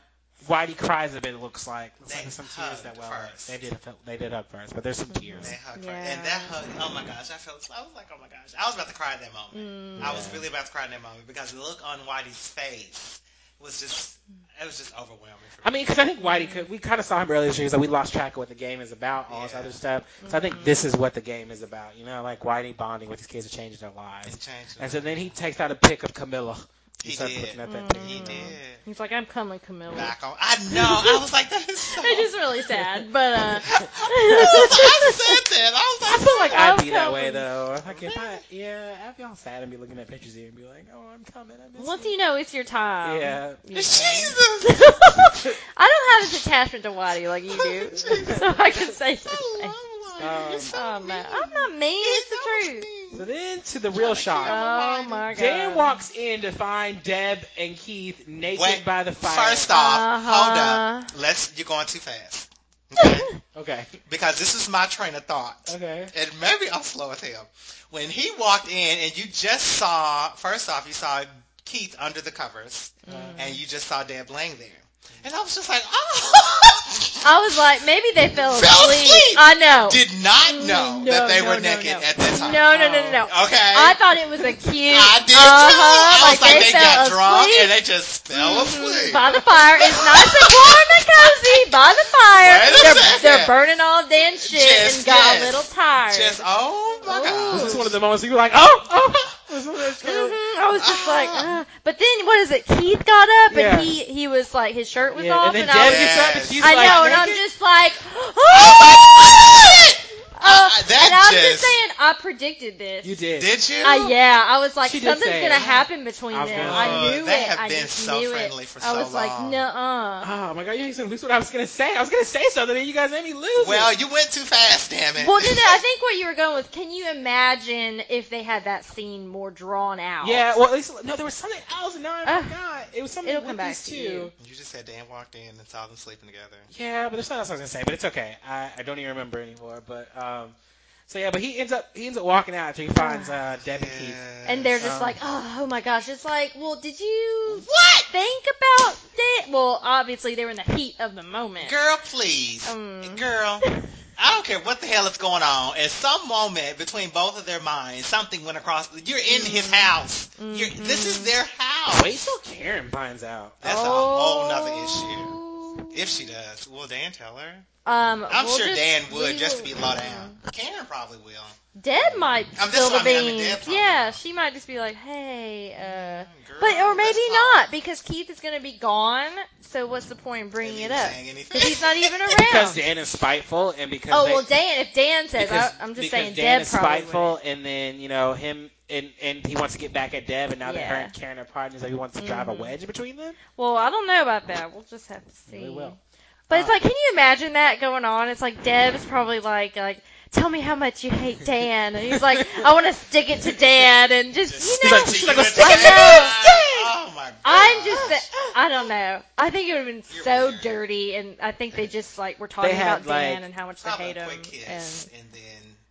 [SPEAKER 2] Whitey cries a bit, it looks like. Looks like
[SPEAKER 1] They
[SPEAKER 2] there's some tears that
[SPEAKER 1] hugged
[SPEAKER 2] well
[SPEAKER 1] first.
[SPEAKER 2] They did, they did up first, but there's some
[SPEAKER 3] Mm-hmm.
[SPEAKER 2] tears.
[SPEAKER 1] They hugged
[SPEAKER 3] Yeah.
[SPEAKER 1] her. And that hug, oh my gosh, I felt, I was like, oh my gosh. I was about to cry at that moment.
[SPEAKER 3] Mm.
[SPEAKER 1] I was
[SPEAKER 2] Mm-hmm. Yeah.
[SPEAKER 1] really about to cry at that moment because the look on Whitey's face was just, it was just overwhelming for me.
[SPEAKER 2] I mean, because I think Whitey could. We kind of saw him earlier this year. He's like, we lost track of what the game is about, all this
[SPEAKER 1] Yeah.
[SPEAKER 2] other stuff. So I think this is what the game is about. You know, like Whitey bonding with these kids and changing their lives.
[SPEAKER 1] It changed.
[SPEAKER 2] And so then he takes out a pic of Camilla.
[SPEAKER 1] He
[SPEAKER 2] starts
[SPEAKER 1] did.
[SPEAKER 2] looking at that
[SPEAKER 3] Mm.
[SPEAKER 1] He
[SPEAKER 2] picture.
[SPEAKER 1] did.
[SPEAKER 3] He's like, I'm coming, Camilla.
[SPEAKER 1] Back on. I know. I was like, that is so.
[SPEAKER 3] It is really sad, but uh,
[SPEAKER 1] I said that. I was
[SPEAKER 2] I
[SPEAKER 1] like,
[SPEAKER 2] feel like
[SPEAKER 3] I'm
[SPEAKER 2] I'd be that way
[SPEAKER 3] coming.
[SPEAKER 2] though. Like if I, yeah, I'd be all sad and be looking at pictures of you and be like, oh, I'm coming. I miss
[SPEAKER 3] once you know it's your time.
[SPEAKER 2] Yeah.
[SPEAKER 3] you know.
[SPEAKER 1] Jesus.
[SPEAKER 3] I don't have an attachment to Whitey like you do, so I can say such things.
[SPEAKER 2] Um,
[SPEAKER 3] Oh man, I'm not mean. It's the truth.
[SPEAKER 2] so then to the real shock.
[SPEAKER 3] Oh my god.
[SPEAKER 2] Dan walks in to find Deb and Keith naked
[SPEAKER 1] Wait,
[SPEAKER 2] by the fire.
[SPEAKER 1] First off, hold
[SPEAKER 3] Uh-huh.
[SPEAKER 1] up. Let's. You're going too fast. Okay?
[SPEAKER 2] Okay.
[SPEAKER 1] because this is my train of thought.
[SPEAKER 2] Okay.
[SPEAKER 1] And maybe I'm slow as hell. When he walked in and you just saw, first off, you saw Keith under the covers
[SPEAKER 3] Mm-hmm.
[SPEAKER 1] and you just saw Deb Lang there. And I was just like, oh,
[SPEAKER 3] I was like, maybe they fell asleep.
[SPEAKER 1] Fell asleep.
[SPEAKER 3] I know.
[SPEAKER 1] did not know
[SPEAKER 3] No,
[SPEAKER 1] that they
[SPEAKER 3] no,
[SPEAKER 1] were
[SPEAKER 3] no,
[SPEAKER 1] naked
[SPEAKER 3] no.
[SPEAKER 1] at that time.
[SPEAKER 3] No, no, no, no, no.
[SPEAKER 1] Okay.
[SPEAKER 3] I thought it was a cute.
[SPEAKER 1] I did
[SPEAKER 3] uh-huh,
[SPEAKER 1] too. I was like, they,
[SPEAKER 3] fell
[SPEAKER 1] got drunk
[SPEAKER 3] asleep
[SPEAKER 1] and they just fell asleep.
[SPEAKER 3] By the fire, it's nice and warm and cozy. By the fire,
[SPEAKER 1] Wait a
[SPEAKER 3] they're,
[SPEAKER 1] second.
[SPEAKER 3] they're burning all damn shit
[SPEAKER 1] Just-
[SPEAKER 3] and got
[SPEAKER 1] yes.
[SPEAKER 3] a little tired.
[SPEAKER 1] Just, oh my
[SPEAKER 3] Ooh.
[SPEAKER 1] God.
[SPEAKER 2] This is one of the moments you were like, oh, oh. This one that's kind of-
[SPEAKER 3] hmm I was just like,
[SPEAKER 1] Ah.
[SPEAKER 3] uh. but then what is it? Keith got up and
[SPEAKER 2] Yeah.
[SPEAKER 3] he he was like his shirt was
[SPEAKER 2] Yeah,
[SPEAKER 3] off,
[SPEAKER 2] and then
[SPEAKER 3] and,
[SPEAKER 2] Deb
[SPEAKER 1] was-
[SPEAKER 2] gets up and
[SPEAKER 1] Yes.
[SPEAKER 2] she's
[SPEAKER 3] I, I
[SPEAKER 2] like,
[SPEAKER 3] know, and I'm
[SPEAKER 2] naked.
[SPEAKER 3] just like,
[SPEAKER 1] Oh my God.
[SPEAKER 3] Uh,
[SPEAKER 1] that
[SPEAKER 3] and I'm
[SPEAKER 1] just-
[SPEAKER 3] just saying, I predicted this.
[SPEAKER 2] You did.
[SPEAKER 1] Did you?
[SPEAKER 3] I, yeah, I was like,
[SPEAKER 2] She did
[SPEAKER 3] something's
[SPEAKER 2] say
[SPEAKER 3] gonna
[SPEAKER 2] it.
[SPEAKER 3] happen between
[SPEAKER 2] I was
[SPEAKER 3] them.
[SPEAKER 2] gonna
[SPEAKER 3] I
[SPEAKER 1] say it.
[SPEAKER 3] knew
[SPEAKER 1] Oh, They
[SPEAKER 3] it.
[SPEAKER 1] have
[SPEAKER 3] I
[SPEAKER 1] been
[SPEAKER 3] just
[SPEAKER 1] so
[SPEAKER 3] knew
[SPEAKER 1] friendly
[SPEAKER 3] it.
[SPEAKER 1] for
[SPEAKER 3] I
[SPEAKER 1] so
[SPEAKER 3] was like,
[SPEAKER 1] long.
[SPEAKER 3] nuh-uh.
[SPEAKER 2] Oh my god, you ain't gonna lose what I was gonna say. I was gonna say something, and you guys made me lose.
[SPEAKER 1] Well,
[SPEAKER 2] it.
[SPEAKER 1] you went too fast, damn it.
[SPEAKER 3] Well, no, no. I think what you were going with. Can you imagine if they had that scene more drawn out?
[SPEAKER 2] yeah. Well, at least no, there was something else. No, I
[SPEAKER 3] Ah.
[SPEAKER 2] forgot. It was something
[SPEAKER 3] It'll
[SPEAKER 2] with
[SPEAKER 3] come back
[SPEAKER 2] these
[SPEAKER 3] to
[SPEAKER 2] two.
[SPEAKER 3] you.
[SPEAKER 1] You just said Dan walked in and saw them sleeping together.
[SPEAKER 2] Yeah, but there's something else I was gonna say, but it's okay. I, I don't even remember anymore. But um, so yeah, but he ends up he ends up walking out after he finds uh Debbie Keith.
[SPEAKER 3] And they're
[SPEAKER 1] uh.
[SPEAKER 3] just
[SPEAKER 2] Um,
[SPEAKER 3] like, oh, oh my gosh. It's like, well, did you
[SPEAKER 1] What?
[SPEAKER 3] think about that? Well, obviously they were in the heat of the moment.
[SPEAKER 1] Girl, please.
[SPEAKER 3] Um.
[SPEAKER 1] Girl. I don't care what the hell is going on. At some moment between both of their minds, something went across. You're in
[SPEAKER 3] Mm-hmm.
[SPEAKER 1] his house. You're, this is their house.
[SPEAKER 2] Oh, Wait till Karen finds out.
[SPEAKER 1] That's a whole nother
[SPEAKER 3] Oh.
[SPEAKER 1] issue. If she does, will Dan tell her?
[SPEAKER 3] um,
[SPEAKER 1] I'm
[SPEAKER 3] we'll
[SPEAKER 1] sure
[SPEAKER 3] just-
[SPEAKER 1] Dan would,
[SPEAKER 3] we
[SPEAKER 1] just to
[SPEAKER 3] will-
[SPEAKER 1] be low down. Karen probably will.
[SPEAKER 3] Deb might
[SPEAKER 1] I'm just-
[SPEAKER 3] spill the
[SPEAKER 1] I mean, I mean,
[SPEAKER 3] beans.
[SPEAKER 1] Deb probably
[SPEAKER 3] yeah,
[SPEAKER 1] will.
[SPEAKER 3] she might just be like, hey, uh,
[SPEAKER 1] Girl,
[SPEAKER 3] but or maybe
[SPEAKER 1] let's talk.
[SPEAKER 3] not because Keith is gonna be gone. So what's the point in bringing
[SPEAKER 1] Have
[SPEAKER 3] it
[SPEAKER 1] you
[SPEAKER 3] up?
[SPEAKER 1] sang anything?
[SPEAKER 3] Because he's not even around.
[SPEAKER 2] Because Dan is spiteful, and because
[SPEAKER 3] oh
[SPEAKER 2] they-
[SPEAKER 3] well, Dan. If Dan says,
[SPEAKER 2] because,
[SPEAKER 3] I, I'm just
[SPEAKER 2] because
[SPEAKER 3] saying,
[SPEAKER 2] Dan
[SPEAKER 3] Deb
[SPEAKER 2] is
[SPEAKER 3] probably.
[SPEAKER 2] spiteful, and then you know him, and and he wants to get back at Deb, and now that her
[SPEAKER 3] Yeah.
[SPEAKER 2] and Karen are partners, like he wants to drive a
[SPEAKER 3] Mhm.
[SPEAKER 2] wedge between them.
[SPEAKER 3] would. Well, I don't know about that. We'll just have to see.
[SPEAKER 2] Really well.
[SPEAKER 3] But it's
[SPEAKER 2] Uh,
[SPEAKER 3] like, can you imagine that going on? It's like Deb's probably like, like, tell me how much you hate Dan, and he's like, I want to stick it to Dan, and just,
[SPEAKER 1] Just
[SPEAKER 3] you
[SPEAKER 1] stick
[SPEAKER 3] know,
[SPEAKER 1] to
[SPEAKER 2] she's
[SPEAKER 1] you
[SPEAKER 2] like, "Let's
[SPEAKER 1] and
[SPEAKER 3] stick it
[SPEAKER 1] Dan."
[SPEAKER 3] out.
[SPEAKER 1] Oh my god.
[SPEAKER 3] I'm just, sa- I don't know. I think it would have been
[SPEAKER 1] You're
[SPEAKER 3] so
[SPEAKER 1] weird.
[SPEAKER 3] dirty, and I think they just like were talking
[SPEAKER 2] They had,
[SPEAKER 3] about Dan
[SPEAKER 2] like,
[SPEAKER 3] and how much they
[SPEAKER 1] Probably
[SPEAKER 3] hate
[SPEAKER 1] a
[SPEAKER 3] him.
[SPEAKER 1] quick kiss, and, then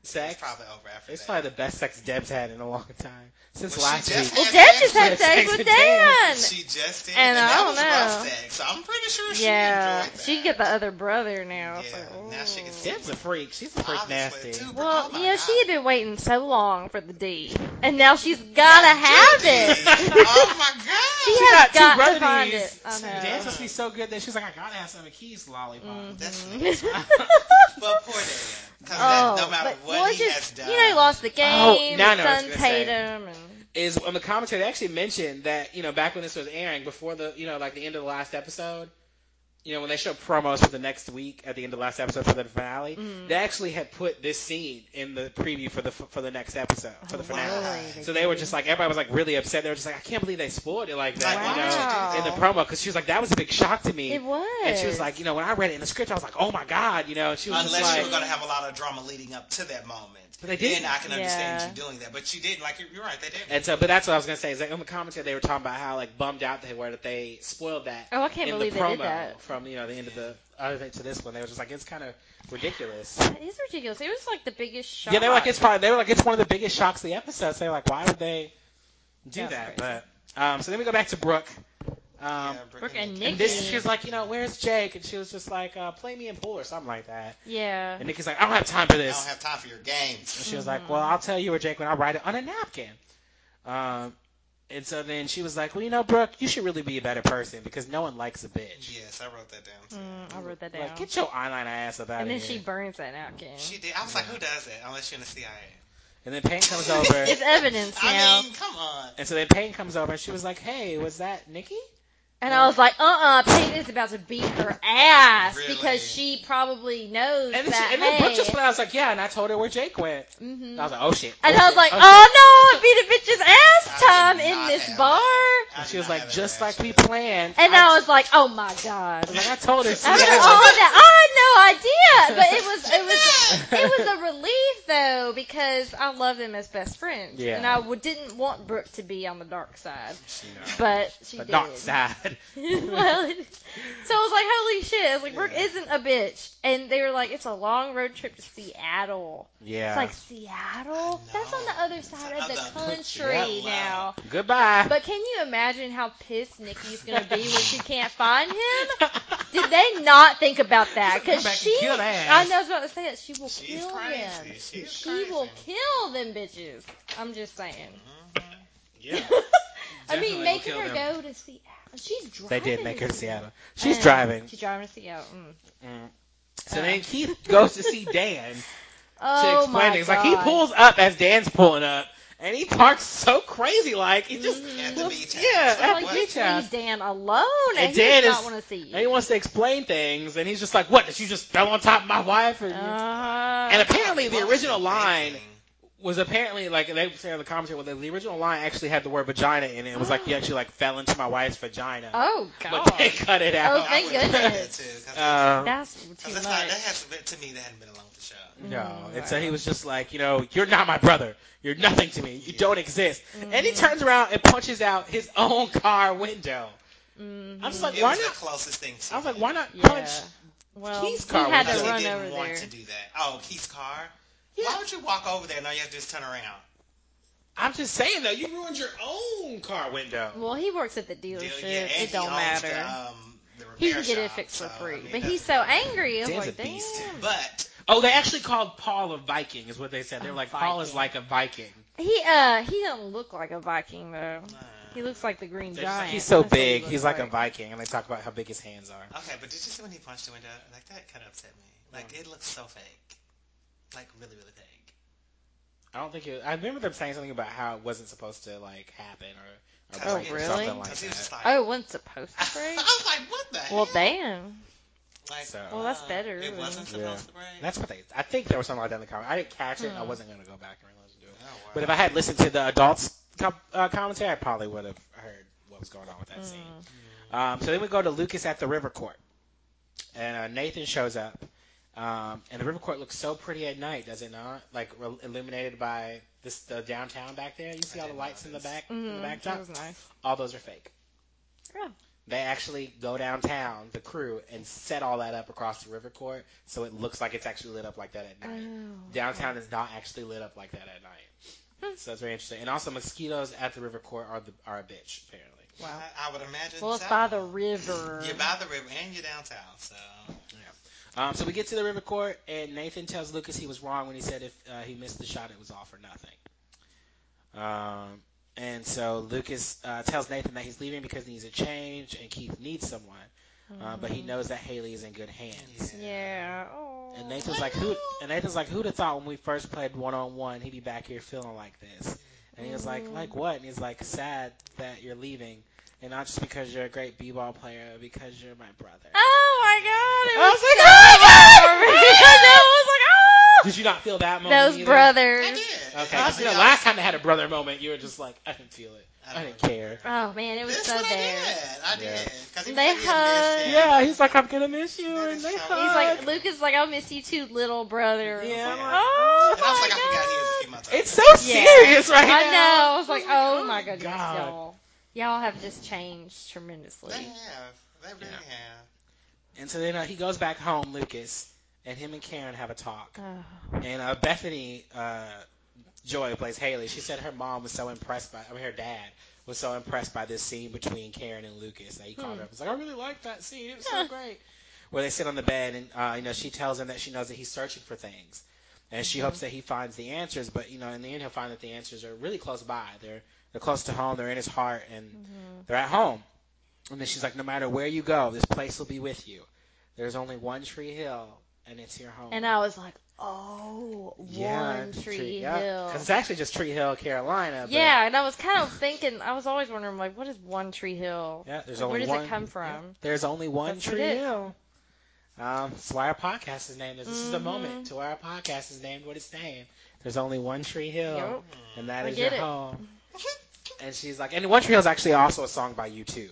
[SPEAKER 2] Sex?
[SPEAKER 1] It's probably over after
[SPEAKER 2] It's
[SPEAKER 1] that.
[SPEAKER 2] probably the best sex Deb's had in a long time since
[SPEAKER 1] Well, she
[SPEAKER 2] last
[SPEAKER 1] just
[SPEAKER 2] week.
[SPEAKER 3] And well,
[SPEAKER 1] had
[SPEAKER 3] Deb
[SPEAKER 1] sex
[SPEAKER 3] just had
[SPEAKER 2] with-
[SPEAKER 3] sex
[SPEAKER 2] sex
[SPEAKER 3] with
[SPEAKER 2] with Dan.
[SPEAKER 3] Dan.
[SPEAKER 1] She just did,
[SPEAKER 3] And
[SPEAKER 1] and,
[SPEAKER 3] I
[SPEAKER 1] that
[SPEAKER 3] don't
[SPEAKER 1] was rough
[SPEAKER 3] know.
[SPEAKER 1] sex. So I'm pretty sure she
[SPEAKER 3] Yeah,
[SPEAKER 1] enjoyed that.
[SPEAKER 3] she can get the other brother now. It's
[SPEAKER 1] Yeah,
[SPEAKER 3] like,
[SPEAKER 1] now she can
[SPEAKER 3] ooh.
[SPEAKER 1] sit
[SPEAKER 2] Deb's a freak. She's a freak
[SPEAKER 1] Obviously,
[SPEAKER 2] nasty.
[SPEAKER 1] too, but
[SPEAKER 3] Well,
[SPEAKER 1] oh my
[SPEAKER 3] yeah, she
[SPEAKER 1] God.
[SPEAKER 3] had been waiting so long for the D, and now she's gotta have it.
[SPEAKER 1] oh my god.
[SPEAKER 3] She
[SPEAKER 2] She
[SPEAKER 3] has
[SPEAKER 2] got two
[SPEAKER 3] got
[SPEAKER 2] brother
[SPEAKER 3] to find
[SPEAKER 2] Ds.
[SPEAKER 3] it. I
[SPEAKER 2] Dan's
[SPEAKER 3] know.
[SPEAKER 2] supposed to be so good that she's like, I gotta have some of Keith's lollipop.
[SPEAKER 1] That's
[SPEAKER 3] Mhm.
[SPEAKER 1] Well, poor Dan. 'Cause
[SPEAKER 3] oh,
[SPEAKER 1] that- no matter what
[SPEAKER 3] but, well,
[SPEAKER 1] he
[SPEAKER 3] it's just,
[SPEAKER 1] has done,
[SPEAKER 3] you know, he lost the
[SPEAKER 2] Oh,
[SPEAKER 3] game.
[SPEAKER 2] now I
[SPEAKER 3] Oh,
[SPEAKER 2] know what I was
[SPEAKER 3] son
[SPEAKER 2] gonna say.
[SPEAKER 3] Tatum, and
[SPEAKER 2] is on the commentary they actually mentioned that you know back when this was airing before the you know like the end of the last episode you know when they show promos for the next week at the end of the last episode for the finale
[SPEAKER 3] Mhm.
[SPEAKER 2] they actually had put this scene in the preview for the for the next episode for the
[SPEAKER 3] Oh,
[SPEAKER 2] finale
[SPEAKER 3] really?
[SPEAKER 2] so they were just like everybody was like really upset they were just like i can't believe they spoiled it like that
[SPEAKER 3] Wow.
[SPEAKER 2] you know in the promo because she was like that was a big shock to me
[SPEAKER 3] it was.
[SPEAKER 2] and she was like you know when i read it in the script i was like oh my god you know and she was
[SPEAKER 1] unless
[SPEAKER 2] just
[SPEAKER 1] you
[SPEAKER 2] like
[SPEAKER 1] were going to have a lot of drama leading up to that moment,
[SPEAKER 2] but they
[SPEAKER 1] then
[SPEAKER 2] didn't
[SPEAKER 1] I can understand
[SPEAKER 3] Yeah.
[SPEAKER 1] you doing that. But you didn't. Like you're, you're right, they didn't.
[SPEAKER 2] and so, but that's what I was gonna say. Is like on the commentary they were talking about how like bummed out they were that they spoiled that
[SPEAKER 3] oh, I can't
[SPEAKER 2] in
[SPEAKER 3] believe
[SPEAKER 2] the
[SPEAKER 3] they
[SPEAKER 2] promo
[SPEAKER 3] did that.
[SPEAKER 2] from you know the end of the other thing to this one. They were just like it's kind of ridiculous.
[SPEAKER 3] It is ridiculous. It was like the biggest shock.
[SPEAKER 2] Yeah, they were like it's probably they were like it's one of the biggest shocks of the episode. So they were like why would they do
[SPEAKER 3] That's
[SPEAKER 2] that?
[SPEAKER 3] crazy.
[SPEAKER 2] But um, so then we go back to Brooke. Um,
[SPEAKER 1] Yeah, Brooke
[SPEAKER 3] Brooke
[SPEAKER 1] and
[SPEAKER 3] and
[SPEAKER 1] Nikki.
[SPEAKER 2] and this
[SPEAKER 3] Nikki.
[SPEAKER 2] she was like you know where's Jake and she was just like uh, play me in pool or something like that.
[SPEAKER 3] yeah.
[SPEAKER 2] And Nikki's like I don't have time for
[SPEAKER 1] I
[SPEAKER 2] this.
[SPEAKER 1] don't have time for your
[SPEAKER 2] And
[SPEAKER 1] games.
[SPEAKER 2] she was like, "Well, I'll tell you or Jake when I write it on a napkin." Um, and so then she was like, "Well, you know, Brooke, you should really be a better person because no one likes a bitch."
[SPEAKER 1] Yes, I wrote that down. Too.
[SPEAKER 3] Mm, I wrote that down.
[SPEAKER 2] Like, get your eyeliner ass up out
[SPEAKER 3] and
[SPEAKER 2] of
[SPEAKER 3] then
[SPEAKER 2] here.
[SPEAKER 3] she burns that napkin.
[SPEAKER 1] She did. I was like, who does that? Unless you're in the CIA.
[SPEAKER 2] And then Payne comes over,
[SPEAKER 3] It's evidence now.
[SPEAKER 1] I mean, come on.
[SPEAKER 2] and so then Payne comes over, and she was like, "Hey, was that Nikki?"
[SPEAKER 3] And I was like, uh uh Peyton is about to beat her ass
[SPEAKER 1] Really?
[SPEAKER 3] because she probably
[SPEAKER 2] And
[SPEAKER 3] knows
[SPEAKER 2] then,
[SPEAKER 3] that.
[SPEAKER 2] she, and then
[SPEAKER 3] hey,
[SPEAKER 2] Brooke just went. I was like, "Yeah," and I told her where Jake went.
[SPEAKER 3] Mhm.
[SPEAKER 2] And I was like, "Oh shit!"
[SPEAKER 3] And
[SPEAKER 2] oh,
[SPEAKER 3] I was
[SPEAKER 2] shit,
[SPEAKER 3] like,
[SPEAKER 2] oh, shit."
[SPEAKER 3] oh no, beat a bitch's ass
[SPEAKER 1] I
[SPEAKER 3] time
[SPEAKER 1] did
[SPEAKER 3] in
[SPEAKER 1] not
[SPEAKER 3] this
[SPEAKER 1] have
[SPEAKER 3] bar.
[SPEAKER 1] that. I
[SPEAKER 2] And
[SPEAKER 1] did
[SPEAKER 2] she was
[SPEAKER 1] not
[SPEAKER 2] like,
[SPEAKER 1] have
[SPEAKER 2] "Just
[SPEAKER 1] that
[SPEAKER 2] like we
[SPEAKER 1] reaction.
[SPEAKER 2] planned."
[SPEAKER 3] And
[SPEAKER 2] I,
[SPEAKER 3] I was like, oh my god.
[SPEAKER 2] like, I told her. see
[SPEAKER 3] After all
[SPEAKER 2] ya.
[SPEAKER 3] that, I had no idea, but it was it was it was a relief though because I love them as best friends,
[SPEAKER 2] Yeah.
[SPEAKER 3] and I w- didn't want Brooke to be on the dark side,
[SPEAKER 2] No.
[SPEAKER 3] but "Oh." she
[SPEAKER 2] The
[SPEAKER 3] did.
[SPEAKER 2] dark side.
[SPEAKER 3] well, it- so I was like, holy shit! I was like, Brooke
[SPEAKER 2] Yeah.
[SPEAKER 3] isn't a bitch, and they were like, it's a long road trip to Seattle.
[SPEAKER 2] Yeah.
[SPEAKER 3] It's like Seattle.
[SPEAKER 1] I
[SPEAKER 3] That's on
[SPEAKER 1] know.
[SPEAKER 3] the other side of
[SPEAKER 1] It's
[SPEAKER 3] the
[SPEAKER 1] other-
[SPEAKER 3] country
[SPEAKER 1] Yeah.
[SPEAKER 3] now.
[SPEAKER 2] Goodbye.
[SPEAKER 3] But can you imagine how pissed Nikki's gonna be when she can't find him? Did they not think about that?
[SPEAKER 2] She's gonna come
[SPEAKER 3] Because
[SPEAKER 2] back and
[SPEAKER 3] she,
[SPEAKER 2] kill their
[SPEAKER 3] I
[SPEAKER 2] ass.
[SPEAKER 3] know I was about to say that she will
[SPEAKER 1] She's
[SPEAKER 3] kill them.
[SPEAKER 1] crazy. She's
[SPEAKER 3] She
[SPEAKER 1] crazy.
[SPEAKER 3] will kill them bitches. I'm just saying.
[SPEAKER 8] Mm-hmm.
[SPEAKER 2] yeah.
[SPEAKER 3] I
[SPEAKER 2] Definitely
[SPEAKER 3] mean,
[SPEAKER 2] will
[SPEAKER 3] making
[SPEAKER 2] kill
[SPEAKER 3] her
[SPEAKER 2] them.
[SPEAKER 3] go to Seattle. She's driving.
[SPEAKER 2] They did make her to
[SPEAKER 3] to
[SPEAKER 2] Seattle. She's
[SPEAKER 3] Uh,
[SPEAKER 2] driving.
[SPEAKER 3] She's driving to Seattle. Mm.
[SPEAKER 2] Mm. So
[SPEAKER 3] Uh.
[SPEAKER 2] then Keith goes to see Dan to
[SPEAKER 3] Oh
[SPEAKER 2] explain
[SPEAKER 3] my
[SPEAKER 2] things.
[SPEAKER 3] god!
[SPEAKER 2] Like he pulls up as Dan's pulling up, and he parks so crazy, like he just
[SPEAKER 3] Mm-hmm.
[SPEAKER 1] At the beach house.
[SPEAKER 2] yeah,
[SPEAKER 1] Like,
[SPEAKER 2] at
[SPEAKER 3] Like
[SPEAKER 2] the
[SPEAKER 1] what?
[SPEAKER 3] you
[SPEAKER 2] beach
[SPEAKER 3] see
[SPEAKER 2] house.
[SPEAKER 3] Dan alone, and,
[SPEAKER 2] And
[SPEAKER 3] he
[SPEAKER 2] Dan
[SPEAKER 3] does
[SPEAKER 2] is-
[SPEAKER 3] not want to see you.
[SPEAKER 2] And he wants to explain things, and he's just like, "What? Did you just fell on top of my wife?" Or you-"
[SPEAKER 3] Uh-huh.
[SPEAKER 2] and apparently, the
[SPEAKER 1] What was
[SPEAKER 2] original
[SPEAKER 1] he
[SPEAKER 2] line
[SPEAKER 1] thinking?
[SPEAKER 2] was apparently like they say on the commentary, well, the, the original line actually had the word vagina in it. It was like he actually like fell into my wife's vagina,
[SPEAKER 3] Oh God.
[SPEAKER 2] but they cut it out.
[SPEAKER 3] Oh, thank
[SPEAKER 8] I wouldn't have done
[SPEAKER 3] goodness.
[SPEAKER 8] that, too, 'cause
[SPEAKER 2] Um,
[SPEAKER 3] That's
[SPEAKER 8] Cause
[SPEAKER 3] too much.
[SPEAKER 8] that's not, that has been, to me, that hadn't been along with the show.
[SPEAKER 2] No.
[SPEAKER 3] Mm,
[SPEAKER 2] And so he was just like, you know, you're not my brother. You're nothing to me. You don't exist. And he
[SPEAKER 3] Mm.
[SPEAKER 2] turns around and punches out his own car window.
[SPEAKER 3] Mhm.
[SPEAKER 2] I'm just like,
[SPEAKER 8] It
[SPEAKER 2] why
[SPEAKER 8] was
[SPEAKER 2] not?
[SPEAKER 8] the closest thing to
[SPEAKER 2] I was like, why not
[SPEAKER 3] Yeah.
[SPEAKER 2] punch?
[SPEAKER 3] Well,
[SPEAKER 2] Keith's
[SPEAKER 3] he
[SPEAKER 2] car
[SPEAKER 3] had
[SPEAKER 2] was
[SPEAKER 3] to
[SPEAKER 8] Because
[SPEAKER 3] run
[SPEAKER 8] he didn't
[SPEAKER 3] over
[SPEAKER 8] want
[SPEAKER 3] there.
[SPEAKER 8] to do that. Oh, Keith's car? Why
[SPEAKER 2] Yeah.
[SPEAKER 8] would you walk over there and all you have to do is turn around?
[SPEAKER 2] I'm just saying though, you ruined your own car window.
[SPEAKER 3] Well, he works at the
[SPEAKER 8] Deal-
[SPEAKER 3] dealership.
[SPEAKER 8] yeah, and he
[SPEAKER 3] it don't
[SPEAKER 8] owns
[SPEAKER 3] matter.
[SPEAKER 8] the, um, the
[SPEAKER 3] he
[SPEAKER 8] repair
[SPEAKER 3] can get it
[SPEAKER 8] shop,
[SPEAKER 3] fixed for
[SPEAKER 8] so, I
[SPEAKER 3] free.
[SPEAKER 8] mean,
[SPEAKER 3] but
[SPEAKER 8] that's-
[SPEAKER 3] he's so angry. I was
[SPEAKER 2] Dan's
[SPEAKER 3] like,
[SPEAKER 2] a beast.
[SPEAKER 3] damn.
[SPEAKER 8] But
[SPEAKER 2] Oh, they actually called Paul a Viking, is what they said. They were like, Paul is
[SPEAKER 9] Viking.
[SPEAKER 2] like a Viking.
[SPEAKER 3] He uh he doesn't look like a Viking though.
[SPEAKER 8] uh,
[SPEAKER 3] He looks like the Green
[SPEAKER 2] They're just like,
[SPEAKER 3] Giant.
[SPEAKER 2] he's so
[SPEAKER 3] That's what he
[SPEAKER 2] big,
[SPEAKER 3] looks
[SPEAKER 2] he's like a Viking, and they talk about how big his hands are.
[SPEAKER 8] Okay, but did you see when he punched the window? Like that kind of upset me. Like it looks so fake, like really, really fake.
[SPEAKER 2] I don't think it. I remember them saying something about how it wasn't supposed to like happen or, or
[SPEAKER 8] Oh,
[SPEAKER 2] break or
[SPEAKER 3] really?
[SPEAKER 2] something like
[SPEAKER 8] Cause he was
[SPEAKER 2] that.
[SPEAKER 8] just like,
[SPEAKER 3] Oh, it wasn't supposed to
[SPEAKER 8] I
[SPEAKER 3] break.
[SPEAKER 8] was like, what the?
[SPEAKER 3] well,
[SPEAKER 8] heck?
[SPEAKER 3] damn.
[SPEAKER 8] Like,
[SPEAKER 2] So-
[SPEAKER 3] Well, that's
[SPEAKER 8] uh,
[SPEAKER 3] better,
[SPEAKER 8] It
[SPEAKER 3] really.
[SPEAKER 8] wasn't supposed
[SPEAKER 2] Yeah.
[SPEAKER 8] to break.
[SPEAKER 2] That's what they. I think there was something like that in the comment. I didn't catch it, and I
[SPEAKER 3] Hmm.
[SPEAKER 2] wasn't going to go back and listen to it.
[SPEAKER 8] oh, wow.
[SPEAKER 2] But if I had listened to the adults com- uh, commentary, I probably would have heard what was going on with that scene.
[SPEAKER 3] Mm.
[SPEAKER 2] Um, so then we go to Lucas at the River Court, and uh, Nathan shows up, um, and the River Court looks so pretty at night, does it not? Like re- illuminated by this the downtown back there. You see all the
[SPEAKER 8] did
[SPEAKER 2] lights in the
[SPEAKER 8] notice.
[SPEAKER 2] back, in
[SPEAKER 3] Mm,
[SPEAKER 2] the
[SPEAKER 3] that
[SPEAKER 2] backdrop.
[SPEAKER 3] was nice.
[SPEAKER 2] All those are fake.
[SPEAKER 3] Yeah.
[SPEAKER 2] They actually go downtown, the crew, and set all that up across the river court, so it looks like it's actually lit up like that at
[SPEAKER 3] Oh,
[SPEAKER 2] night downtown is not actually lit up like that at night. So that's very interesting. And also, mosquitoes at the river court are the, are a bitch apparently.
[SPEAKER 3] wow.
[SPEAKER 8] I, I would imagine.
[SPEAKER 3] Well, it's
[SPEAKER 8] so.
[SPEAKER 3] by the river.
[SPEAKER 8] You're by the river and you're downtown, so
[SPEAKER 2] Um, so we get to the river court, and Nathan tells Lucas he was wrong when he said if uh, he missed the shot, it was all for nothing. Um, and so Lucas uh, tells Nathan that he's leaving because he needs a change, and Keith needs someone, uh, but he knows that Haley is in good hands.
[SPEAKER 3] Yeah. Oh.
[SPEAKER 2] And Nathan's like, who? And Nathan's like, who'd have thought when we first played one on one, he'd be back here feeling like this? And he was like,
[SPEAKER 3] Mm-hmm.
[SPEAKER 2] like what? And he's like, sad that you're leaving, and not just because you're a great b-ball player, but because you're my brother.
[SPEAKER 3] Oh my god. It
[SPEAKER 2] I
[SPEAKER 3] was,
[SPEAKER 2] was like, oh my God!
[SPEAKER 3] I
[SPEAKER 2] Did you not feel that
[SPEAKER 3] know,
[SPEAKER 2] moment?
[SPEAKER 3] Those
[SPEAKER 2] either?
[SPEAKER 8] I
[SPEAKER 3] brothers.
[SPEAKER 8] did.
[SPEAKER 2] Okay,
[SPEAKER 8] I
[SPEAKER 2] 'cause the last time they had a brother moment, you were just like, I didn't feel it.
[SPEAKER 8] I
[SPEAKER 2] I
[SPEAKER 8] don't
[SPEAKER 2] didn't care.
[SPEAKER 3] Oh man, it was
[SPEAKER 8] That's
[SPEAKER 3] so
[SPEAKER 8] what
[SPEAKER 3] bad.
[SPEAKER 8] I did. I
[SPEAKER 2] Yeah.
[SPEAKER 8] did. 'Cause he was
[SPEAKER 3] They
[SPEAKER 8] like, yeah,
[SPEAKER 3] hugged.
[SPEAKER 8] miss him.
[SPEAKER 2] Yeah, he's like, I'm gonna miss you,
[SPEAKER 8] That
[SPEAKER 2] and
[SPEAKER 8] is
[SPEAKER 2] they
[SPEAKER 8] so-
[SPEAKER 2] hug.
[SPEAKER 8] He's
[SPEAKER 3] He's like, Lucas, like, I'll miss you too, little brother.
[SPEAKER 2] yeah. I'm
[SPEAKER 8] Yeah.
[SPEAKER 2] like,
[SPEAKER 3] Oh,
[SPEAKER 8] And I was like,
[SPEAKER 3] my
[SPEAKER 8] I forgot he was a few months old.
[SPEAKER 2] it's so
[SPEAKER 3] Yeah.
[SPEAKER 2] serious right
[SPEAKER 3] "Oh." I
[SPEAKER 2] now.
[SPEAKER 3] know. I was like, oh my goodness,
[SPEAKER 2] God.
[SPEAKER 3] y'all. Y'all have just changed tremendously.
[SPEAKER 8] They have. They really have.
[SPEAKER 2] And so then uh, he goes back home, Lucas, and him and Karen have a talk.
[SPEAKER 3] Oh.
[SPEAKER 2] And uh, Bethany uh, Joy who plays Haley. She said her mom was so impressed by, I mean, her dad was so impressed by this scene between Karen and Lucas that he called her up. He's like, I really liked that scene. It was so great. Where they sit on the bed, and uh, you know, she tells him that she knows that he's searching for things, and she hopes that he finds the answers. But you know, in the end, he'll find that the answers are really close by. They're they're close to home. They're in his heart, and they're at home. And then she's like, no matter where you go, this place will be with you. There's only one Tree Hill, and it's your home.
[SPEAKER 3] And I was like, oh, one
[SPEAKER 2] it's
[SPEAKER 3] tree,
[SPEAKER 2] yeah.
[SPEAKER 3] hill.
[SPEAKER 2] 'Cause it's actually just Tree Hill, Carolina. but-
[SPEAKER 3] Yeah, and I was kind of thinking, I was always wondering, like, what is one tree hill?
[SPEAKER 2] yeah. There's
[SPEAKER 3] Like,
[SPEAKER 2] only
[SPEAKER 3] where does
[SPEAKER 2] one.
[SPEAKER 3] it come from?
[SPEAKER 2] There's only one
[SPEAKER 3] That's what
[SPEAKER 2] Tree
[SPEAKER 3] it-
[SPEAKER 2] Hill. Um, that's why our podcast is named. This This is
[SPEAKER 3] Mm-hmm.
[SPEAKER 2] the moment to why our podcast is named what it's named. There's only one Tree Hill,
[SPEAKER 3] Yup.
[SPEAKER 2] and that
[SPEAKER 3] I
[SPEAKER 2] is your
[SPEAKER 3] get it.
[SPEAKER 2] home. And she's like, and One Tree Hill is actually also a song by you too.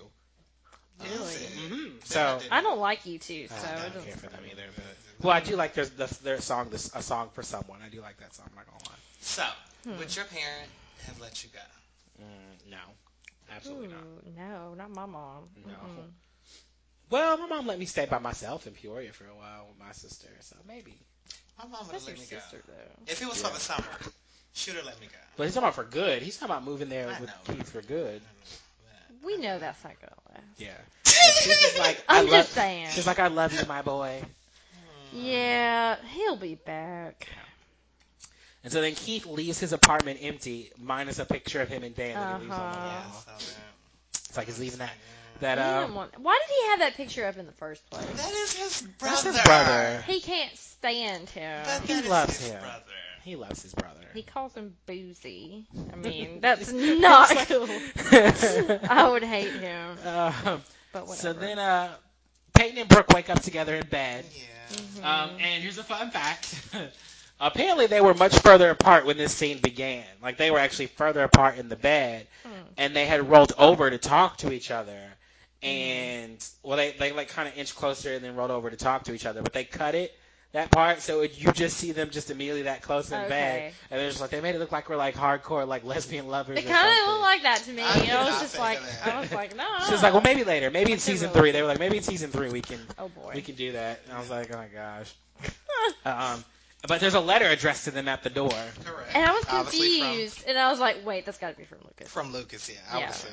[SPEAKER 8] Is
[SPEAKER 3] Really?
[SPEAKER 8] it?
[SPEAKER 2] Mm-hmm. So
[SPEAKER 8] didn't.
[SPEAKER 3] I don't like you two, so
[SPEAKER 2] uh,
[SPEAKER 3] it
[SPEAKER 2] I don't
[SPEAKER 3] doesn't-
[SPEAKER 2] care for them either.
[SPEAKER 3] Mm-hmm.
[SPEAKER 2] But well, I do like there's the, there's a song this a song for someone. I do like that song. I'm not gonna lie.
[SPEAKER 8] So,
[SPEAKER 3] Hmm.
[SPEAKER 8] would your parent have let you go?
[SPEAKER 2] Mm, no, absolutely not.
[SPEAKER 3] Ooh, no, not my mom.
[SPEAKER 2] No.
[SPEAKER 3] Mm-mm.
[SPEAKER 2] Well, my mom let me stay by myself in Peoria for a while with my sister, so maybe.
[SPEAKER 8] My mom would have
[SPEAKER 3] That's your
[SPEAKER 8] let me go.
[SPEAKER 3] sister, though.
[SPEAKER 8] If it was
[SPEAKER 2] Yeah.
[SPEAKER 8] for the summer, she'd have let me go.
[SPEAKER 2] But he's talking about for good. He's talking about moving there
[SPEAKER 8] I
[SPEAKER 2] with
[SPEAKER 8] know.
[SPEAKER 2] Keith for good.
[SPEAKER 3] We know that's not gonna last.
[SPEAKER 2] Yeah. And she's just like, I
[SPEAKER 3] I'm
[SPEAKER 2] love.
[SPEAKER 3] just saying.
[SPEAKER 2] She's like, I love you, my boy.
[SPEAKER 3] yeah, he'll be back.
[SPEAKER 2] And so then Keith leaves his apartment empty, minus a picture of him and Dan that he leaves on the
[SPEAKER 3] Uh-huh.
[SPEAKER 2] wall.
[SPEAKER 8] Yeah, so that-
[SPEAKER 2] It's like he's leaving that that
[SPEAKER 3] He
[SPEAKER 2] uh.
[SPEAKER 3] didn't want- why did he have that picture up in the first place?
[SPEAKER 8] That is his brother.
[SPEAKER 2] That's his brother.
[SPEAKER 3] He can't stand him.
[SPEAKER 8] That-
[SPEAKER 2] He
[SPEAKER 8] that is
[SPEAKER 2] loves
[SPEAKER 8] his
[SPEAKER 2] him.
[SPEAKER 8] brother.
[SPEAKER 2] He loves his brother.
[SPEAKER 3] He calls him boozy. I mean, that's not cool. I would hate him,
[SPEAKER 2] um,
[SPEAKER 3] but whatever.
[SPEAKER 2] so then uh, Peyton and Brooke wake up together in bed.
[SPEAKER 3] Mm.
[SPEAKER 8] Yeah.
[SPEAKER 2] Um, and here's a fun fact. Apparently, they were much further apart when this scene began. Like they were actually further apart in the bed,
[SPEAKER 3] Hmm.
[SPEAKER 2] and they had rolled over to talk to each other. And well, they they like kind of inched closer and then rolled over to talk to each other, but they cut it that part, so it, you just see them just immediately that close in bed,
[SPEAKER 3] Okay.
[SPEAKER 2] and they're just like they made it look like we're like hardcore like lesbian lovers.
[SPEAKER 3] It
[SPEAKER 2] or
[SPEAKER 3] kind of
[SPEAKER 2] something.
[SPEAKER 3] looked like that to me.
[SPEAKER 1] I
[SPEAKER 3] I,
[SPEAKER 1] did
[SPEAKER 3] was
[SPEAKER 1] not
[SPEAKER 3] just
[SPEAKER 1] think
[SPEAKER 3] like,
[SPEAKER 1] of that.
[SPEAKER 3] I was like, no.
[SPEAKER 2] She was like, well, maybe later, maybe in
[SPEAKER 3] What's it
[SPEAKER 2] season
[SPEAKER 3] really?
[SPEAKER 2] three. They were like, maybe in season three we can
[SPEAKER 3] oh
[SPEAKER 2] we
[SPEAKER 3] boy.
[SPEAKER 2] can do that. And I was like, oh my gosh. Um, but there's a letter addressed to them at the door.
[SPEAKER 1] Correct.
[SPEAKER 3] And I was
[SPEAKER 1] Obviously from-
[SPEAKER 3] confused, and I was like, wait, that's got to be from Lucas,
[SPEAKER 1] From Lucas, yeah, I
[SPEAKER 3] Yeah.
[SPEAKER 1] would assume.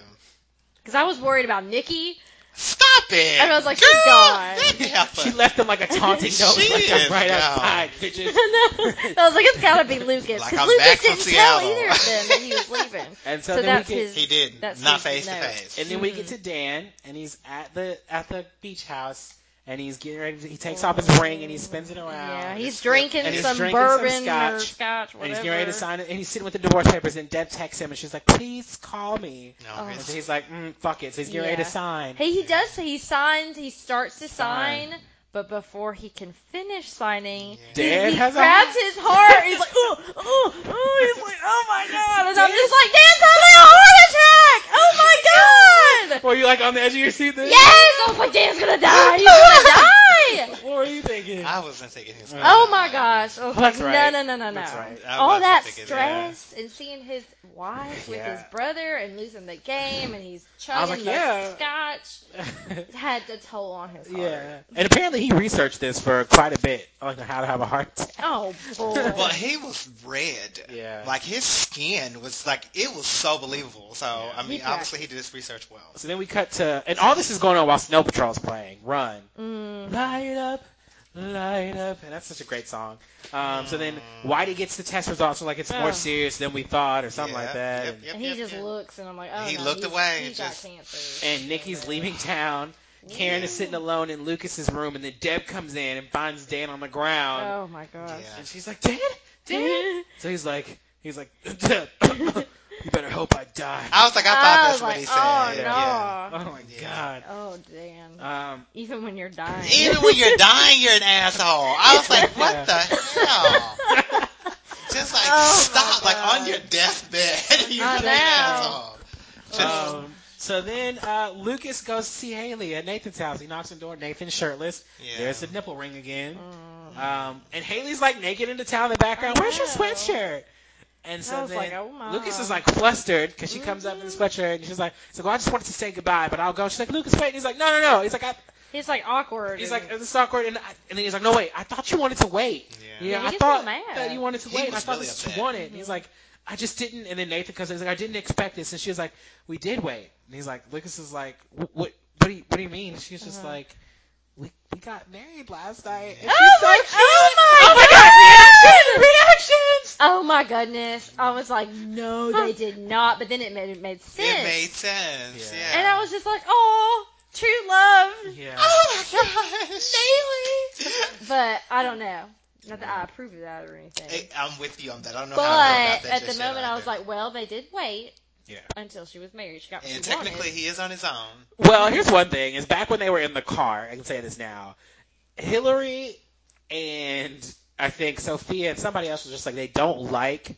[SPEAKER 3] because I was worried about Nikki.
[SPEAKER 1] Stop it!
[SPEAKER 3] And I was like,
[SPEAKER 1] Girl,
[SPEAKER 3] she's gone.
[SPEAKER 1] that heifer.
[SPEAKER 2] She left them like a taunting note,
[SPEAKER 1] She
[SPEAKER 2] like I'm
[SPEAKER 1] is
[SPEAKER 2] right
[SPEAKER 1] gone.
[SPEAKER 2] outside, bitches.
[SPEAKER 3] I was like, it's got to be Lucas,
[SPEAKER 1] Like,
[SPEAKER 3] because
[SPEAKER 1] I'm
[SPEAKER 3] Lucas
[SPEAKER 1] back from
[SPEAKER 3] didn't tell
[SPEAKER 1] Seattle.
[SPEAKER 3] either of them that he was leaving.
[SPEAKER 2] And so,
[SPEAKER 3] so
[SPEAKER 2] then we
[SPEAKER 3] that's
[SPEAKER 2] get,
[SPEAKER 3] his.
[SPEAKER 1] he didn't.
[SPEAKER 3] That's
[SPEAKER 1] not
[SPEAKER 3] Luke's
[SPEAKER 1] face to
[SPEAKER 3] note.
[SPEAKER 1] face.
[SPEAKER 2] and then we
[SPEAKER 3] Mhm.
[SPEAKER 2] get to Dan, and he's at the at the beach house, and he's getting ready. To, he takes off his ring and he spins it around.
[SPEAKER 3] Yeah, he's
[SPEAKER 1] It's-
[SPEAKER 3] drinking
[SPEAKER 2] and he's
[SPEAKER 3] some
[SPEAKER 2] drinking some
[SPEAKER 3] bourbon or
[SPEAKER 2] scotch,
[SPEAKER 3] scotch,
[SPEAKER 2] and
[SPEAKER 3] whatever.
[SPEAKER 2] he's getting ready to sign it, and he's sitting with the divorce papers. And Deb texts him, and she's like, "Please call me."
[SPEAKER 1] No,
[SPEAKER 3] Oh.
[SPEAKER 2] And
[SPEAKER 1] it's-
[SPEAKER 2] so he's like, mm, "Fuck it." So he's getting ready to
[SPEAKER 3] Yeah.
[SPEAKER 2] sign.
[SPEAKER 3] He he does. He signs. He starts to
[SPEAKER 2] Sign.
[SPEAKER 3] sign, but before he can finish signing,
[SPEAKER 1] Yeah.
[SPEAKER 3] he,
[SPEAKER 2] Dan
[SPEAKER 3] he
[SPEAKER 2] has a-
[SPEAKER 3] grabs his heart. He's like, oh, oh, oh! He's like, oh my god! And I'm just like, Dan's having a heart attack! Oh my god!
[SPEAKER 2] Were you like on the edge of your seat? Then?
[SPEAKER 3] Yes! I was like, Dan's gonna die. He's gonna die.
[SPEAKER 2] What were you thinking?
[SPEAKER 1] I wasn't thinking he was gonna
[SPEAKER 3] Oh
[SPEAKER 1] die.
[SPEAKER 3] my gosh! I was
[SPEAKER 2] That's
[SPEAKER 3] like,
[SPEAKER 2] right.
[SPEAKER 3] no, no, no, no, no.
[SPEAKER 2] That's right.
[SPEAKER 1] I
[SPEAKER 3] All
[SPEAKER 1] wasn't
[SPEAKER 3] that
[SPEAKER 1] thinking
[SPEAKER 3] stress and seeing his wife with
[SPEAKER 2] Yeah.
[SPEAKER 3] his brother and losing the game and he's
[SPEAKER 2] I was
[SPEAKER 3] chugging
[SPEAKER 2] like,
[SPEAKER 3] the
[SPEAKER 2] yeah.
[SPEAKER 3] scotch had a toll on his heart.
[SPEAKER 2] yeah. And apparently he researched this for quite a bit on how to have a heart attack.
[SPEAKER 3] Oh boy.
[SPEAKER 1] Well, he was red.
[SPEAKER 2] Yeah.
[SPEAKER 1] Like his skin was like it was so believable. So I
[SPEAKER 3] He
[SPEAKER 1] mean,
[SPEAKER 3] cracked.
[SPEAKER 1] obviously he did his research well.
[SPEAKER 2] So then we cut to, and all this is going on while Snow Patrol's playing. Run,
[SPEAKER 3] Mm.
[SPEAKER 2] light up, light up, and that's such a great song. Um, so then Whitey gets the test results, so like it's more
[SPEAKER 3] Oh.
[SPEAKER 2] serious than we thought, or something
[SPEAKER 1] Yeah,
[SPEAKER 2] like that.
[SPEAKER 1] yep,
[SPEAKER 2] and,
[SPEAKER 1] yep,
[SPEAKER 3] And he
[SPEAKER 1] yep,
[SPEAKER 3] just
[SPEAKER 1] yep.
[SPEAKER 3] looks, and I'm like, oh,
[SPEAKER 1] He
[SPEAKER 3] no,
[SPEAKER 1] looked
[SPEAKER 3] he's-
[SPEAKER 1] away
[SPEAKER 3] He
[SPEAKER 1] and
[SPEAKER 3] got
[SPEAKER 1] just-
[SPEAKER 3] cancer.
[SPEAKER 2] and Nikki's leaving town. Karen is sitting alone in Lucas's room, and then Deb comes in and finds Dan on the ground,
[SPEAKER 3] Oh Mm-hmm. my gosh.
[SPEAKER 1] Yeah.
[SPEAKER 2] and she's like, "Dan, Dan." So he's like, he's like, "Deb, you better hope I die."
[SPEAKER 1] I was like, I
[SPEAKER 3] I
[SPEAKER 1] thought
[SPEAKER 3] was
[SPEAKER 1] that's what
[SPEAKER 3] like,
[SPEAKER 1] he said.
[SPEAKER 3] oh no.
[SPEAKER 1] Yeah.
[SPEAKER 2] Oh my
[SPEAKER 1] Yeah.
[SPEAKER 3] Oh damn.
[SPEAKER 2] god. Um,
[SPEAKER 3] Even when you're dying.
[SPEAKER 1] Even when you're dying, you're an asshole. I was like, what
[SPEAKER 2] Yeah.
[SPEAKER 1] the hell? Just like
[SPEAKER 3] Oh, my
[SPEAKER 1] stop, like on
[SPEAKER 3] God.
[SPEAKER 1] your deathbed, you're
[SPEAKER 3] I
[SPEAKER 1] an
[SPEAKER 3] know.
[SPEAKER 1] asshole. Just-
[SPEAKER 3] Oh.
[SPEAKER 2] Um, so then uh, Lucas goes to see Haley at Nathan's house. He knocks on the door. Nathan's shirtless.
[SPEAKER 1] yeah.
[SPEAKER 2] There's the nipple ring again.
[SPEAKER 3] Mm.
[SPEAKER 2] Um, and Haley's like naked in the towel in the background.
[SPEAKER 3] I
[SPEAKER 2] Where's your
[SPEAKER 3] know.
[SPEAKER 2] sweatshirt? And
[SPEAKER 3] I
[SPEAKER 2] so
[SPEAKER 3] was
[SPEAKER 2] then
[SPEAKER 3] like, oh my. Mm-hmm.
[SPEAKER 2] Lucas is like flustered because she comes up in the sweatshirt and she's like, she's like, well, I just wanted to say goodbye, but I'll go. She's like, Lucas, wait. And he's like, no, no, no. He's like, I,
[SPEAKER 3] He's like awkward.
[SPEAKER 2] he's
[SPEAKER 3] and-
[SPEAKER 2] like, this is awkward. And, I, and then he's like, no, wait. I thought you wanted to wait.
[SPEAKER 1] yeah.
[SPEAKER 2] Yeah,
[SPEAKER 3] he
[SPEAKER 2] I
[SPEAKER 3] gets
[SPEAKER 2] thought
[SPEAKER 3] so mad.
[SPEAKER 2] that you wanted to
[SPEAKER 1] He
[SPEAKER 2] wait. and I
[SPEAKER 1] was
[SPEAKER 2] thought
[SPEAKER 1] really
[SPEAKER 2] this is what
[SPEAKER 1] upset.
[SPEAKER 2] you wanted. And he's like, I just didn't. And then Nathan comes in. He's like, I didn't expect this. And she was like, We did wait. And he's like, Lucas is like, "Wh- What? What do you, what do you mean? And she's just
[SPEAKER 3] Uh-huh.
[SPEAKER 2] like, We we got married last night.
[SPEAKER 1] Yeah.
[SPEAKER 2] And
[SPEAKER 3] Oh
[SPEAKER 2] she's
[SPEAKER 3] my,
[SPEAKER 2] so cute. Oh my God,
[SPEAKER 3] oh my, god! Reactions! Oh my goodness! I was like, no, they did not. But then it made it made sense,
[SPEAKER 1] It made sense.
[SPEAKER 2] Yeah.
[SPEAKER 1] Yeah.
[SPEAKER 3] and I was just like, oh, true love,
[SPEAKER 2] Yeah.
[SPEAKER 1] Oh my gosh.
[SPEAKER 3] But I don't know. Not that I approve of that or anything.
[SPEAKER 1] Hey, I'm with you on that. I don't know
[SPEAKER 3] but
[SPEAKER 1] how I feel about that
[SPEAKER 3] at
[SPEAKER 1] just
[SPEAKER 3] the
[SPEAKER 1] yet,
[SPEAKER 3] moment, I was
[SPEAKER 1] do.
[SPEAKER 3] like, well, they did wait
[SPEAKER 2] Yeah.
[SPEAKER 3] until she was married. She got what
[SPEAKER 1] and
[SPEAKER 3] she wanted.
[SPEAKER 1] technically he is on his own.
[SPEAKER 2] Well, here's one thing: is back when they were in the car. I can say this now. Hillary and I think Sophia and somebody else was just like they don't like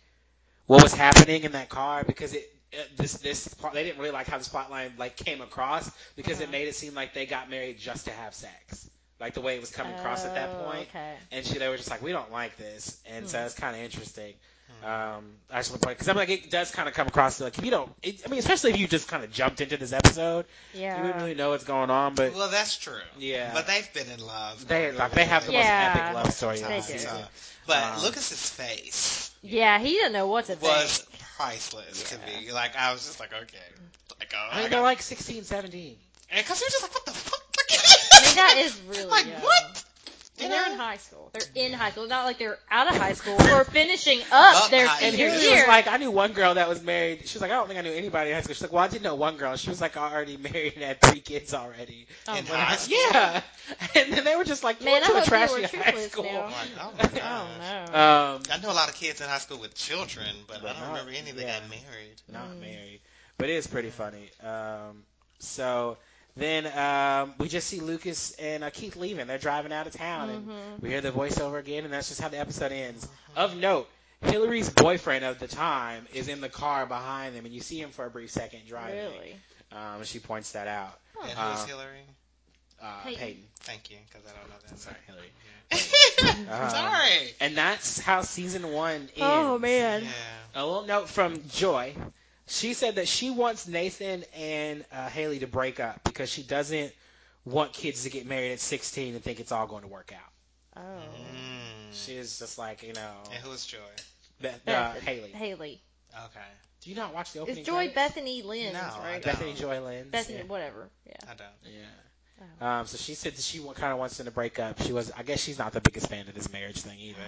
[SPEAKER 2] what was happening in that car because it. uh, This this plot, they didn't really like how this plot line like came across because it
[SPEAKER 3] Uh-huh.
[SPEAKER 2] made it seem like they got married just to have sex, like the way it was coming across at that
[SPEAKER 3] Oh,
[SPEAKER 2] point.
[SPEAKER 3] Okay.
[SPEAKER 2] And she they were just like we don't like this, and so
[SPEAKER 3] Hmm.
[SPEAKER 2] it's kind of interesting.
[SPEAKER 1] Hmm.
[SPEAKER 2] Um, I just want to point because I'm like it does kind of come across like if you don't, it, I mean especially if you just kind of jumped into this episode, you
[SPEAKER 3] Yeah.
[SPEAKER 2] wouldn't really know what's going on, but
[SPEAKER 1] Well, that's true.
[SPEAKER 2] Yeah.
[SPEAKER 1] But they've been in love.
[SPEAKER 2] they like they have the
[SPEAKER 3] Yeah.
[SPEAKER 2] most epic love story.
[SPEAKER 3] They
[SPEAKER 2] ever.
[SPEAKER 3] do.
[SPEAKER 2] So,
[SPEAKER 1] But
[SPEAKER 2] Um,
[SPEAKER 1] Lucas's face
[SPEAKER 3] yeah, he didn't know what to
[SPEAKER 1] was
[SPEAKER 3] think.
[SPEAKER 1] priceless
[SPEAKER 3] Yeah.
[SPEAKER 1] to me. Like I was just like, okay, like oh,
[SPEAKER 2] I mean, they're like 16, 17.
[SPEAKER 1] because you're just like, what the fuck?
[SPEAKER 3] I mean, that is really
[SPEAKER 1] like
[SPEAKER 3] young.
[SPEAKER 1] what? You
[SPEAKER 3] And they're
[SPEAKER 1] know?
[SPEAKER 3] in high school. They're in high school. Not like they're out of high school or finishing up
[SPEAKER 1] Up
[SPEAKER 3] their
[SPEAKER 1] high
[SPEAKER 2] And here
[SPEAKER 3] senior
[SPEAKER 1] Years.
[SPEAKER 2] was
[SPEAKER 3] year.
[SPEAKER 2] like, I knew one girl that was married. She was like, I don't think I knew anybody in high school. She's like, well, I did know one girl. She was like already married and had three kids already.
[SPEAKER 3] Oh
[SPEAKER 1] in
[SPEAKER 3] my
[SPEAKER 1] high
[SPEAKER 3] God.
[SPEAKER 1] school.
[SPEAKER 2] Yeah, and then they were just like,
[SPEAKER 3] Man,
[SPEAKER 2] Man,
[SPEAKER 3] I
[SPEAKER 2] to a
[SPEAKER 3] hope they
[SPEAKER 2] trashy
[SPEAKER 3] were
[SPEAKER 2] high
[SPEAKER 3] triplets
[SPEAKER 2] school.
[SPEAKER 3] now.
[SPEAKER 1] I'm like, oh my
[SPEAKER 3] Oh
[SPEAKER 1] gosh.
[SPEAKER 3] no.
[SPEAKER 2] Um,
[SPEAKER 1] I know a lot of kids in high school with children, but I
[SPEAKER 2] But
[SPEAKER 1] don't
[SPEAKER 2] not-
[SPEAKER 1] remember any that
[SPEAKER 2] yeah.
[SPEAKER 1] got married.
[SPEAKER 2] not
[SPEAKER 3] Mm.
[SPEAKER 2] married, but it is pretty funny. Um, so Then um, we just see Lucas and uh, Keith leaving. They're driving out of town, and
[SPEAKER 3] hmm
[SPEAKER 2] we hear the voiceover again, and that's just how the episode ends. Of note, Hillary's boyfriend of the time is in the car behind them, and you see him for a brief second driving.
[SPEAKER 3] Really?
[SPEAKER 2] Um, and she points that out.
[SPEAKER 3] Huh.
[SPEAKER 1] And
[SPEAKER 2] Uh,
[SPEAKER 1] who's Hillary?
[SPEAKER 2] Uh,
[SPEAKER 3] Peyton.
[SPEAKER 2] Peyton.
[SPEAKER 1] Thank you, because I don't know that.
[SPEAKER 2] Sorry, Hillary.
[SPEAKER 1] Sorry.
[SPEAKER 2] Um,
[SPEAKER 1] Sorry.
[SPEAKER 2] And that's how season one ends.
[SPEAKER 3] Oh man.
[SPEAKER 1] Yeah.
[SPEAKER 2] A little note from Joy. She said that she wants Nathan and uh, Haley to break up because she doesn't want kids to get married at 16 and think it's all going to work out.
[SPEAKER 3] Oh.
[SPEAKER 1] Mm.
[SPEAKER 2] She is just like, you know,
[SPEAKER 1] And who's Joy?
[SPEAKER 2] Beth, uh,
[SPEAKER 3] Beth-
[SPEAKER 2] Haley.
[SPEAKER 3] Haley.
[SPEAKER 1] Okay.
[SPEAKER 2] Do you not watch the opening?
[SPEAKER 3] It's Joy
[SPEAKER 2] credits?
[SPEAKER 3] Bethany Lynn,
[SPEAKER 1] No, I
[SPEAKER 3] right?
[SPEAKER 1] don't.
[SPEAKER 2] Bethany Joy Lynn.
[SPEAKER 3] Bethany, whatever. Yeah.
[SPEAKER 1] I don't.
[SPEAKER 2] Yeah.
[SPEAKER 3] Oh.
[SPEAKER 2] Um, so she said that she kind of wants them to break up. She was, I guess, she's not the biggest fan of this marriage thing either.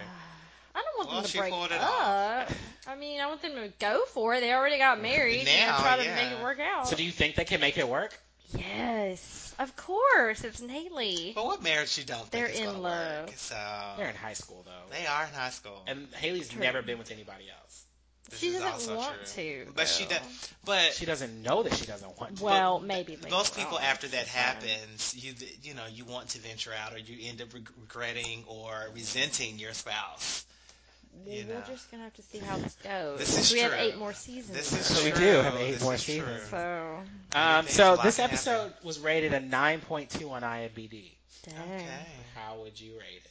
[SPEAKER 3] I don't want
[SPEAKER 1] Well,
[SPEAKER 3] them to
[SPEAKER 1] she
[SPEAKER 3] break
[SPEAKER 1] pulled it
[SPEAKER 3] up. I mean, I want them to go for it. They already got married. you know,
[SPEAKER 1] Now,
[SPEAKER 3] try to
[SPEAKER 1] yeah.
[SPEAKER 3] make it work out.
[SPEAKER 2] So do you think they can make it work?
[SPEAKER 3] yes, of course. It's Haley.
[SPEAKER 1] But what marriage you don't
[SPEAKER 3] They're
[SPEAKER 1] think is
[SPEAKER 3] in
[SPEAKER 1] gonna
[SPEAKER 3] love.
[SPEAKER 1] Work, so
[SPEAKER 2] They're in high school though,
[SPEAKER 1] they are in high school.
[SPEAKER 2] and Haley's
[SPEAKER 3] True.
[SPEAKER 2] never been with anybody else.
[SPEAKER 1] This
[SPEAKER 3] she
[SPEAKER 1] is
[SPEAKER 3] doesn't
[SPEAKER 1] also
[SPEAKER 3] want
[SPEAKER 1] true.
[SPEAKER 3] to.
[SPEAKER 1] But she
[SPEAKER 3] though.
[SPEAKER 1] does. But
[SPEAKER 2] She doesn't know that she doesn't want to.
[SPEAKER 3] Well,
[SPEAKER 1] But
[SPEAKER 3] maybe later
[SPEAKER 1] most people
[SPEAKER 3] on.
[SPEAKER 1] after that
[SPEAKER 2] That's fine.
[SPEAKER 1] happens you you know you want to venture out or you end up reg- regretting or resenting your spouse
[SPEAKER 3] Well,
[SPEAKER 1] you
[SPEAKER 3] we're
[SPEAKER 1] know.
[SPEAKER 3] just gonna have to see how this goes.
[SPEAKER 1] This is
[SPEAKER 3] we have
[SPEAKER 1] true.
[SPEAKER 3] eight more seasons.
[SPEAKER 1] this is
[SPEAKER 2] So we
[SPEAKER 1] true.
[SPEAKER 2] do have eight
[SPEAKER 1] This
[SPEAKER 2] more
[SPEAKER 1] is true.
[SPEAKER 2] seasons.
[SPEAKER 3] so
[SPEAKER 2] Um,
[SPEAKER 1] Things
[SPEAKER 2] so
[SPEAKER 1] like
[SPEAKER 2] this
[SPEAKER 1] that
[SPEAKER 2] episode
[SPEAKER 1] happen.
[SPEAKER 2] was rated a 9.2 on IMDb.
[SPEAKER 3] dang.
[SPEAKER 1] okay
[SPEAKER 2] How would you rate it?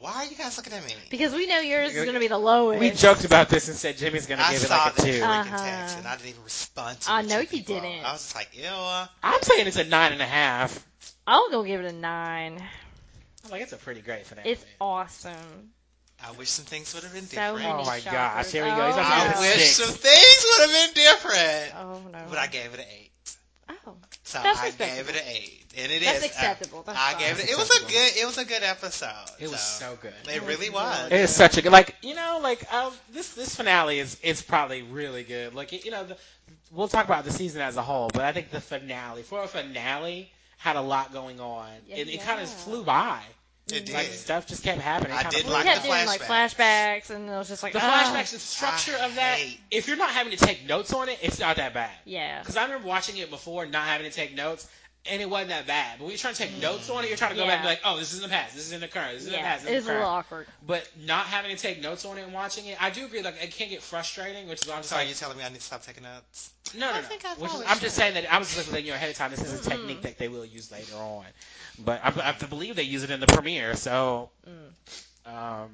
[SPEAKER 1] why are you guys looking at me
[SPEAKER 3] Because we know yours
[SPEAKER 2] You're-
[SPEAKER 3] is gonna be the lowest.
[SPEAKER 2] We joked about this and said Jimmy's gonna
[SPEAKER 1] I
[SPEAKER 2] give it
[SPEAKER 1] saw
[SPEAKER 2] like a
[SPEAKER 1] that
[SPEAKER 2] two.
[SPEAKER 1] freaking
[SPEAKER 3] Uh-huh.
[SPEAKER 1] text and I didn't even respond to
[SPEAKER 3] I
[SPEAKER 1] the
[SPEAKER 3] know
[SPEAKER 1] two
[SPEAKER 3] you
[SPEAKER 1] people.
[SPEAKER 3] didn't.
[SPEAKER 1] I was just like ew I
[SPEAKER 2] I'm saying it's a nine and a half.
[SPEAKER 3] I'm gonna give it a nine.
[SPEAKER 2] I'm like, it's a pretty great finale.
[SPEAKER 3] It's awesome.
[SPEAKER 1] wish some things would have been
[SPEAKER 3] So
[SPEAKER 1] different
[SPEAKER 3] many
[SPEAKER 2] Oh my
[SPEAKER 3] shoppers.
[SPEAKER 2] gosh, here we go.
[SPEAKER 3] Oh,
[SPEAKER 2] He's
[SPEAKER 1] I
[SPEAKER 2] It's
[SPEAKER 3] no.
[SPEAKER 2] a
[SPEAKER 1] wish
[SPEAKER 2] six.
[SPEAKER 1] some things would have been different
[SPEAKER 3] Oh no.
[SPEAKER 1] but I gave it an eight
[SPEAKER 3] oh,
[SPEAKER 1] so
[SPEAKER 3] That's
[SPEAKER 1] I gave
[SPEAKER 3] respectable.
[SPEAKER 1] it an eight and it is
[SPEAKER 2] Uh,
[SPEAKER 3] that's
[SPEAKER 1] I-
[SPEAKER 3] acceptable. That's
[SPEAKER 1] I
[SPEAKER 3] fine.
[SPEAKER 1] gave it. It was a
[SPEAKER 2] Acceptable.
[SPEAKER 1] good. It was a good episode.
[SPEAKER 2] it was so good.
[SPEAKER 1] It really was.
[SPEAKER 2] It is such a good, like you know, like um, this this finale is is probably really good. Like you know, the, we'll talk about the season as a whole, but I think the finale for a finale had a lot going on.
[SPEAKER 3] Yeah,
[SPEAKER 2] it it kind of
[SPEAKER 3] yeah.
[SPEAKER 2] flew by.
[SPEAKER 1] It did.
[SPEAKER 2] Like stuff just kept happening. It
[SPEAKER 1] I
[SPEAKER 2] kinda
[SPEAKER 1] did
[SPEAKER 2] flew
[SPEAKER 3] We
[SPEAKER 1] like
[SPEAKER 2] by.
[SPEAKER 3] kept
[SPEAKER 1] the
[SPEAKER 3] doing like flashbacks, and it was just like
[SPEAKER 2] the
[SPEAKER 3] ah.
[SPEAKER 2] flashbacks, the structure
[SPEAKER 1] I
[SPEAKER 2] of that.
[SPEAKER 1] hate-
[SPEAKER 2] If you're not having to take notes on it, it's not that bad.
[SPEAKER 3] Yeah.
[SPEAKER 2] Because I remember watching it before, not having to take notes, and it wasn't that bad. But when you're trying to take notes on it, you're trying to go back and be
[SPEAKER 3] Mm. Yeah.
[SPEAKER 2] like, oh, this is in the past, this is in the current, this is in the
[SPEAKER 3] Yeah,
[SPEAKER 2] past,
[SPEAKER 3] it
[SPEAKER 2] this is
[SPEAKER 3] was
[SPEAKER 2] in
[SPEAKER 3] a
[SPEAKER 2] the
[SPEAKER 3] little
[SPEAKER 2] current.
[SPEAKER 3] awkward.
[SPEAKER 2] But not having to take notes on it and watching it, I do agree. Like it can get frustrating, which is why I'm just
[SPEAKER 1] So are
[SPEAKER 2] like,
[SPEAKER 1] you telling me I need to stop taking notes?
[SPEAKER 2] no, no,
[SPEAKER 1] I
[SPEAKER 2] no.
[SPEAKER 1] think I've
[SPEAKER 2] Which is,
[SPEAKER 1] always Mm-hmm.
[SPEAKER 2] I'm just
[SPEAKER 1] done
[SPEAKER 2] saying that I was just letting you know ahead of time. This is a technique that they will use later on, but I, I have to believe they use it in the premiere. So,
[SPEAKER 1] Mm.
[SPEAKER 2] um,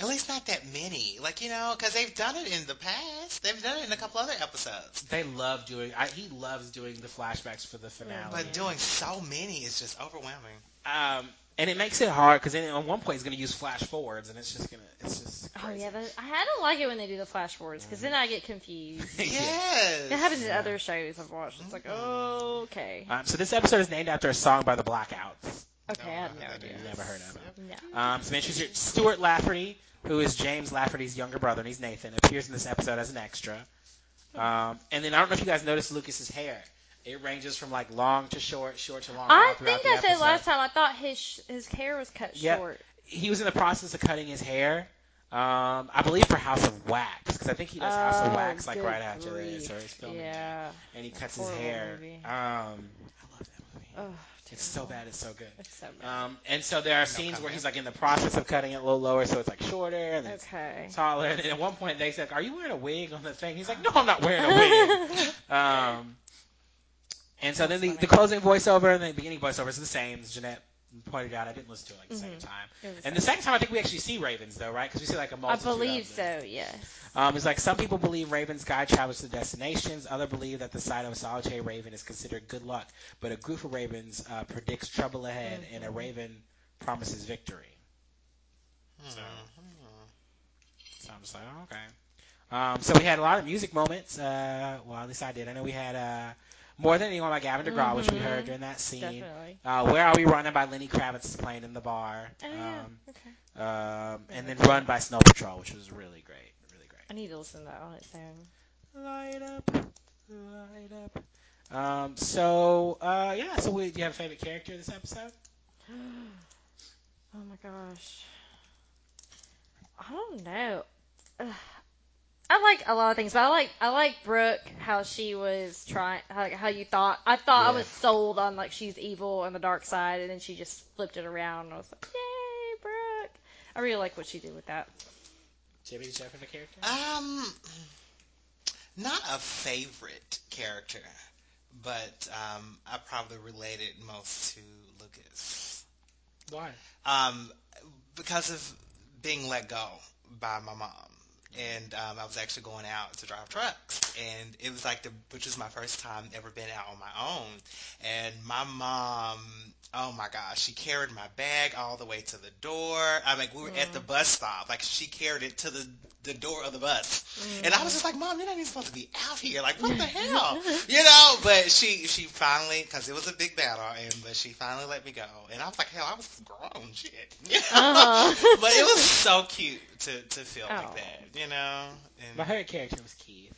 [SPEAKER 1] At least not that many. Like you know, because they've done it in the past. They've done it in a couple other episodes.
[SPEAKER 2] they love doing. I, he loves doing the flashbacks for the
[SPEAKER 3] Oh,
[SPEAKER 2] finale.
[SPEAKER 1] Mm, But doing so many is just overwhelming.
[SPEAKER 2] um, and it makes it hard because at one point it's going to use flash forwards, and it's just gonna, it's just.
[SPEAKER 3] Oh
[SPEAKER 2] Crazy.
[SPEAKER 3] yeah, that, I don't like it when they do the flash forwards because then I get confused.
[SPEAKER 1] Yes.
[SPEAKER 3] It happens
[SPEAKER 2] uh,
[SPEAKER 3] in other shows I've watched. It's like, okay,
[SPEAKER 2] Um, so this episode is named after a song by the Blackouts.
[SPEAKER 3] okay, I have no
[SPEAKER 1] I
[SPEAKER 3] idea.
[SPEAKER 2] You've never heard of it.
[SPEAKER 3] No.
[SPEAKER 2] Um, some interesting. Stuart Lafferty, who is James Lafferty's younger brother, and he's Nathan, appears in this episode as an extra. Um, and then I don't know if you guys noticed Lucas's hair. It ranges from like long to short, short to long.
[SPEAKER 3] I
[SPEAKER 2] all throughout
[SPEAKER 3] think I
[SPEAKER 2] the
[SPEAKER 3] said
[SPEAKER 2] episode.
[SPEAKER 3] last time I thought his sh- his hair was cut
[SPEAKER 2] Yeah.
[SPEAKER 3] short.
[SPEAKER 2] He was in the process of cutting his hair. Um, I believe for House of Wax, because I think he does House of
[SPEAKER 3] Oh,
[SPEAKER 2] Wax like
[SPEAKER 3] good
[SPEAKER 2] right after this,
[SPEAKER 3] grief.
[SPEAKER 2] or he's filming it,
[SPEAKER 3] Yeah.
[SPEAKER 2] and he cuts his
[SPEAKER 3] Horrible
[SPEAKER 2] hair.
[SPEAKER 3] movie.
[SPEAKER 2] Um, I love that movie.
[SPEAKER 3] Oh,
[SPEAKER 2] It's so bad. It's so good.
[SPEAKER 3] it's so bad.
[SPEAKER 2] Um, and so there are scenes where he's like in the process of cutting it a little lower, so it's like shorter and then it's
[SPEAKER 3] okay.
[SPEAKER 2] taller. And at one point, they said, "Are you wearing a wig on the thing?" He's like, "No, I'm not wearing a wig." um, and so then the, the closing voiceover and the beginning voiceover is the same. As Jeanette pointed out, I didn't listen to it like the second time.
[SPEAKER 3] It was-
[SPEAKER 2] And the second time, I think we actually see ravens though, right? Because we see like a
[SPEAKER 3] I
[SPEAKER 2] multitude.
[SPEAKER 3] believe
[SPEAKER 2] of them.
[SPEAKER 3] so. Yes.
[SPEAKER 2] Um, it's like some people believe Raven's guide travels to destinations. Other believe that the sight of a solitary Raven is considered good luck, but a group of Ravens uh, predicts trouble ahead,
[SPEAKER 3] Mm-hmm.
[SPEAKER 2] and a Raven promises victory.
[SPEAKER 1] Hmm.
[SPEAKER 2] So I'm just like, oh, okay. Um, so we had a lot of music moments. Uh, well, at least I did. I know we had uh, more than anyone by Gavin DeGraw, which we
[SPEAKER 3] Mhm.
[SPEAKER 2] heard during that scene.
[SPEAKER 3] Definitely.
[SPEAKER 2] Uh, Where Are We Running by Lenny Kravitz is playing in the bar,
[SPEAKER 3] Oh, yeah.
[SPEAKER 2] um,
[SPEAKER 3] Okay.
[SPEAKER 2] um, and then Run by Snow Patrol, which was really great, really great.
[SPEAKER 3] I need to listen to that on its own.
[SPEAKER 2] Light up, light up. Um, so uh, yeah, so we, do you have a favorite character this episode?
[SPEAKER 3] Oh my gosh. I don't know. Ugh. I like a lot of things, but I like I like Brooke how she was trying how, how you thought I thought I
[SPEAKER 2] Yeah.
[SPEAKER 3] was sold on like she's evil and the dark side, and then she just flipped it around. And I was like, yay, Brooke! I really like what she did with that.
[SPEAKER 2] Jimmy, did you have a character?
[SPEAKER 1] Um, not a favorite character, but um, I probably related most to Lucas.
[SPEAKER 2] Why?
[SPEAKER 1] Um, because of being let go by my mom. And um, I was actually going out to drive trucks, and it was like the which was my first time ever being out on my own. And my mom, oh my gosh, she carried my bag all the way to the door. I mean, we were at the bus stop, like she carried it to the the door of the bus, and I was just like, Mom, you're not even supposed to be out here. Like, what the hell? you know, but she she finally, because it was a big battle, and but she finally let me go, and I was like, hell, I was grown, shit.
[SPEAKER 3] Uh-huh.
[SPEAKER 1] but it was so cute to to feel
[SPEAKER 3] Oh.
[SPEAKER 1] like that, you know.
[SPEAKER 2] My
[SPEAKER 1] And
[SPEAKER 2] favorite character was Keith.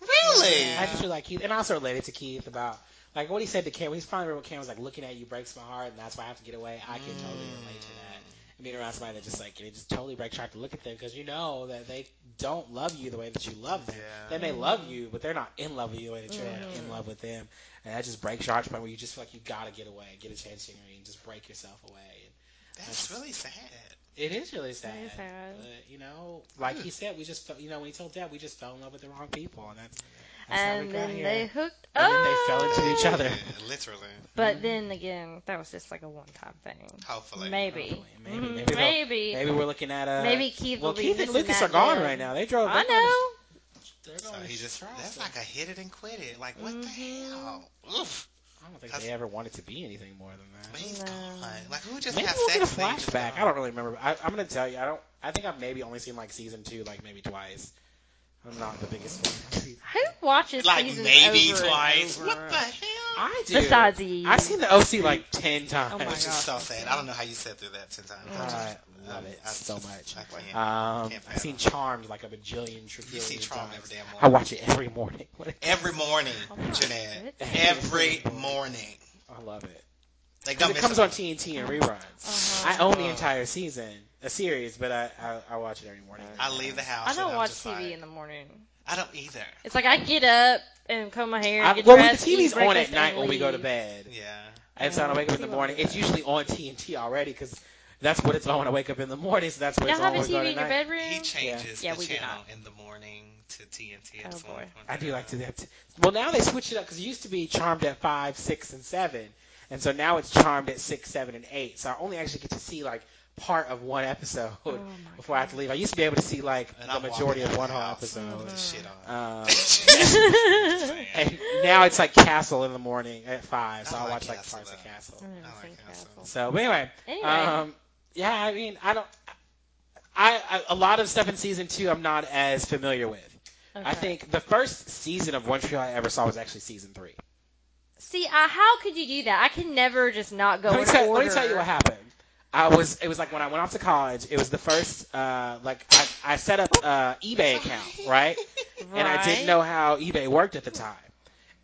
[SPEAKER 1] really,
[SPEAKER 2] I just really like Keith, and I also related to Keith about like what he said to Cam. He's probably when Cam was like looking at you breaks my heart, and that's why I have to get away. I can totally
[SPEAKER 1] Mm.
[SPEAKER 2] relate to that. And being around somebody that just like it just totally breaks your heart to look at them because you know that they don't love you the way that you love them. They
[SPEAKER 1] yeah,
[SPEAKER 2] may love you, but they're not in love with you the way that you're
[SPEAKER 3] Mm-hmm.
[SPEAKER 2] in love with them, and that just breaks your heart to the point where you just feel like you gotta get away, get a change scenery, and just break yourself away. And
[SPEAKER 1] that's really sad.
[SPEAKER 2] it is really sad.
[SPEAKER 3] It is sad. Hmm.
[SPEAKER 2] But, you know, like he said, we just fell, you know when he told Dad, we just fell in love with the wrong people, and that's, that's how we
[SPEAKER 3] and
[SPEAKER 2] got
[SPEAKER 3] then
[SPEAKER 2] here.
[SPEAKER 3] they hooked up.
[SPEAKER 2] And then they fell into each other.
[SPEAKER 1] Yeah, literally,
[SPEAKER 3] But then again, that was just like a one-time thing.
[SPEAKER 1] hopefully,
[SPEAKER 3] Maybe,
[SPEAKER 2] Maybe,
[SPEAKER 3] Mm,
[SPEAKER 2] maybe,
[SPEAKER 3] maybe,
[SPEAKER 2] they'll- maybe we're looking at a.
[SPEAKER 3] Maybe Keith
[SPEAKER 2] well,
[SPEAKER 3] will be
[SPEAKER 2] Keith and
[SPEAKER 3] missing
[SPEAKER 2] Lucas
[SPEAKER 3] that
[SPEAKER 2] are gone
[SPEAKER 3] deal.
[SPEAKER 2] right now. They drove.
[SPEAKER 3] I
[SPEAKER 2] they're going
[SPEAKER 3] know.
[SPEAKER 2] to- They're
[SPEAKER 1] So
[SPEAKER 2] going to
[SPEAKER 1] he just
[SPEAKER 2] Charleston.
[SPEAKER 1] that's like a hit it and quit it. Like what
[SPEAKER 3] Mhm.
[SPEAKER 1] the hell? Oof.
[SPEAKER 2] I don't think
[SPEAKER 1] that's-
[SPEAKER 2] they ever wanted to be anything more than
[SPEAKER 1] But
[SPEAKER 2] that.
[SPEAKER 1] he's
[SPEAKER 3] No.
[SPEAKER 1] gone. Like who just
[SPEAKER 2] Maybe
[SPEAKER 1] have
[SPEAKER 2] we'll get a
[SPEAKER 1] sex? and they just
[SPEAKER 2] flashback.
[SPEAKER 1] gone?
[SPEAKER 2] I don't really remember. I, I'm gonna tell you. I don't. I think I've maybe only seen like season two, like maybe twice. I'm not the biggest. fan.
[SPEAKER 3] Who watches
[SPEAKER 1] Like
[SPEAKER 3] seasons
[SPEAKER 1] maybe
[SPEAKER 3] over and
[SPEAKER 1] twice.
[SPEAKER 3] over?
[SPEAKER 1] What the hell?
[SPEAKER 2] I do.
[SPEAKER 3] Besides you,
[SPEAKER 2] I've seen the E OC like ten times.
[SPEAKER 3] Oh my
[SPEAKER 1] Which is
[SPEAKER 3] gosh,
[SPEAKER 1] so
[SPEAKER 3] that's
[SPEAKER 1] sad.
[SPEAKER 3] it.
[SPEAKER 1] I don't know how you sat through that ten times. I
[SPEAKER 2] I
[SPEAKER 1] just-
[SPEAKER 2] love
[SPEAKER 1] I-
[SPEAKER 2] it
[SPEAKER 1] I
[SPEAKER 2] so
[SPEAKER 1] just-
[SPEAKER 2] much.
[SPEAKER 1] I can't.
[SPEAKER 2] Um,
[SPEAKER 1] Can't
[SPEAKER 2] I've seen
[SPEAKER 1] fathom.
[SPEAKER 2] Charmed like a bajillion
[SPEAKER 1] you see
[SPEAKER 2] trillion
[SPEAKER 1] Charmed
[SPEAKER 2] times.
[SPEAKER 1] every damn
[SPEAKER 2] I
[SPEAKER 1] morning.
[SPEAKER 2] watch it every morning. What a-
[SPEAKER 1] Every morning,
[SPEAKER 3] Oh my
[SPEAKER 1] Jeanette.
[SPEAKER 3] goodness.
[SPEAKER 1] Every morning.
[SPEAKER 2] I love it.
[SPEAKER 1] Like don't
[SPEAKER 2] Because it
[SPEAKER 1] miss
[SPEAKER 2] comes
[SPEAKER 1] a-
[SPEAKER 2] on TNT and reruns.
[SPEAKER 3] Uh-huh.
[SPEAKER 2] I own the
[SPEAKER 1] Uh.
[SPEAKER 2] entire season, a series, but I I, I watch it every morning.
[SPEAKER 1] I leave the house.
[SPEAKER 3] I don't
[SPEAKER 1] and I'm
[SPEAKER 3] watch
[SPEAKER 1] just
[SPEAKER 3] TV
[SPEAKER 1] like-
[SPEAKER 3] in the morning.
[SPEAKER 1] I don't either.
[SPEAKER 3] It's like I get up and comb my hair,
[SPEAKER 2] I,
[SPEAKER 3] get
[SPEAKER 2] well,
[SPEAKER 3] dressed,
[SPEAKER 2] the TV's
[SPEAKER 3] eat
[SPEAKER 2] on at
[SPEAKER 3] breakfast,
[SPEAKER 2] night
[SPEAKER 3] and
[SPEAKER 2] when we go to
[SPEAKER 3] leave.
[SPEAKER 2] bed,
[SPEAKER 1] Yeah.
[SPEAKER 2] and so when I wake up in the morning, it's usually on TNT already because that's what it's on when I wake up in the morning. So that's what
[SPEAKER 3] Y'all
[SPEAKER 2] it's on
[SPEAKER 3] have a
[SPEAKER 2] when we go
[SPEAKER 3] TV
[SPEAKER 2] to
[SPEAKER 3] in your
[SPEAKER 2] night.
[SPEAKER 3] bedroom?
[SPEAKER 1] He changes
[SPEAKER 3] Yeah,
[SPEAKER 1] the
[SPEAKER 3] we do
[SPEAKER 1] channel
[SPEAKER 3] not.
[SPEAKER 1] in the morning to TNT at
[SPEAKER 3] Oh,
[SPEAKER 1] some
[SPEAKER 3] boy.
[SPEAKER 1] point.
[SPEAKER 2] I do like to do that. Too. Well, now they switch it up because it used to be Charmed at five, six, and seven, and so now it's Charmed at six, seven, and eight. So I only actually get to see like part of one episode
[SPEAKER 3] Oh, my
[SPEAKER 2] before I have to leave. I used to be able to see like
[SPEAKER 1] And
[SPEAKER 2] the
[SPEAKER 1] I'm walking
[SPEAKER 2] majority
[SPEAKER 1] out
[SPEAKER 2] of
[SPEAKER 1] the
[SPEAKER 2] one whole
[SPEAKER 1] house.
[SPEAKER 2] episode.
[SPEAKER 1] Put the shit on.
[SPEAKER 2] Um,
[SPEAKER 1] Just
[SPEAKER 3] Mm,
[SPEAKER 1] saying.
[SPEAKER 2] and now it's like Castle in the morning at five, so
[SPEAKER 1] I
[SPEAKER 2] I
[SPEAKER 1] like
[SPEAKER 2] watch like
[SPEAKER 1] Castle,
[SPEAKER 2] parts of
[SPEAKER 1] though.
[SPEAKER 2] Castle.
[SPEAKER 3] I never
[SPEAKER 1] I
[SPEAKER 3] seen
[SPEAKER 1] like that
[SPEAKER 3] Castle.
[SPEAKER 2] So, but anyway,
[SPEAKER 3] Anyway,
[SPEAKER 2] um, yeah, I mean, I don't. I, I a lot of stuff in season two I'm not as familiar with. I
[SPEAKER 3] okay.
[SPEAKER 2] think the first season of One Tree Hill I ever saw was actually season three.
[SPEAKER 3] See, I, how could you do that? I can never just not go
[SPEAKER 2] let, me
[SPEAKER 3] in
[SPEAKER 2] tell,
[SPEAKER 3] order.
[SPEAKER 2] let me tell you what happened. I was it was like when I went off to college. It was the first uh, like I, I set up uh, eBay account right,
[SPEAKER 3] happened,
[SPEAKER 2] and I didn't know how eBay worked at the time,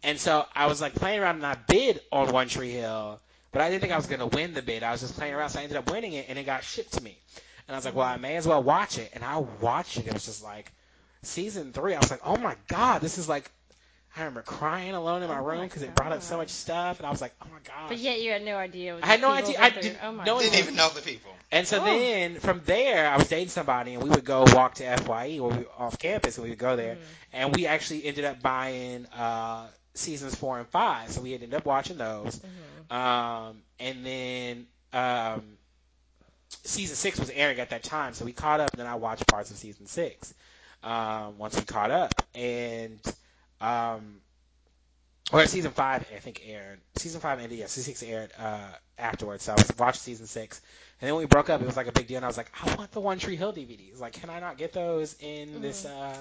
[SPEAKER 2] and so I was like playing around and I bid on One Tree Hill, but I didn't think I was gonna win the bid. I was just playing around, so I ended up winning it, and it got shipped to me, and I was like, well, I may as well watch it, and I watched it. It was just like season three. I was like, oh my god, this is like. I remember crying alone in my
[SPEAKER 3] Oh my
[SPEAKER 2] room because it brought up so
[SPEAKER 3] God.
[SPEAKER 2] much stuff, and I was like, "Oh my god!"
[SPEAKER 3] But yet you had no idea. What
[SPEAKER 2] I had no idea.
[SPEAKER 3] these people
[SPEAKER 2] I
[SPEAKER 3] went
[SPEAKER 2] didn't-
[SPEAKER 3] through. Oh my
[SPEAKER 2] no
[SPEAKER 3] God.
[SPEAKER 1] Didn't even know the people.
[SPEAKER 2] And so
[SPEAKER 3] Oh.
[SPEAKER 2] then from there, I was dating somebody, and we would go walk to FYE or we, off campus, and we would go there. And we actually ended up buying uh, seasons four and five, so we ended up watching those.
[SPEAKER 3] Mm-hmm.
[SPEAKER 2] Um, and then um, season six was airing at that time, so we caught up. And then I watched parts of season six um, once we caught up, and um, or season five I think aired. Season five ended, yeah. Season six aired uh, afterwards, so I was watching season six. And then when we broke up, it was like a big deal, and I was like, I want the One Tree Hill DVDs. Like, can I not get those in this uh,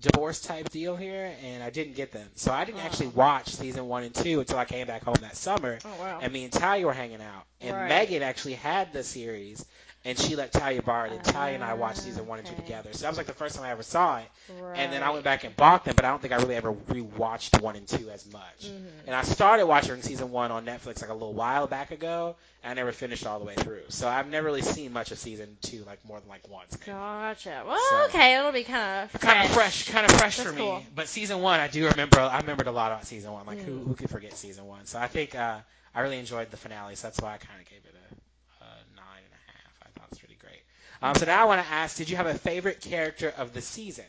[SPEAKER 2] divorce type deal here? And I didn't get them, so I didn't actually watch season one and two until I came back home that summer
[SPEAKER 3] Oh wow.
[SPEAKER 2] and me and Ty were hanging out, And
[SPEAKER 3] Right.
[SPEAKER 2] Megan actually had the series, and she let Talia borrow it. And Talia and I watched season one and two
[SPEAKER 3] Ah, Okay.
[SPEAKER 2] together. So that was like the first time I ever saw it.
[SPEAKER 3] Right.
[SPEAKER 2] And then I went back and bought them, but I don't think I really ever rewatched one and two as much.
[SPEAKER 3] Mhm.
[SPEAKER 2] And I started watching season one on Netflix like a little while back ago. And I never finished all the way through, so I've never really seen much of season two, like more than like once.
[SPEAKER 3] Gotcha. Well,
[SPEAKER 2] So-
[SPEAKER 3] okay, it'll be kind of
[SPEAKER 2] Kind of fresh, kind of fresh
[SPEAKER 3] That's
[SPEAKER 2] for me.
[SPEAKER 3] cool.
[SPEAKER 2] But season one, I do remember. I remembered a lot about season one. Like who
[SPEAKER 3] Mm.
[SPEAKER 2] who could forget season one? So I think uh, I really enjoyed the finale. So that's why I kind of gave it a, a nine and a half. I thought it was pretty great. Um, so now I want to ask: Did you have a favorite character of the season?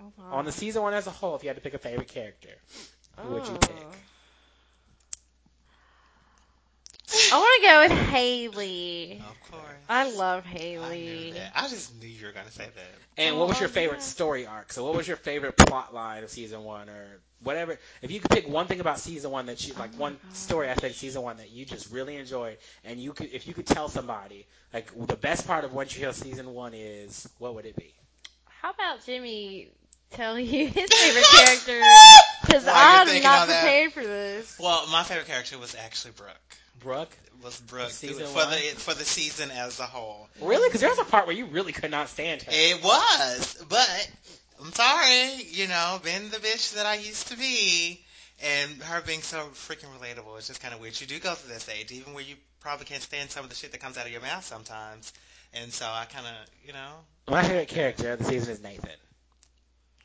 [SPEAKER 3] Oh, wow.
[SPEAKER 2] On the season one as a whole, if you had to pick a favorite character, who would you
[SPEAKER 3] Oh.
[SPEAKER 2] pick?
[SPEAKER 3] I want to go with Haley.
[SPEAKER 1] Of course.
[SPEAKER 3] I love
[SPEAKER 1] I knew
[SPEAKER 3] Haley.
[SPEAKER 1] that. I just knew you were gonna say that.
[SPEAKER 2] And what was your
[SPEAKER 3] Oh,
[SPEAKER 2] favorite
[SPEAKER 3] yeah.
[SPEAKER 2] story arc? So what was your favorite plot line of season one or whatever? If you could pick one thing about season one that you like,
[SPEAKER 3] my
[SPEAKER 2] one
[SPEAKER 3] Oh, gosh.
[SPEAKER 2] story aspect of season one that you just really enjoyed, and you could, if you could tell somebody, like the best part of One Tree Hill season one is, what would it be?
[SPEAKER 3] How about Jimmy tell you his favorite character? Because
[SPEAKER 1] While you're
[SPEAKER 3] I'm
[SPEAKER 1] thinking
[SPEAKER 3] not
[SPEAKER 1] all that-
[SPEAKER 3] prepared for this.
[SPEAKER 1] Well, my favorite character was actually Brooke.
[SPEAKER 2] Brooke,
[SPEAKER 1] Was Brooke
[SPEAKER 2] Season
[SPEAKER 1] through- for
[SPEAKER 2] one?
[SPEAKER 1] the for the season as a whole?
[SPEAKER 2] really? Because there was a part where you really could not stand her.
[SPEAKER 1] It was, but I'm sorry, you know, being the bitch that I used to be, and her being so freaking relatable, it's just kind of weird. You do go through this age, even where you probably can't stand some of the shit that comes out of your mouth sometimes, and so I kind of, you know,
[SPEAKER 2] My favorite character of the season is Nathan.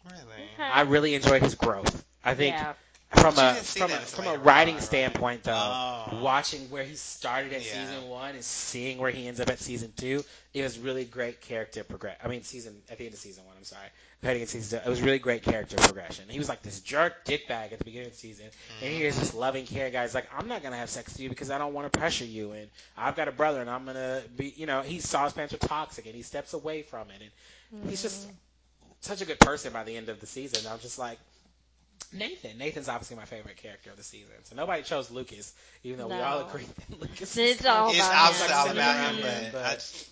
[SPEAKER 1] really.
[SPEAKER 3] Okay.
[SPEAKER 2] I really enjoyed his growth. I think
[SPEAKER 3] yeah.
[SPEAKER 2] from
[SPEAKER 1] But you
[SPEAKER 2] a
[SPEAKER 1] didn't see
[SPEAKER 2] from a,
[SPEAKER 1] that as a
[SPEAKER 2] from a
[SPEAKER 1] later
[SPEAKER 2] writing
[SPEAKER 1] on, right?
[SPEAKER 2] standpoint, though,
[SPEAKER 1] Oh.
[SPEAKER 2] watching where he started at
[SPEAKER 1] Yeah.
[SPEAKER 2] season one and seeing where he ends up at season two, it was really great character progress. I mean, season at the end of season one, I'm sorry, heading into season two, it was really great character progression. He was like this jerk dickbag at the beginning of the season, and here's this loving care guy. He's like, I'm not gonna have sex with you because I don't want to pressure you, and I've got a brother, and I'm gonna be, you know, he saw his parents were toxic, and he steps away from it, and he's just
[SPEAKER 3] Mm-hmm.
[SPEAKER 2] such a good person by the end of the season. I'm just like Nathan. Nathan's obviously my favorite character of the season. So nobody chose Lucas, even though we
[SPEAKER 3] No.
[SPEAKER 2] all agree that Lucas.
[SPEAKER 3] It's
[SPEAKER 2] is-
[SPEAKER 3] all
[SPEAKER 1] It's
[SPEAKER 3] about
[SPEAKER 1] obviously
[SPEAKER 3] him.
[SPEAKER 1] all about him,
[SPEAKER 3] Mhm.
[SPEAKER 1] but,
[SPEAKER 2] But-
[SPEAKER 1] I just-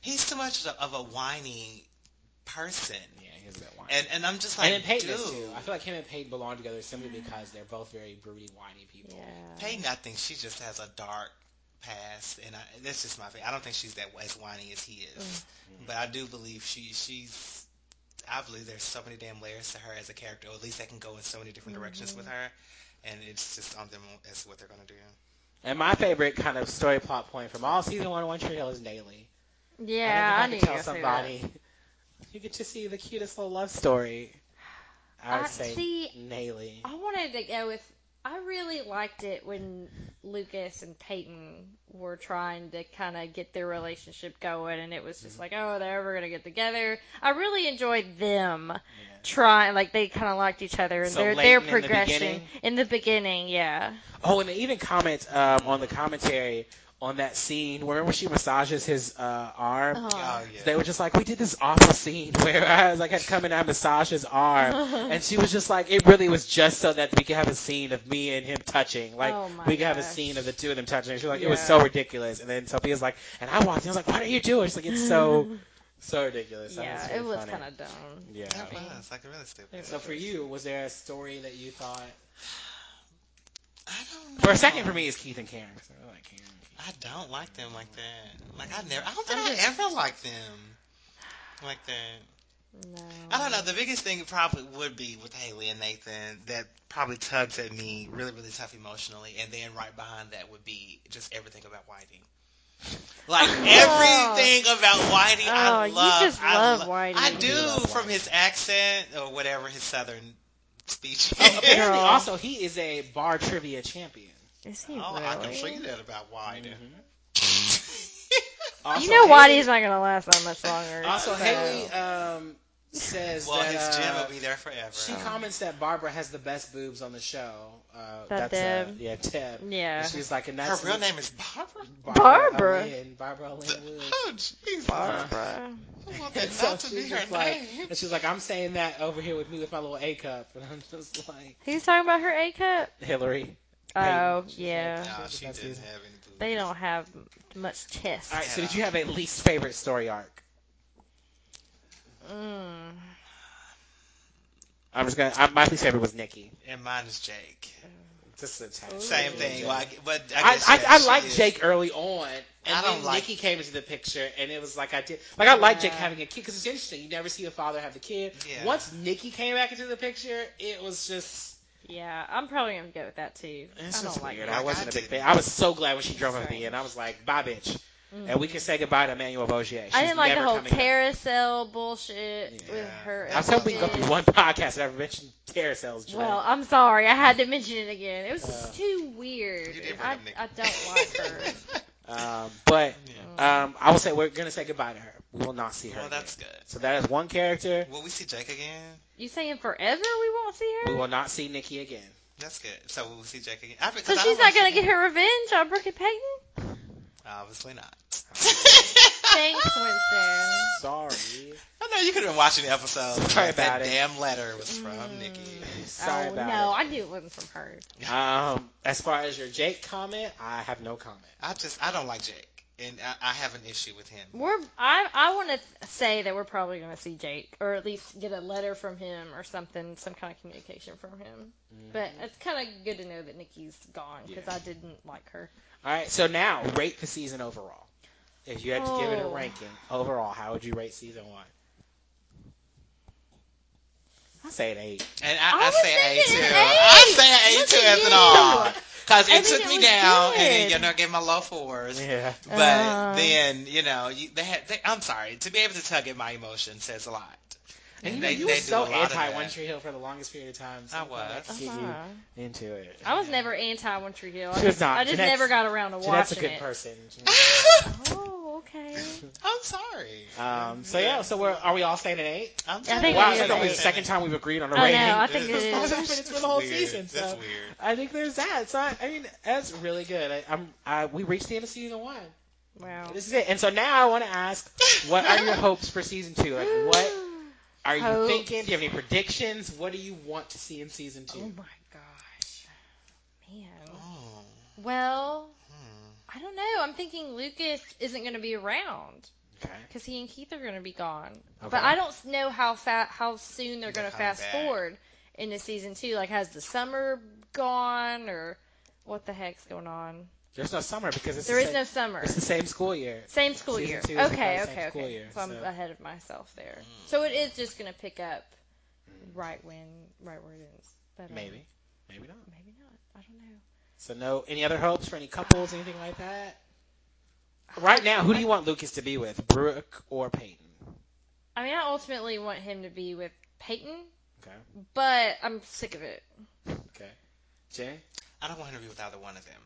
[SPEAKER 1] he's too much of a- of a whiny person,
[SPEAKER 2] Yeah, he's that one.
[SPEAKER 1] and and I'm just like,
[SPEAKER 2] And, then Peyton
[SPEAKER 1] dude,
[SPEAKER 2] is too. I feel like him and Peyton belong together simply
[SPEAKER 3] Mm-hmm.
[SPEAKER 2] because they're both very broody, whiny people.
[SPEAKER 1] Peyton, I think she just has a dark past, and I, that's just my thing. I don't think she's that as whiny as he is,
[SPEAKER 2] Mm.
[SPEAKER 1] but I do believe she she's. I believe there's so many damn layers to her as a character, or at least they can go in so many different directions with her, and it's just on them as to what they're gonna do.
[SPEAKER 2] And my favorite kind of story plot point from all season one of One Tree Hill is Naylee.
[SPEAKER 3] Yeah, I,
[SPEAKER 2] I,
[SPEAKER 3] knew
[SPEAKER 2] think if
[SPEAKER 3] you
[SPEAKER 2] I,
[SPEAKER 3] were
[SPEAKER 2] could tell
[SPEAKER 3] gonna say
[SPEAKER 2] somebody. You get to see the cutest little love story. I would
[SPEAKER 3] I-
[SPEAKER 2] say
[SPEAKER 3] see-
[SPEAKER 2] Naylee.
[SPEAKER 3] that. I wanted to go with. I really liked it when Lucas and Peyton were trying to kind of get their relationship going, and it was just like, oh, they're ever gonna get together. I really enjoyed them
[SPEAKER 2] Yeah.
[SPEAKER 3] trying, like they kind of liked each other and
[SPEAKER 2] So
[SPEAKER 3] their
[SPEAKER 2] late
[SPEAKER 3] their
[SPEAKER 2] in the
[SPEAKER 3] progression
[SPEAKER 2] beginning?
[SPEAKER 3] in the beginning. Yeah,
[SPEAKER 2] Oh, and they even comment um, on the commentary on that scene. Remember when she massages his uh, arm?
[SPEAKER 1] Oh
[SPEAKER 3] Uh-huh.
[SPEAKER 1] yeah.
[SPEAKER 2] They were just like, we did this awful scene where I was like, I'd come in and I massage his arm,
[SPEAKER 3] Uh-huh.
[SPEAKER 2] and she was just like, it really was just so that we could have a scene of me and him touching, like
[SPEAKER 3] Oh my
[SPEAKER 2] we could have a
[SPEAKER 3] gosh.
[SPEAKER 2] scene of the two of them touching. And she was like, it was
[SPEAKER 3] Yeah.
[SPEAKER 2] so ridiculous. And then Sophia's like, and I walked in, I was like, what are you doing? She's like, it's so, so ridiculous. I
[SPEAKER 3] yeah,
[SPEAKER 2] thought
[SPEAKER 3] it was
[SPEAKER 2] really
[SPEAKER 3] kind
[SPEAKER 2] funny.
[SPEAKER 3] of dumb.
[SPEAKER 2] yeah.
[SPEAKER 1] That was like really stupid.
[SPEAKER 2] So for you, was there a story that you thought?
[SPEAKER 1] I don't know.
[SPEAKER 2] For a second, for me, is Keith and Karen. 'cause I really like Karen.
[SPEAKER 1] I don't like them like that. Like I never. I don't think I ever liked them like that.
[SPEAKER 3] No.
[SPEAKER 1] I don't know. The biggest thing probably would be with Haley and Nathan that probably tugs at me really, really tough emotionally. And then right behind that would be just everything about Whitey. Like
[SPEAKER 3] Oh.
[SPEAKER 1] everything about Whitey,
[SPEAKER 3] Oh,
[SPEAKER 1] I
[SPEAKER 3] you
[SPEAKER 1] love.
[SPEAKER 3] just
[SPEAKER 1] I
[SPEAKER 3] love
[SPEAKER 1] lo-
[SPEAKER 3] Whitey.
[SPEAKER 1] I
[SPEAKER 3] You
[SPEAKER 1] do
[SPEAKER 2] love
[SPEAKER 1] from
[SPEAKER 2] Whitey.
[SPEAKER 1] his accent or whatever his southern speech.
[SPEAKER 2] Oh,
[SPEAKER 1] is.
[SPEAKER 2] apparently,
[SPEAKER 3] Girl.
[SPEAKER 2] also he is a bar trivia champion.
[SPEAKER 3] Is he
[SPEAKER 1] oh,
[SPEAKER 3] really?
[SPEAKER 1] I completely that about Whitey.
[SPEAKER 2] Mm-hmm. Also, Mm-hmm.
[SPEAKER 3] you know why
[SPEAKER 2] Haley-
[SPEAKER 3] he's not gonna last that much longer.
[SPEAKER 2] Also,
[SPEAKER 3] so-
[SPEAKER 2] Uh, Haley um, says
[SPEAKER 1] Well,
[SPEAKER 2] that
[SPEAKER 1] his gym
[SPEAKER 2] uh,
[SPEAKER 1] will be there forever.
[SPEAKER 2] she comments that Barbara has the best boobs on the show. Uh,
[SPEAKER 3] That
[SPEAKER 2] that's uh,
[SPEAKER 3] Deb.
[SPEAKER 2] yeah, Deb.
[SPEAKER 3] Yeah.
[SPEAKER 2] And she's like, and
[SPEAKER 1] Her
[SPEAKER 2] that's
[SPEAKER 1] real name is Barbara.
[SPEAKER 3] Barbara.
[SPEAKER 2] Olin, Barbara Olin Woods.
[SPEAKER 1] Oh, Jesus.
[SPEAKER 3] Barbara.
[SPEAKER 1] I want
[SPEAKER 2] And
[SPEAKER 1] that
[SPEAKER 2] so
[SPEAKER 1] not to be
[SPEAKER 2] she's
[SPEAKER 1] her
[SPEAKER 2] just like,
[SPEAKER 1] name.
[SPEAKER 2] and she's like, I'm saying that over here with me with my little A cup, and I'm just like,
[SPEAKER 3] Who's talking about her A cup?
[SPEAKER 2] Hillary.
[SPEAKER 3] Oh,
[SPEAKER 2] She's like,
[SPEAKER 3] yeah.
[SPEAKER 1] Nah,
[SPEAKER 2] That's
[SPEAKER 1] she
[SPEAKER 2] what that
[SPEAKER 1] didn't
[SPEAKER 2] is.
[SPEAKER 1] have any boobs.
[SPEAKER 3] They don't have much chest.
[SPEAKER 2] All right, so did you have a least favorite story arc?
[SPEAKER 3] Mm.
[SPEAKER 2] I'm just gonna. I, my least favorite was Nikki.
[SPEAKER 1] And mine is Jake.
[SPEAKER 2] Just a
[SPEAKER 3] Ooh.
[SPEAKER 1] Same thing. Like, but I,
[SPEAKER 2] I,
[SPEAKER 1] guess,
[SPEAKER 2] I,
[SPEAKER 1] yeah,
[SPEAKER 2] I
[SPEAKER 1] she
[SPEAKER 2] liked
[SPEAKER 1] is-
[SPEAKER 2] Jake early on, and
[SPEAKER 1] I
[SPEAKER 2] then
[SPEAKER 1] don't like-
[SPEAKER 2] Nikki came into the picture, and it was like I did. Like I like Jake
[SPEAKER 3] Yeah.
[SPEAKER 2] having a kid because it's interesting. You never see a father have the kid.
[SPEAKER 1] Yeah.
[SPEAKER 2] Once Nikki came back into the picture, it was just.
[SPEAKER 3] Yeah, I'm probably gonna go with that too.
[SPEAKER 2] It's
[SPEAKER 3] I don't
[SPEAKER 2] just
[SPEAKER 3] like
[SPEAKER 2] weird.
[SPEAKER 3] it.
[SPEAKER 2] I
[SPEAKER 1] Like,
[SPEAKER 2] wasn't
[SPEAKER 1] I
[SPEAKER 2] a big
[SPEAKER 1] didn't-
[SPEAKER 2] fan. I was so glad when she drove up at the
[SPEAKER 3] Strange.
[SPEAKER 2] end. I was like, bye, bitch.
[SPEAKER 3] Mm.
[SPEAKER 2] And we can say goodbye to Emmanuel Bogier. She's
[SPEAKER 3] I didn't like the
[SPEAKER 2] never
[SPEAKER 3] whole
[SPEAKER 2] coming back.
[SPEAKER 3] carousel bullshit with
[SPEAKER 1] Yeah.
[SPEAKER 3] her.
[SPEAKER 2] I was hoping there'd be
[SPEAKER 3] outfit.
[SPEAKER 2] one podcast that ever mentioned carousels. Drake.
[SPEAKER 3] Well, I'm sorry, I had to mention it again. It was
[SPEAKER 2] Uh,
[SPEAKER 3] too weird.
[SPEAKER 1] You did bring
[SPEAKER 3] I,
[SPEAKER 1] up Nikki.
[SPEAKER 3] I don't like her. Mm.
[SPEAKER 2] um, but
[SPEAKER 1] Yeah.
[SPEAKER 2] um, I will say we're gonna say goodbye to her. We will not see her.
[SPEAKER 1] Well,
[SPEAKER 2] again.
[SPEAKER 1] that's good.
[SPEAKER 2] So that is one character.
[SPEAKER 1] Will we see Jake again?
[SPEAKER 3] You saying forever we won't see
[SPEAKER 2] We
[SPEAKER 3] her?
[SPEAKER 2] will not see Nikki again.
[SPEAKER 1] That's good. So will we see Jake again? I,
[SPEAKER 3] So she's not gonna get her revenge on Brooke and Peyton?
[SPEAKER 1] Obviously not.
[SPEAKER 3] Thanks, Winston.
[SPEAKER 2] Sorry.
[SPEAKER 1] I know you could have been watching the episode.
[SPEAKER 2] Sorry
[SPEAKER 1] Like, that
[SPEAKER 2] about it.
[SPEAKER 1] damn letter was from
[SPEAKER 3] Mm.
[SPEAKER 1] Nikki.
[SPEAKER 2] Sorry
[SPEAKER 3] oh,
[SPEAKER 2] about
[SPEAKER 3] no, I knew it wasn't from her.
[SPEAKER 2] it. Um, as far as your Jake comment, I have no comment.
[SPEAKER 1] I just I don't like Jake, and I, I have an issue with him.
[SPEAKER 3] We're I I want to say that we're probably going to see Jake, or at least get a letter from him or something, some kind of communication from him.
[SPEAKER 2] Mm.
[SPEAKER 3] But it's kind of good to know that Nikki's gone because
[SPEAKER 2] Mm-hmm. Yeah.
[SPEAKER 3] I didn't like her.
[SPEAKER 2] All right. So now rate the season overall. If you had to give it a
[SPEAKER 3] Oh.
[SPEAKER 2] ranking overall, how would you rate season one? I say an eight.
[SPEAKER 1] And
[SPEAKER 3] I
[SPEAKER 1] I, I
[SPEAKER 3] was
[SPEAKER 1] say an A
[SPEAKER 3] thinking
[SPEAKER 1] too.
[SPEAKER 3] an A.
[SPEAKER 1] I say an A
[SPEAKER 3] Look
[SPEAKER 1] too
[SPEAKER 3] at
[SPEAKER 1] as
[SPEAKER 3] you.
[SPEAKER 1] an R because
[SPEAKER 3] I
[SPEAKER 1] it
[SPEAKER 3] mean,
[SPEAKER 1] took
[SPEAKER 3] it
[SPEAKER 1] me
[SPEAKER 3] was
[SPEAKER 1] down, and then
[SPEAKER 3] good.
[SPEAKER 1] you know gave my low fours.
[SPEAKER 2] Yeah.
[SPEAKER 1] But
[SPEAKER 3] Uh.
[SPEAKER 1] then you know you, they had. They, I'm sorry to be able to tug at my emotions says a lot.
[SPEAKER 2] And you
[SPEAKER 1] And
[SPEAKER 2] know,
[SPEAKER 1] they-
[SPEAKER 2] you
[SPEAKER 1] they
[SPEAKER 2] were
[SPEAKER 1] do a
[SPEAKER 2] so
[SPEAKER 1] lot of
[SPEAKER 2] anti
[SPEAKER 1] that.
[SPEAKER 2] One Tree Hill for the longest period of time. so
[SPEAKER 1] I
[SPEAKER 2] I'm glad
[SPEAKER 1] was.
[SPEAKER 2] could get
[SPEAKER 3] Uh-huh.
[SPEAKER 2] you into it.
[SPEAKER 3] I was never anti One Tree Hill. I
[SPEAKER 2] She was
[SPEAKER 3] just,
[SPEAKER 2] not.
[SPEAKER 3] I just
[SPEAKER 2] Jeanette's-
[SPEAKER 3] never got around to
[SPEAKER 2] Jeanette's a
[SPEAKER 3] watching
[SPEAKER 2] good
[SPEAKER 3] it.
[SPEAKER 2] person.
[SPEAKER 3] Oh, okay.
[SPEAKER 1] I'm sorry.
[SPEAKER 2] um, so yeah, so we're, are we all staying at eight?
[SPEAKER 1] I'm
[SPEAKER 3] Yeah, I
[SPEAKER 1] sorry.
[SPEAKER 3] think
[SPEAKER 2] Wow,
[SPEAKER 3] it is
[SPEAKER 2] that's only
[SPEAKER 3] eight.
[SPEAKER 2] the second time we've agreed on a
[SPEAKER 3] I
[SPEAKER 2] rating.
[SPEAKER 3] know, I think it
[SPEAKER 2] That's
[SPEAKER 3] is.
[SPEAKER 2] not happened. It's for the whole
[SPEAKER 1] weird.
[SPEAKER 2] season. So
[SPEAKER 1] That's weird.
[SPEAKER 2] I think there's that. So I, I mean, that's really good. I, I'm. I, we reached the end of season one.
[SPEAKER 3] Wow.
[SPEAKER 2] This is it. And so now I want to ask, what are your hopes for season two? Like, what are you
[SPEAKER 3] Hopes.
[SPEAKER 2] thinking? Do you have any predictions? What do you want to see in season two?
[SPEAKER 3] Oh my gosh, man.
[SPEAKER 1] Oh,
[SPEAKER 3] Well,
[SPEAKER 1] hmm.
[SPEAKER 3] I don't know. I'm thinking Lucas isn't going to be around.
[SPEAKER 2] Okay.
[SPEAKER 3] because he and Keith are going to be gone.
[SPEAKER 2] Okay.
[SPEAKER 3] Oh, But I don't s- know how fa- how soon they're
[SPEAKER 1] They're
[SPEAKER 3] going to
[SPEAKER 1] coming
[SPEAKER 3] fast
[SPEAKER 1] back.
[SPEAKER 3] forward into season two. Like, has the summer gone or what the heck's going on?
[SPEAKER 2] There's no summer because it's
[SPEAKER 3] There
[SPEAKER 2] the
[SPEAKER 3] is
[SPEAKER 2] same,
[SPEAKER 3] no summer.
[SPEAKER 2] It's the same school year.
[SPEAKER 3] Same school
[SPEAKER 2] season
[SPEAKER 3] year.
[SPEAKER 2] two is
[SPEAKER 3] okay,
[SPEAKER 2] about the
[SPEAKER 3] okay,
[SPEAKER 2] same
[SPEAKER 3] okay.
[SPEAKER 2] school year,
[SPEAKER 3] so I'm
[SPEAKER 2] so-
[SPEAKER 3] ahead of myself there.
[SPEAKER 2] Hmm.
[SPEAKER 3] So it is just going to pick up right when, right where it ends. But, um,
[SPEAKER 2] Maybe. Maybe not.
[SPEAKER 3] Maybe not. I don't know.
[SPEAKER 2] So no, any other hopes for any couples, anything like that? Right now, who do you want Lucas to be with, Brooke or Peyton?
[SPEAKER 3] I mean, I ultimately want him to be with Peyton,
[SPEAKER 2] Okay.
[SPEAKER 3] but I'm sick of it.
[SPEAKER 2] Okay. Jay.
[SPEAKER 1] I don't want him to be with either one of them.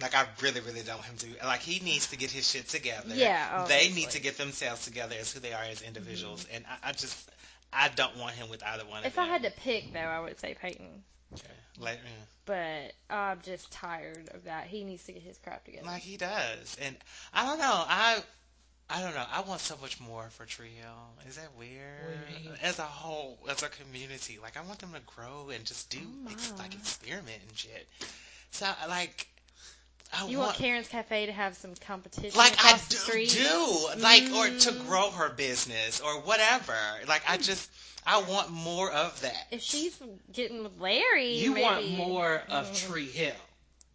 [SPEAKER 1] Like I really, really don't want him to. Like he needs to get his shit together.
[SPEAKER 3] Yeah,
[SPEAKER 1] they
[SPEAKER 3] obviously. Mm-hmm.
[SPEAKER 1] need to get themselves together as who they are as individuals. And I, I just, I don't want him with either one of
[SPEAKER 3] If
[SPEAKER 1] them.
[SPEAKER 3] I had to pick, though, I would say Peyton.
[SPEAKER 1] like, mm,
[SPEAKER 3] but I'm just tired of that. He needs to get his crap together.
[SPEAKER 1] mm, like he does, and I don't know. I, I don't know. I want so much more for Trio. Is that weird?
[SPEAKER 2] Weird.
[SPEAKER 1] As a whole, as a community, like I want them to grow and just do
[SPEAKER 3] Oh,
[SPEAKER 1] ex-
[SPEAKER 3] my.
[SPEAKER 1] like experiment and shit. So like, I
[SPEAKER 3] you want,
[SPEAKER 1] want
[SPEAKER 3] Karen's Cafe to have some competition
[SPEAKER 1] like I
[SPEAKER 3] across the
[SPEAKER 1] do,
[SPEAKER 3] street?
[SPEAKER 1] do like or to
[SPEAKER 3] Mm.
[SPEAKER 1] grow her business or whatever. Like I just I want more of that.
[SPEAKER 3] If she's getting with Larry,
[SPEAKER 2] You want
[SPEAKER 3] maybe.
[SPEAKER 2] more of
[SPEAKER 3] Mm.
[SPEAKER 2] Tree Hill.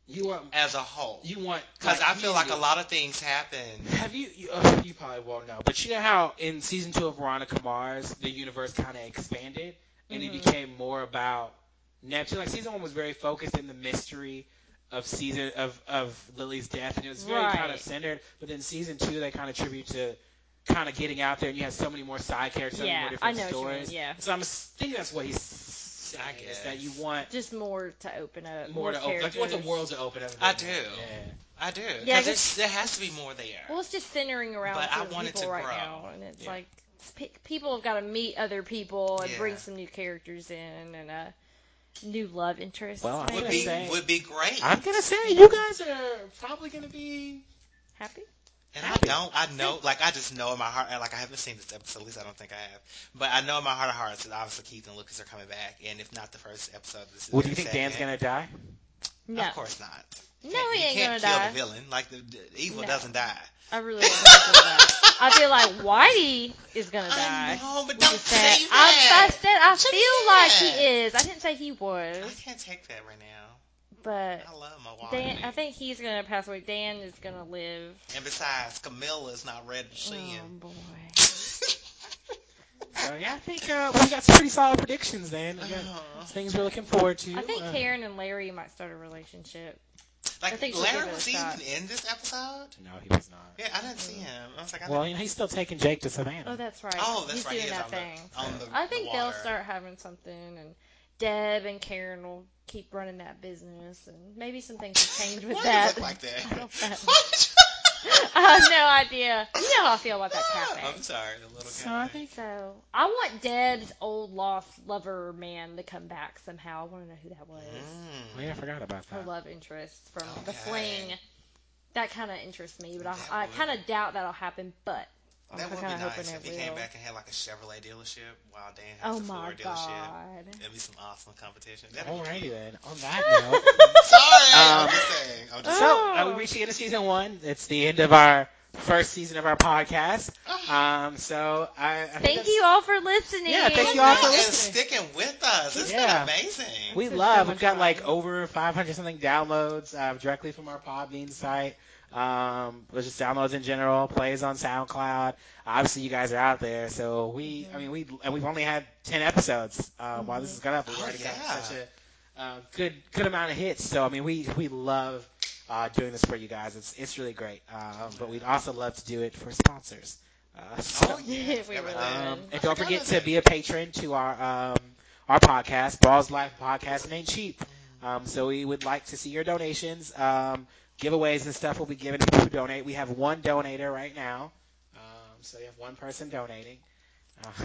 [SPEAKER 2] You want.
[SPEAKER 1] as a whole
[SPEAKER 2] You want.
[SPEAKER 1] because I feel like a
[SPEAKER 2] you-
[SPEAKER 1] lot of things happen.
[SPEAKER 2] Have you? You, uh, you probably won't know, but you know how in season two of Veronica Mars, the universe kind of expanded and
[SPEAKER 3] Mhm.
[SPEAKER 2] it became more about Neptune. Like season one was very focused in the mystery of season of of Lily's death, and it was very kind
[SPEAKER 3] Right.
[SPEAKER 2] of centered. But then season two, they kind of tribute to kind of getting out there, and you had so many more side characters, so many
[SPEAKER 3] Yeah,
[SPEAKER 2] more
[SPEAKER 3] I
[SPEAKER 2] different
[SPEAKER 3] know what you mean,
[SPEAKER 2] stories.
[SPEAKER 3] yeah.
[SPEAKER 2] So I'm s- thinking that's what he's saying is that you want
[SPEAKER 3] Just Uh, more to open up.
[SPEAKER 2] more, to open, like you want the
[SPEAKER 3] characters.
[SPEAKER 2] world to open up. a
[SPEAKER 1] I
[SPEAKER 2] bit
[SPEAKER 1] do.
[SPEAKER 2] more.
[SPEAKER 1] I do.
[SPEAKER 3] Yeah, I
[SPEAKER 1] Yeah,
[SPEAKER 3] guess-
[SPEAKER 1] there has to be more there.
[SPEAKER 3] Well, it's just centering around
[SPEAKER 1] But I
[SPEAKER 3] certain
[SPEAKER 1] want it
[SPEAKER 3] people
[SPEAKER 1] to
[SPEAKER 3] right
[SPEAKER 1] grow.
[SPEAKER 3] now, and it's
[SPEAKER 2] Yeah.
[SPEAKER 3] like pe- people have got to meet other people and
[SPEAKER 1] Yeah.
[SPEAKER 3] bring some new characters in and a new love interest.
[SPEAKER 2] Well, I'm
[SPEAKER 3] maybe.
[SPEAKER 1] would
[SPEAKER 2] gonna
[SPEAKER 1] be
[SPEAKER 2] say-
[SPEAKER 1] would be great.
[SPEAKER 2] I'm gonna say you guys are probably gonna be
[SPEAKER 3] happy.
[SPEAKER 1] and I
[SPEAKER 2] happy.
[SPEAKER 1] don't. I know. Like I just know in my heart. Like I haven't seen this episode. At least I don't think I have. But I know in my heart of hearts that obviously Keith and Lucas are coming back. And if not the first episode, this is.
[SPEAKER 2] Well, do
[SPEAKER 1] their
[SPEAKER 2] you think Dan's
[SPEAKER 1] second.
[SPEAKER 2] gonna die?
[SPEAKER 3] No,
[SPEAKER 1] Of course not.
[SPEAKER 3] no,
[SPEAKER 1] Can't-
[SPEAKER 3] he
[SPEAKER 1] you
[SPEAKER 3] ain't gonna
[SPEAKER 1] can't kill
[SPEAKER 3] die.
[SPEAKER 1] the villain. Like the, the evil
[SPEAKER 3] No.
[SPEAKER 1] doesn't die.
[SPEAKER 3] I really don't feel that. I feel like Whitey is gonna
[SPEAKER 1] I
[SPEAKER 3] die.
[SPEAKER 1] know, but
[SPEAKER 3] Look
[SPEAKER 1] don't
[SPEAKER 3] at
[SPEAKER 1] say
[SPEAKER 3] I, I
[SPEAKER 1] that.
[SPEAKER 3] said I
[SPEAKER 1] Look at
[SPEAKER 3] feel like
[SPEAKER 1] that.
[SPEAKER 3] he is. I didn't say he
[SPEAKER 1] I
[SPEAKER 3] was.
[SPEAKER 1] can't take that right now.
[SPEAKER 3] But
[SPEAKER 1] I love my wife.
[SPEAKER 3] Dan, I think he's gonna pass away. Dan is gonna live.
[SPEAKER 1] and besides, Camilla's not ready to see
[SPEAKER 3] Oh
[SPEAKER 1] him.
[SPEAKER 3] boy.
[SPEAKER 2] So yeah, I think uh, we got some pretty solid predictions. Then we got
[SPEAKER 1] Uh,
[SPEAKER 2] things we're looking forward to.
[SPEAKER 3] Uh-huh. I think
[SPEAKER 2] Uh,
[SPEAKER 3] Karen and Larry might start a relationship.
[SPEAKER 1] like,
[SPEAKER 3] I think she'll give
[SPEAKER 1] Larry
[SPEAKER 3] it a
[SPEAKER 1] was
[SPEAKER 3] shot.
[SPEAKER 1] even in this episode?
[SPEAKER 2] no, he was not.
[SPEAKER 1] Yeah, I didn't see him. I was like, I
[SPEAKER 2] Well,
[SPEAKER 1] didn't-
[SPEAKER 2] you know, he's still taking Jake to
[SPEAKER 3] Oh,
[SPEAKER 2] Savannah.
[SPEAKER 3] that's right.
[SPEAKER 1] oh, that's
[SPEAKER 3] he's
[SPEAKER 1] right.
[SPEAKER 3] doing
[SPEAKER 1] He is
[SPEAKER 3] that
[SPEAKER 1] on
[SPEAKER 3] thing.
[SPEAKER 1] the, on the
[SPEAKER 3] I think
[SPEAKER 1] the
[SPEAKER 3] they'll
[SPEAKER 1] water.
[SPEAKER 3] start having something, and Deb and Karen will keep running that business, and maybe some things will change with
[SPEAKER 1] Why do you
[SPEAKER 3] that.
[SPEAKER 1] look like that?
[SPEAKER 3] I don't know.
[SPEAKER 1] What?
[SPEAKER 3] I have no idea. You know how I feel about that
[SPEAKER 1] Ah, I'm
[SPEAKER 3] cafe.
[SPEAKER 1] sorry, the little
[SPEAKER 2] So I
[SPEAKER 1] cafe.
[SPEAKER 2] think
[SPEAKER 3] So I want Deb's old lost lover man to come back somehow. I want to know who that was.
[SPEAKER 2] oh, yeah, I forgot about
[SPEAKER 3] Her
[SPEAKER 2] that.
[SPEAKER 3] love interest from the
[SPEAKER 1] Mm. Okay.
[SPEAKER 3] fling. That kind of interests me, but I,
[SPEAKER 1] That
[SPEAKER 3] I
[SPEAKER 1] would-
[SPEAKER 3] kind of doubt that'll happen. But
[SPEAKER 1] that would
[SPEAKER 3] I'm
[SPEAKER 1] be
[SPEAKER 3] kind of
[SPEAKER 1] nice
[SPEAKER 3] hoping
[SPEAKER 1] if he
[SPEAKER 3] it
[SPEAKER 1] came
[SPEAKER 3] will.
[SPEAKER 1] back and had like a Chevrolet dealership while Dan has
[SPEAKER 3] Oh
[SPEAKER 1] a
[SPEAKER 3] my
[SPEAKER 1] Ford dealership.
[SPEAKER 3] god.
[SPEAKER 1] That'd be some awesome competition. That'd be-
[SPEAKER 2] Alrighty then. On that note.
[SPEAKER 1] Sorry, I'm
[SPEAKER 2] Um,
[SPEAKER 1] just saying. I'm just
[SPEAKER 2] So,
[SPEAKER 3] Oh.
[SPEAKER 2] uh, we reached the end of season one. It's the end of our first season of our podcast. Um, so, I, I think
[SPEAKER 3] Oh. Thank
[SPEAKER 2] that's-
[SPEAKER 3] you all for listening.
[SPEAKER 2] Yeah, thank you all
[SPEAKER 1] Y'all
[SPEAKER 2] for
[SPEAKER 1] are
[SPEAKER 2] listening.
[SPEAKER 1] sticking with us. It's
[SPEAKER 2] Yeah.
[SPEAKER 1] been amazing.
[SPEAKER 2] We
[SPEAKER 3] This is
[SPEAKER 2] love.
[SPEAKER 3] so
[SPEAKER 2] We've
[SPEAKER 3] much
[SPEAKER 2] got
[SPEAKER 3] fun.
[SPEAKER 2] like over 500 something downloads uh, directly from our Podbean site. Um, but just downloads in general, plays on SoundCloud. Obviously, you guys are out there, so we. I mean, we and we've only had 10 episodes uh, while this has gone up. We've
[SPEAKER 1] Oh,
[SPEAKER 2] already
[SPEAKER 1] yeah.
[SPEAKER 2] got such a uh, good good amount of hits. So I mean, we we love. Uh, doing this for you guys, it's it's really great. Um, but we'd also love to do it for sponsors. Uh, so-
[SPEAKER 1] oh yeah,
[SPEAKER 3] We really
[SPEAKER 1] everything.
[SPEAKER 2] um,
[SPEAKER 3] Good.
[SPEAKER 2] and don't
[SPEAKER 1] I
[SPEAKER 2] forget
[SPEAKER 1] love
[SPEAKER 2] to
[SPEAKER 1] it.
[SPEAKER 2] be a patron to our um, our podcast, Balls Life Podcast. It ain't cheap, um, so we would like to see your donations. Um, giveaways and stuff will be given to people who donate. We have one donator right now, um, so we have one person donating. Uh,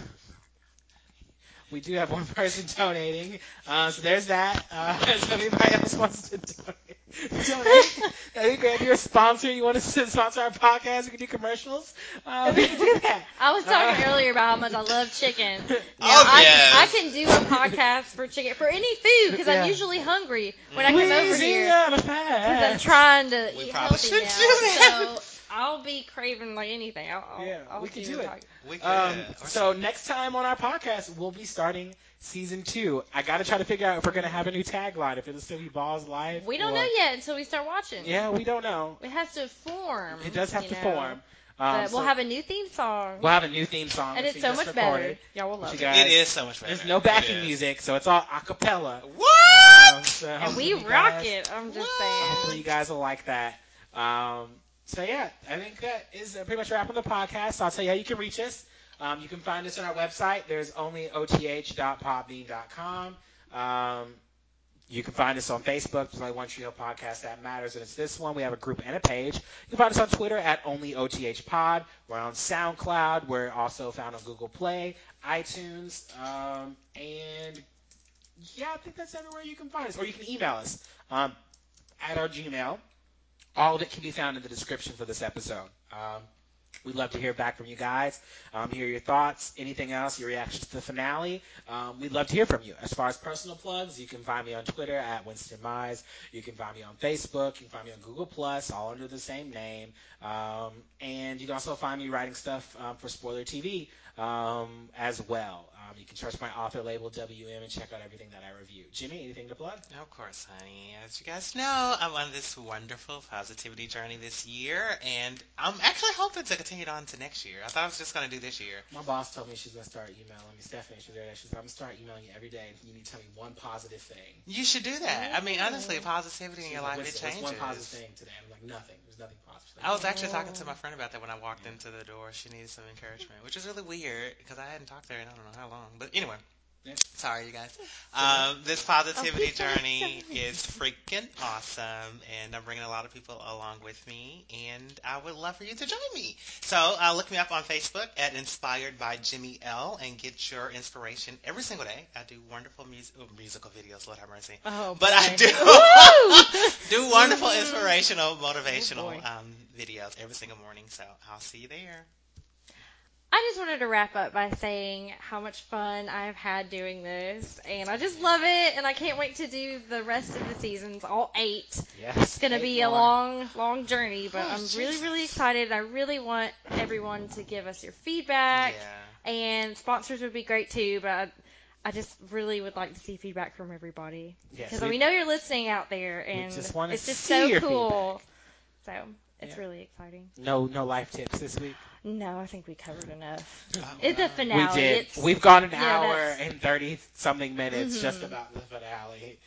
[SPEAKER 2] we do have one person donating, uh, so there's that. Uh, so if anybody else wants to donate, donate that'd be great. If you're a sponsor, you want us to sponsor our podcast, we can do commercials. Uh, we can do that.
[SPEAKER 3] I was talking
[SPEAKER 2] Uh.
[SPEAKER 3] earlier about how much I love chicken. Now,
[SPEAKER 1] Oh,
[SPEAKER 3] I,
[SPEAKER 1] yes.
[SPEAKER 3] I can do a podcast for chicken, for any food, because
[SPEAKER 2] Yeah.
[SPEAKER 3] I'm usually hungry when I come over here.
[SPEAKER 2] Louisiana
[SPEAKER 3] Because I'm
[SPEAKER 2] fast.
[SPEAKER 3] trying to
[SPEAKER 1] We
[SPEAKER 3] eat
[SPEAKER 1] probably
[SPEAKER 3] healthy
[SPEAKER 1] should
[SPEAKER 3] now,
[SPEAKER 1] do that.
[SPEAKER 3] so I'll be craving like anything. I'll, I'll,
[SPEAKER 2] Yeah,
[SPEAKER 3] I'll
[SPEAKER 2] we could
[SPEAKER 3] do
[SPEAKER 2] do
[SPEAKER 3] a
[SPEAKER 2] it.
[SPEAKER 3] podcast.
[SPEAKER 1] We could.
[SPEAKER 2] Um,
[SPEAKER 1] Or
[SPEAKER 2] so next time on our podcast, we'll be starting season two. I gotta try to figure out if we're gonna have a new tagline. If it'll still be Balls Live.
[SPEAKER 3] We don't
[SPEAKER 2] or-
[SPEAKER 3] know yet until we start watching.
[SPEAKER 2] Yeah, we don't know.
[SPEAKER 3] It has to form.
[SPEAKER 2] It does have
[SPEAKER 3] you
[SPEAKER 2] to
[SPEAKER 3] know.
[SPEAKER 2] form. Um,
[SPEAKER 3] But
[SPEAKER 2] so
[SPEAKER 3] we'll have a new theme song.
[SPEAKER 2] we'll have a new theme song,
[SPEAKER 3] and
[SPEAKER 2] which
[SPEAKER 3] it's
[SPEAKER 2] we
[SPEAKER 3] so
[SPEAKER 2] just
[SPEAKER 3] much
[SPEAKER 2] recorded.
[SPEAKER 3] better. Y'all will love
[SPEAKER 2] Which
[SPEAKER 3] it.
[SPEAKER 2] you guys-
[SPEAKER 1] it is so much better.
[SPEAKER 2] There's no
[SPEAKER 1] It
[SPEAKER 2] backing
[SPEAKER 1] is.
[SPEAKER 2] music, so it's all a cappella.
[SPEAKER 1] What?
[SPEAKER 2] Um, so
[SPEAKER 3] And
[SPEAKER 2] hopefully
[SPEAKER 3] we
[SPEAKER 2] you
[SPEAKER 3] rock
[SPEAKER 2] guys-
[SPEAKER 3] it. I'm just
[SPEAKER 2] Hopefully you
[SPEAKER 3] saying.
[SPEAKER 2] guys will like that. Um, so yeah, I think that is uh, pretty much a wrap on the podcast. I'll tell you how you can reach us. Um, you can find us on our website. There's only oth.podbean.com. Um, you can find us on Facebook. There's only one Tree Hill podcast that matters, and it's this one. We have a group and a page. You can find us on Twitter at only OTH Pod. We're on SoundCloud. We're also found on Google Play, iTunes, um, and yeah, I think that's everywhere you can find us. Or you can email us um, at our Gmail. All of it can be found in the description for this episode. Um, we'd love to hear back from you guys, um, hear your thoughts, anything else, your reactions to the finale. Um, we'd love to hear from you. As far as personal plugs, you can find me on Twitter at Winston Mize. You can find me on Facebook. You can find me on Google Plus, all under the same name. Um, and you can also find me writing stuff um, for Spoiler TV um, as well. Um, you can search my author label WM and check out everything that I review. Jimmy, anything to plug?
[SPEAKER 1] Of course, honey. As you guys know, I'm on this wonderful positivity journey this year, and I'm actually hoping to continue it on to next year. I thought I was just going to do this year.
[SPEAKER 2] My boss told me she's gonna start emailing me. Stephanie, she's there. She's like, I'm gonna start emailing you every day. You need to tell me one positive thing.
[SPEAKER 1] You should do that. I mean,
[SPEAKER 2] Oh.
[SPEAKER 1] honestly, positivity in
[SPEAKER 2] She's
[SPEAKER 1] your
[SPEAKER 2] like,
[SPEAKER 1] life, it
[SPEAKER 2] "What's-
[SPEAKER 1] changes.
[SPEAKER 2] What's one positive thing today? I'm like, nothing. There's nothing positive. She's
[SPEAKER 1] I
[SPEAKER 2] like,
[SPEAKER 1] was actually talking to my friend about that when I walked into the door. She needed some encouragement, which is really weird because I hadn't talked to her in I don't know how long. But anyway,
[SPEAKER 2] Yeah.
[SPEAKER 1] sorry, you guys. Um, this positivity
[SPEAKER 3] Oh, sorry.
[SPEAKER 1] journey is freaking awesome, and I'm bringing a lot of people along with me, and I would love for you to join me. So uh, look me up on Facebook at Inspired by Jimmy L and get your inspiration every single day. I do wonderful mus- oh, musical videos, Lord have mercy.
[SPEAKER 3] Oh,
[SPEAKER 1] But I
[SPEAKER 3] boy.
[SPEAKER 1] do do wonderful inspirational, motivational
[SPEAKER 3] Oh, boy.
[SPEAKER 1] um, videos every single morning. So I'll see you there.
[SPEAKER 3] I just wanted to wrap up by saying how much fun I've had doing this, and I just love it, and I can't wait to do the rest of the seasons, all eight.
[SPEAKER 1] Oh.
[SPEAKER 2] Yes.
[SPEAKER 3] It's gonna be a long, long journey, but
[SPEAKER 2] Oh,
[SPEAKER 3] I'm really, really excited. I really want everyone to give us your feedback,
[SPEAKER 1] Yeah.
[SPEAKER 3] and sponsors would be great too. But I, I just really would like to see feedback from everybody
[SPEAKER 2] Yes,
[SPEAKER 3] because
[SPEAKER 2] we-
[SPEAKER 3] we know you're listening out there,
[SPEAKER 2] We
[SPEAKER 3] and
[SPEAKER 2] just wanna
[SPEAKER 3] it's just
[SPEAKER 2] see
[SPEAKER 3] so
[SPEAKER 2] your
[SPEAKER 3] cool. So it's
[SPEAKER 2] Yeah.
[SPEAKER 3] really exciting.
[SPEAKER 2] no no life tips this week.
[SPEAKER 3] No, I think we covered enough.
[SPEAKER 1] Oh,
[SPEAKER 3] It's the
[SPEAKER 1] wow.
[SPEAKER 3] finale.
[SPEAKER 2] we did.
[SPEAKER 3] It's,
[SPEAKER 2] We've gone an
[SPEAKER 3] yeah,
[SPEAKER 2] hour
[SPEAKER 3] that's-
[SPEAKER 2] and thirty something minutes
[SPEAKER 3] Mhm.
[SPEAKER 2] just about the finale.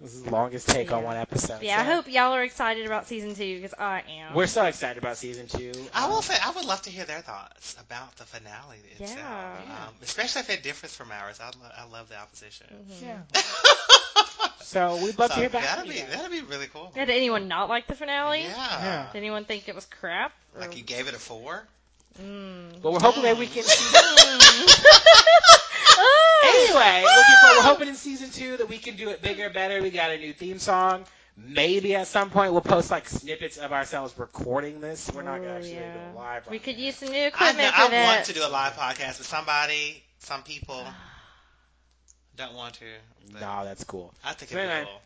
[SPEAKER 2] This is the longest take on
[SPEAKER 3] Yeah.
[SPEAKER 2] one episode.
[SPEAKER 3] yeah, I
[SPEAKER 2] so-
[SPEAKER 3] hope y'all are excited about season two because I am.
[SPEAKER 2] We're so excited about season two. Um,
[SPEAKER 1] I will say I would love to hear their thoughts about the finale itself,
[SPEAKER 3] Yeah.
[SPEAKER 2] Yeah.
[SPEAKER 1] um, especially if it differs from ours. I, lo- I love the opposition.
[SPEAKER 3] Mhm.
[SPEAKER 2] Yeah. so we'd love
[SPEAKER 1] So
[SPEAKER 2] to hear back.
[SPEAKER 1] that'd
[SPEAKER 2] from
[SPEAKER 1] be
[SPEAKER 2] you guys.
[SPEAKER 1] that'd be really cool.
[SPEAKER 3] Yeah, did anyone not like the finale?
[SPEAKER 1] Yeah.
[SPEAKER 3] Did anyone think it was crap? Or-
[SPEAKER 1] Like you gave it a four.
[SPEAKER 3] Mm.
[SPEAKER 2] But we're hoping that we can.
[SPEAKER 3] Ooh.
[SPEAKER 2] anyway, looking for, we're hoping in season two that we can do it bigger, better. We got a new theme song. Maybe at some point we'll post like snippets of ourselves recording this. We're not gonna
[SPEAKER 3] Oh,
[SPEAKER 2] actually
[SPEAKER 3] yeah.
[SPEAKER 2] do it live.
[SPEAKER 3] We
[SPEAKER 2] right
[SPEAKER 3] could
[SPEAKER 2] now.
[SPEAKER 3] use some new
[SPEAKER 1] I, know,
[SPEAKER 3] equipment for
[SPEAKER 1] I
[SPEAKER 3] that.
[SPEAKER 1] want to do a live podcast, but somebody, some people don't want to. But
[SPEAKER 2] No, that's cool.
[SPEAKER 1] I think it'd
[SPEAKER 2] Anyway.
[SPEAKER 1] be cool.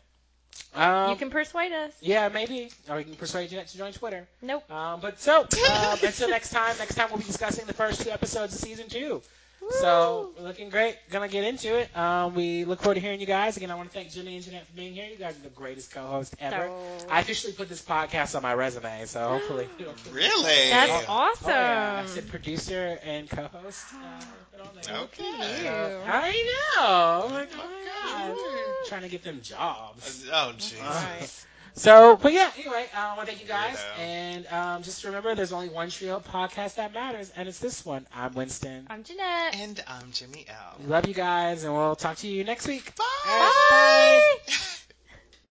[SPEAKER 2] Um,
[SPEAKER 3] you can persuade us.
[SPEAKER 2] Yeah, maybe. Or you can persuade Jeanette to join Twitter.
[SPEAKER 3] Nope.
[SPEAKER 2] Um, but so, um, until next time, next time we'll be discussing the first two episodes of season two. So,
[SPEAKER 3] Woo.
[SPEAKER 2] looking great. Gonna get into it. Um, we look forward to hearing you guys. Again, I want to thank Jimmy and Jeanette for being here. You guys are the greatest co host ever.
[SPEAKER 3] So-
[SPEAKER 2] I officially put this podcast on my resume, so hopefully.
[SPEAKER 1] Really?
[SPEAKER 3] That's awesome.
[SPEAKER 2] Oh, yeah. I said producer and co host.
[SPEAKER 1] Okay.
[SPEAKER 2] I know. Oh my God.
[SPEAKER 3] Woo.
[SPEAKER 2] Trying to get them jobs.
[SPEAKER 1] Oh jeez.
[SPEAKER 2] Alright. So, but yeah, anyway, uh, I want to thank you guys.
[SPEAKER 1] Weirdo.
[SPEAKER 2] And um, just remember, there's only one trio podcast that matters, and it's this one. I'm Winston.
[SPEAKER 3] I'm Jeanette.
[SPEAKER 1] And I'm Jimmy L.
[SPEAKER 2] We love you guys, and we'll talk to you next week.
[SPEAKER 1] Bye.
[SPEAKER 2] Bye.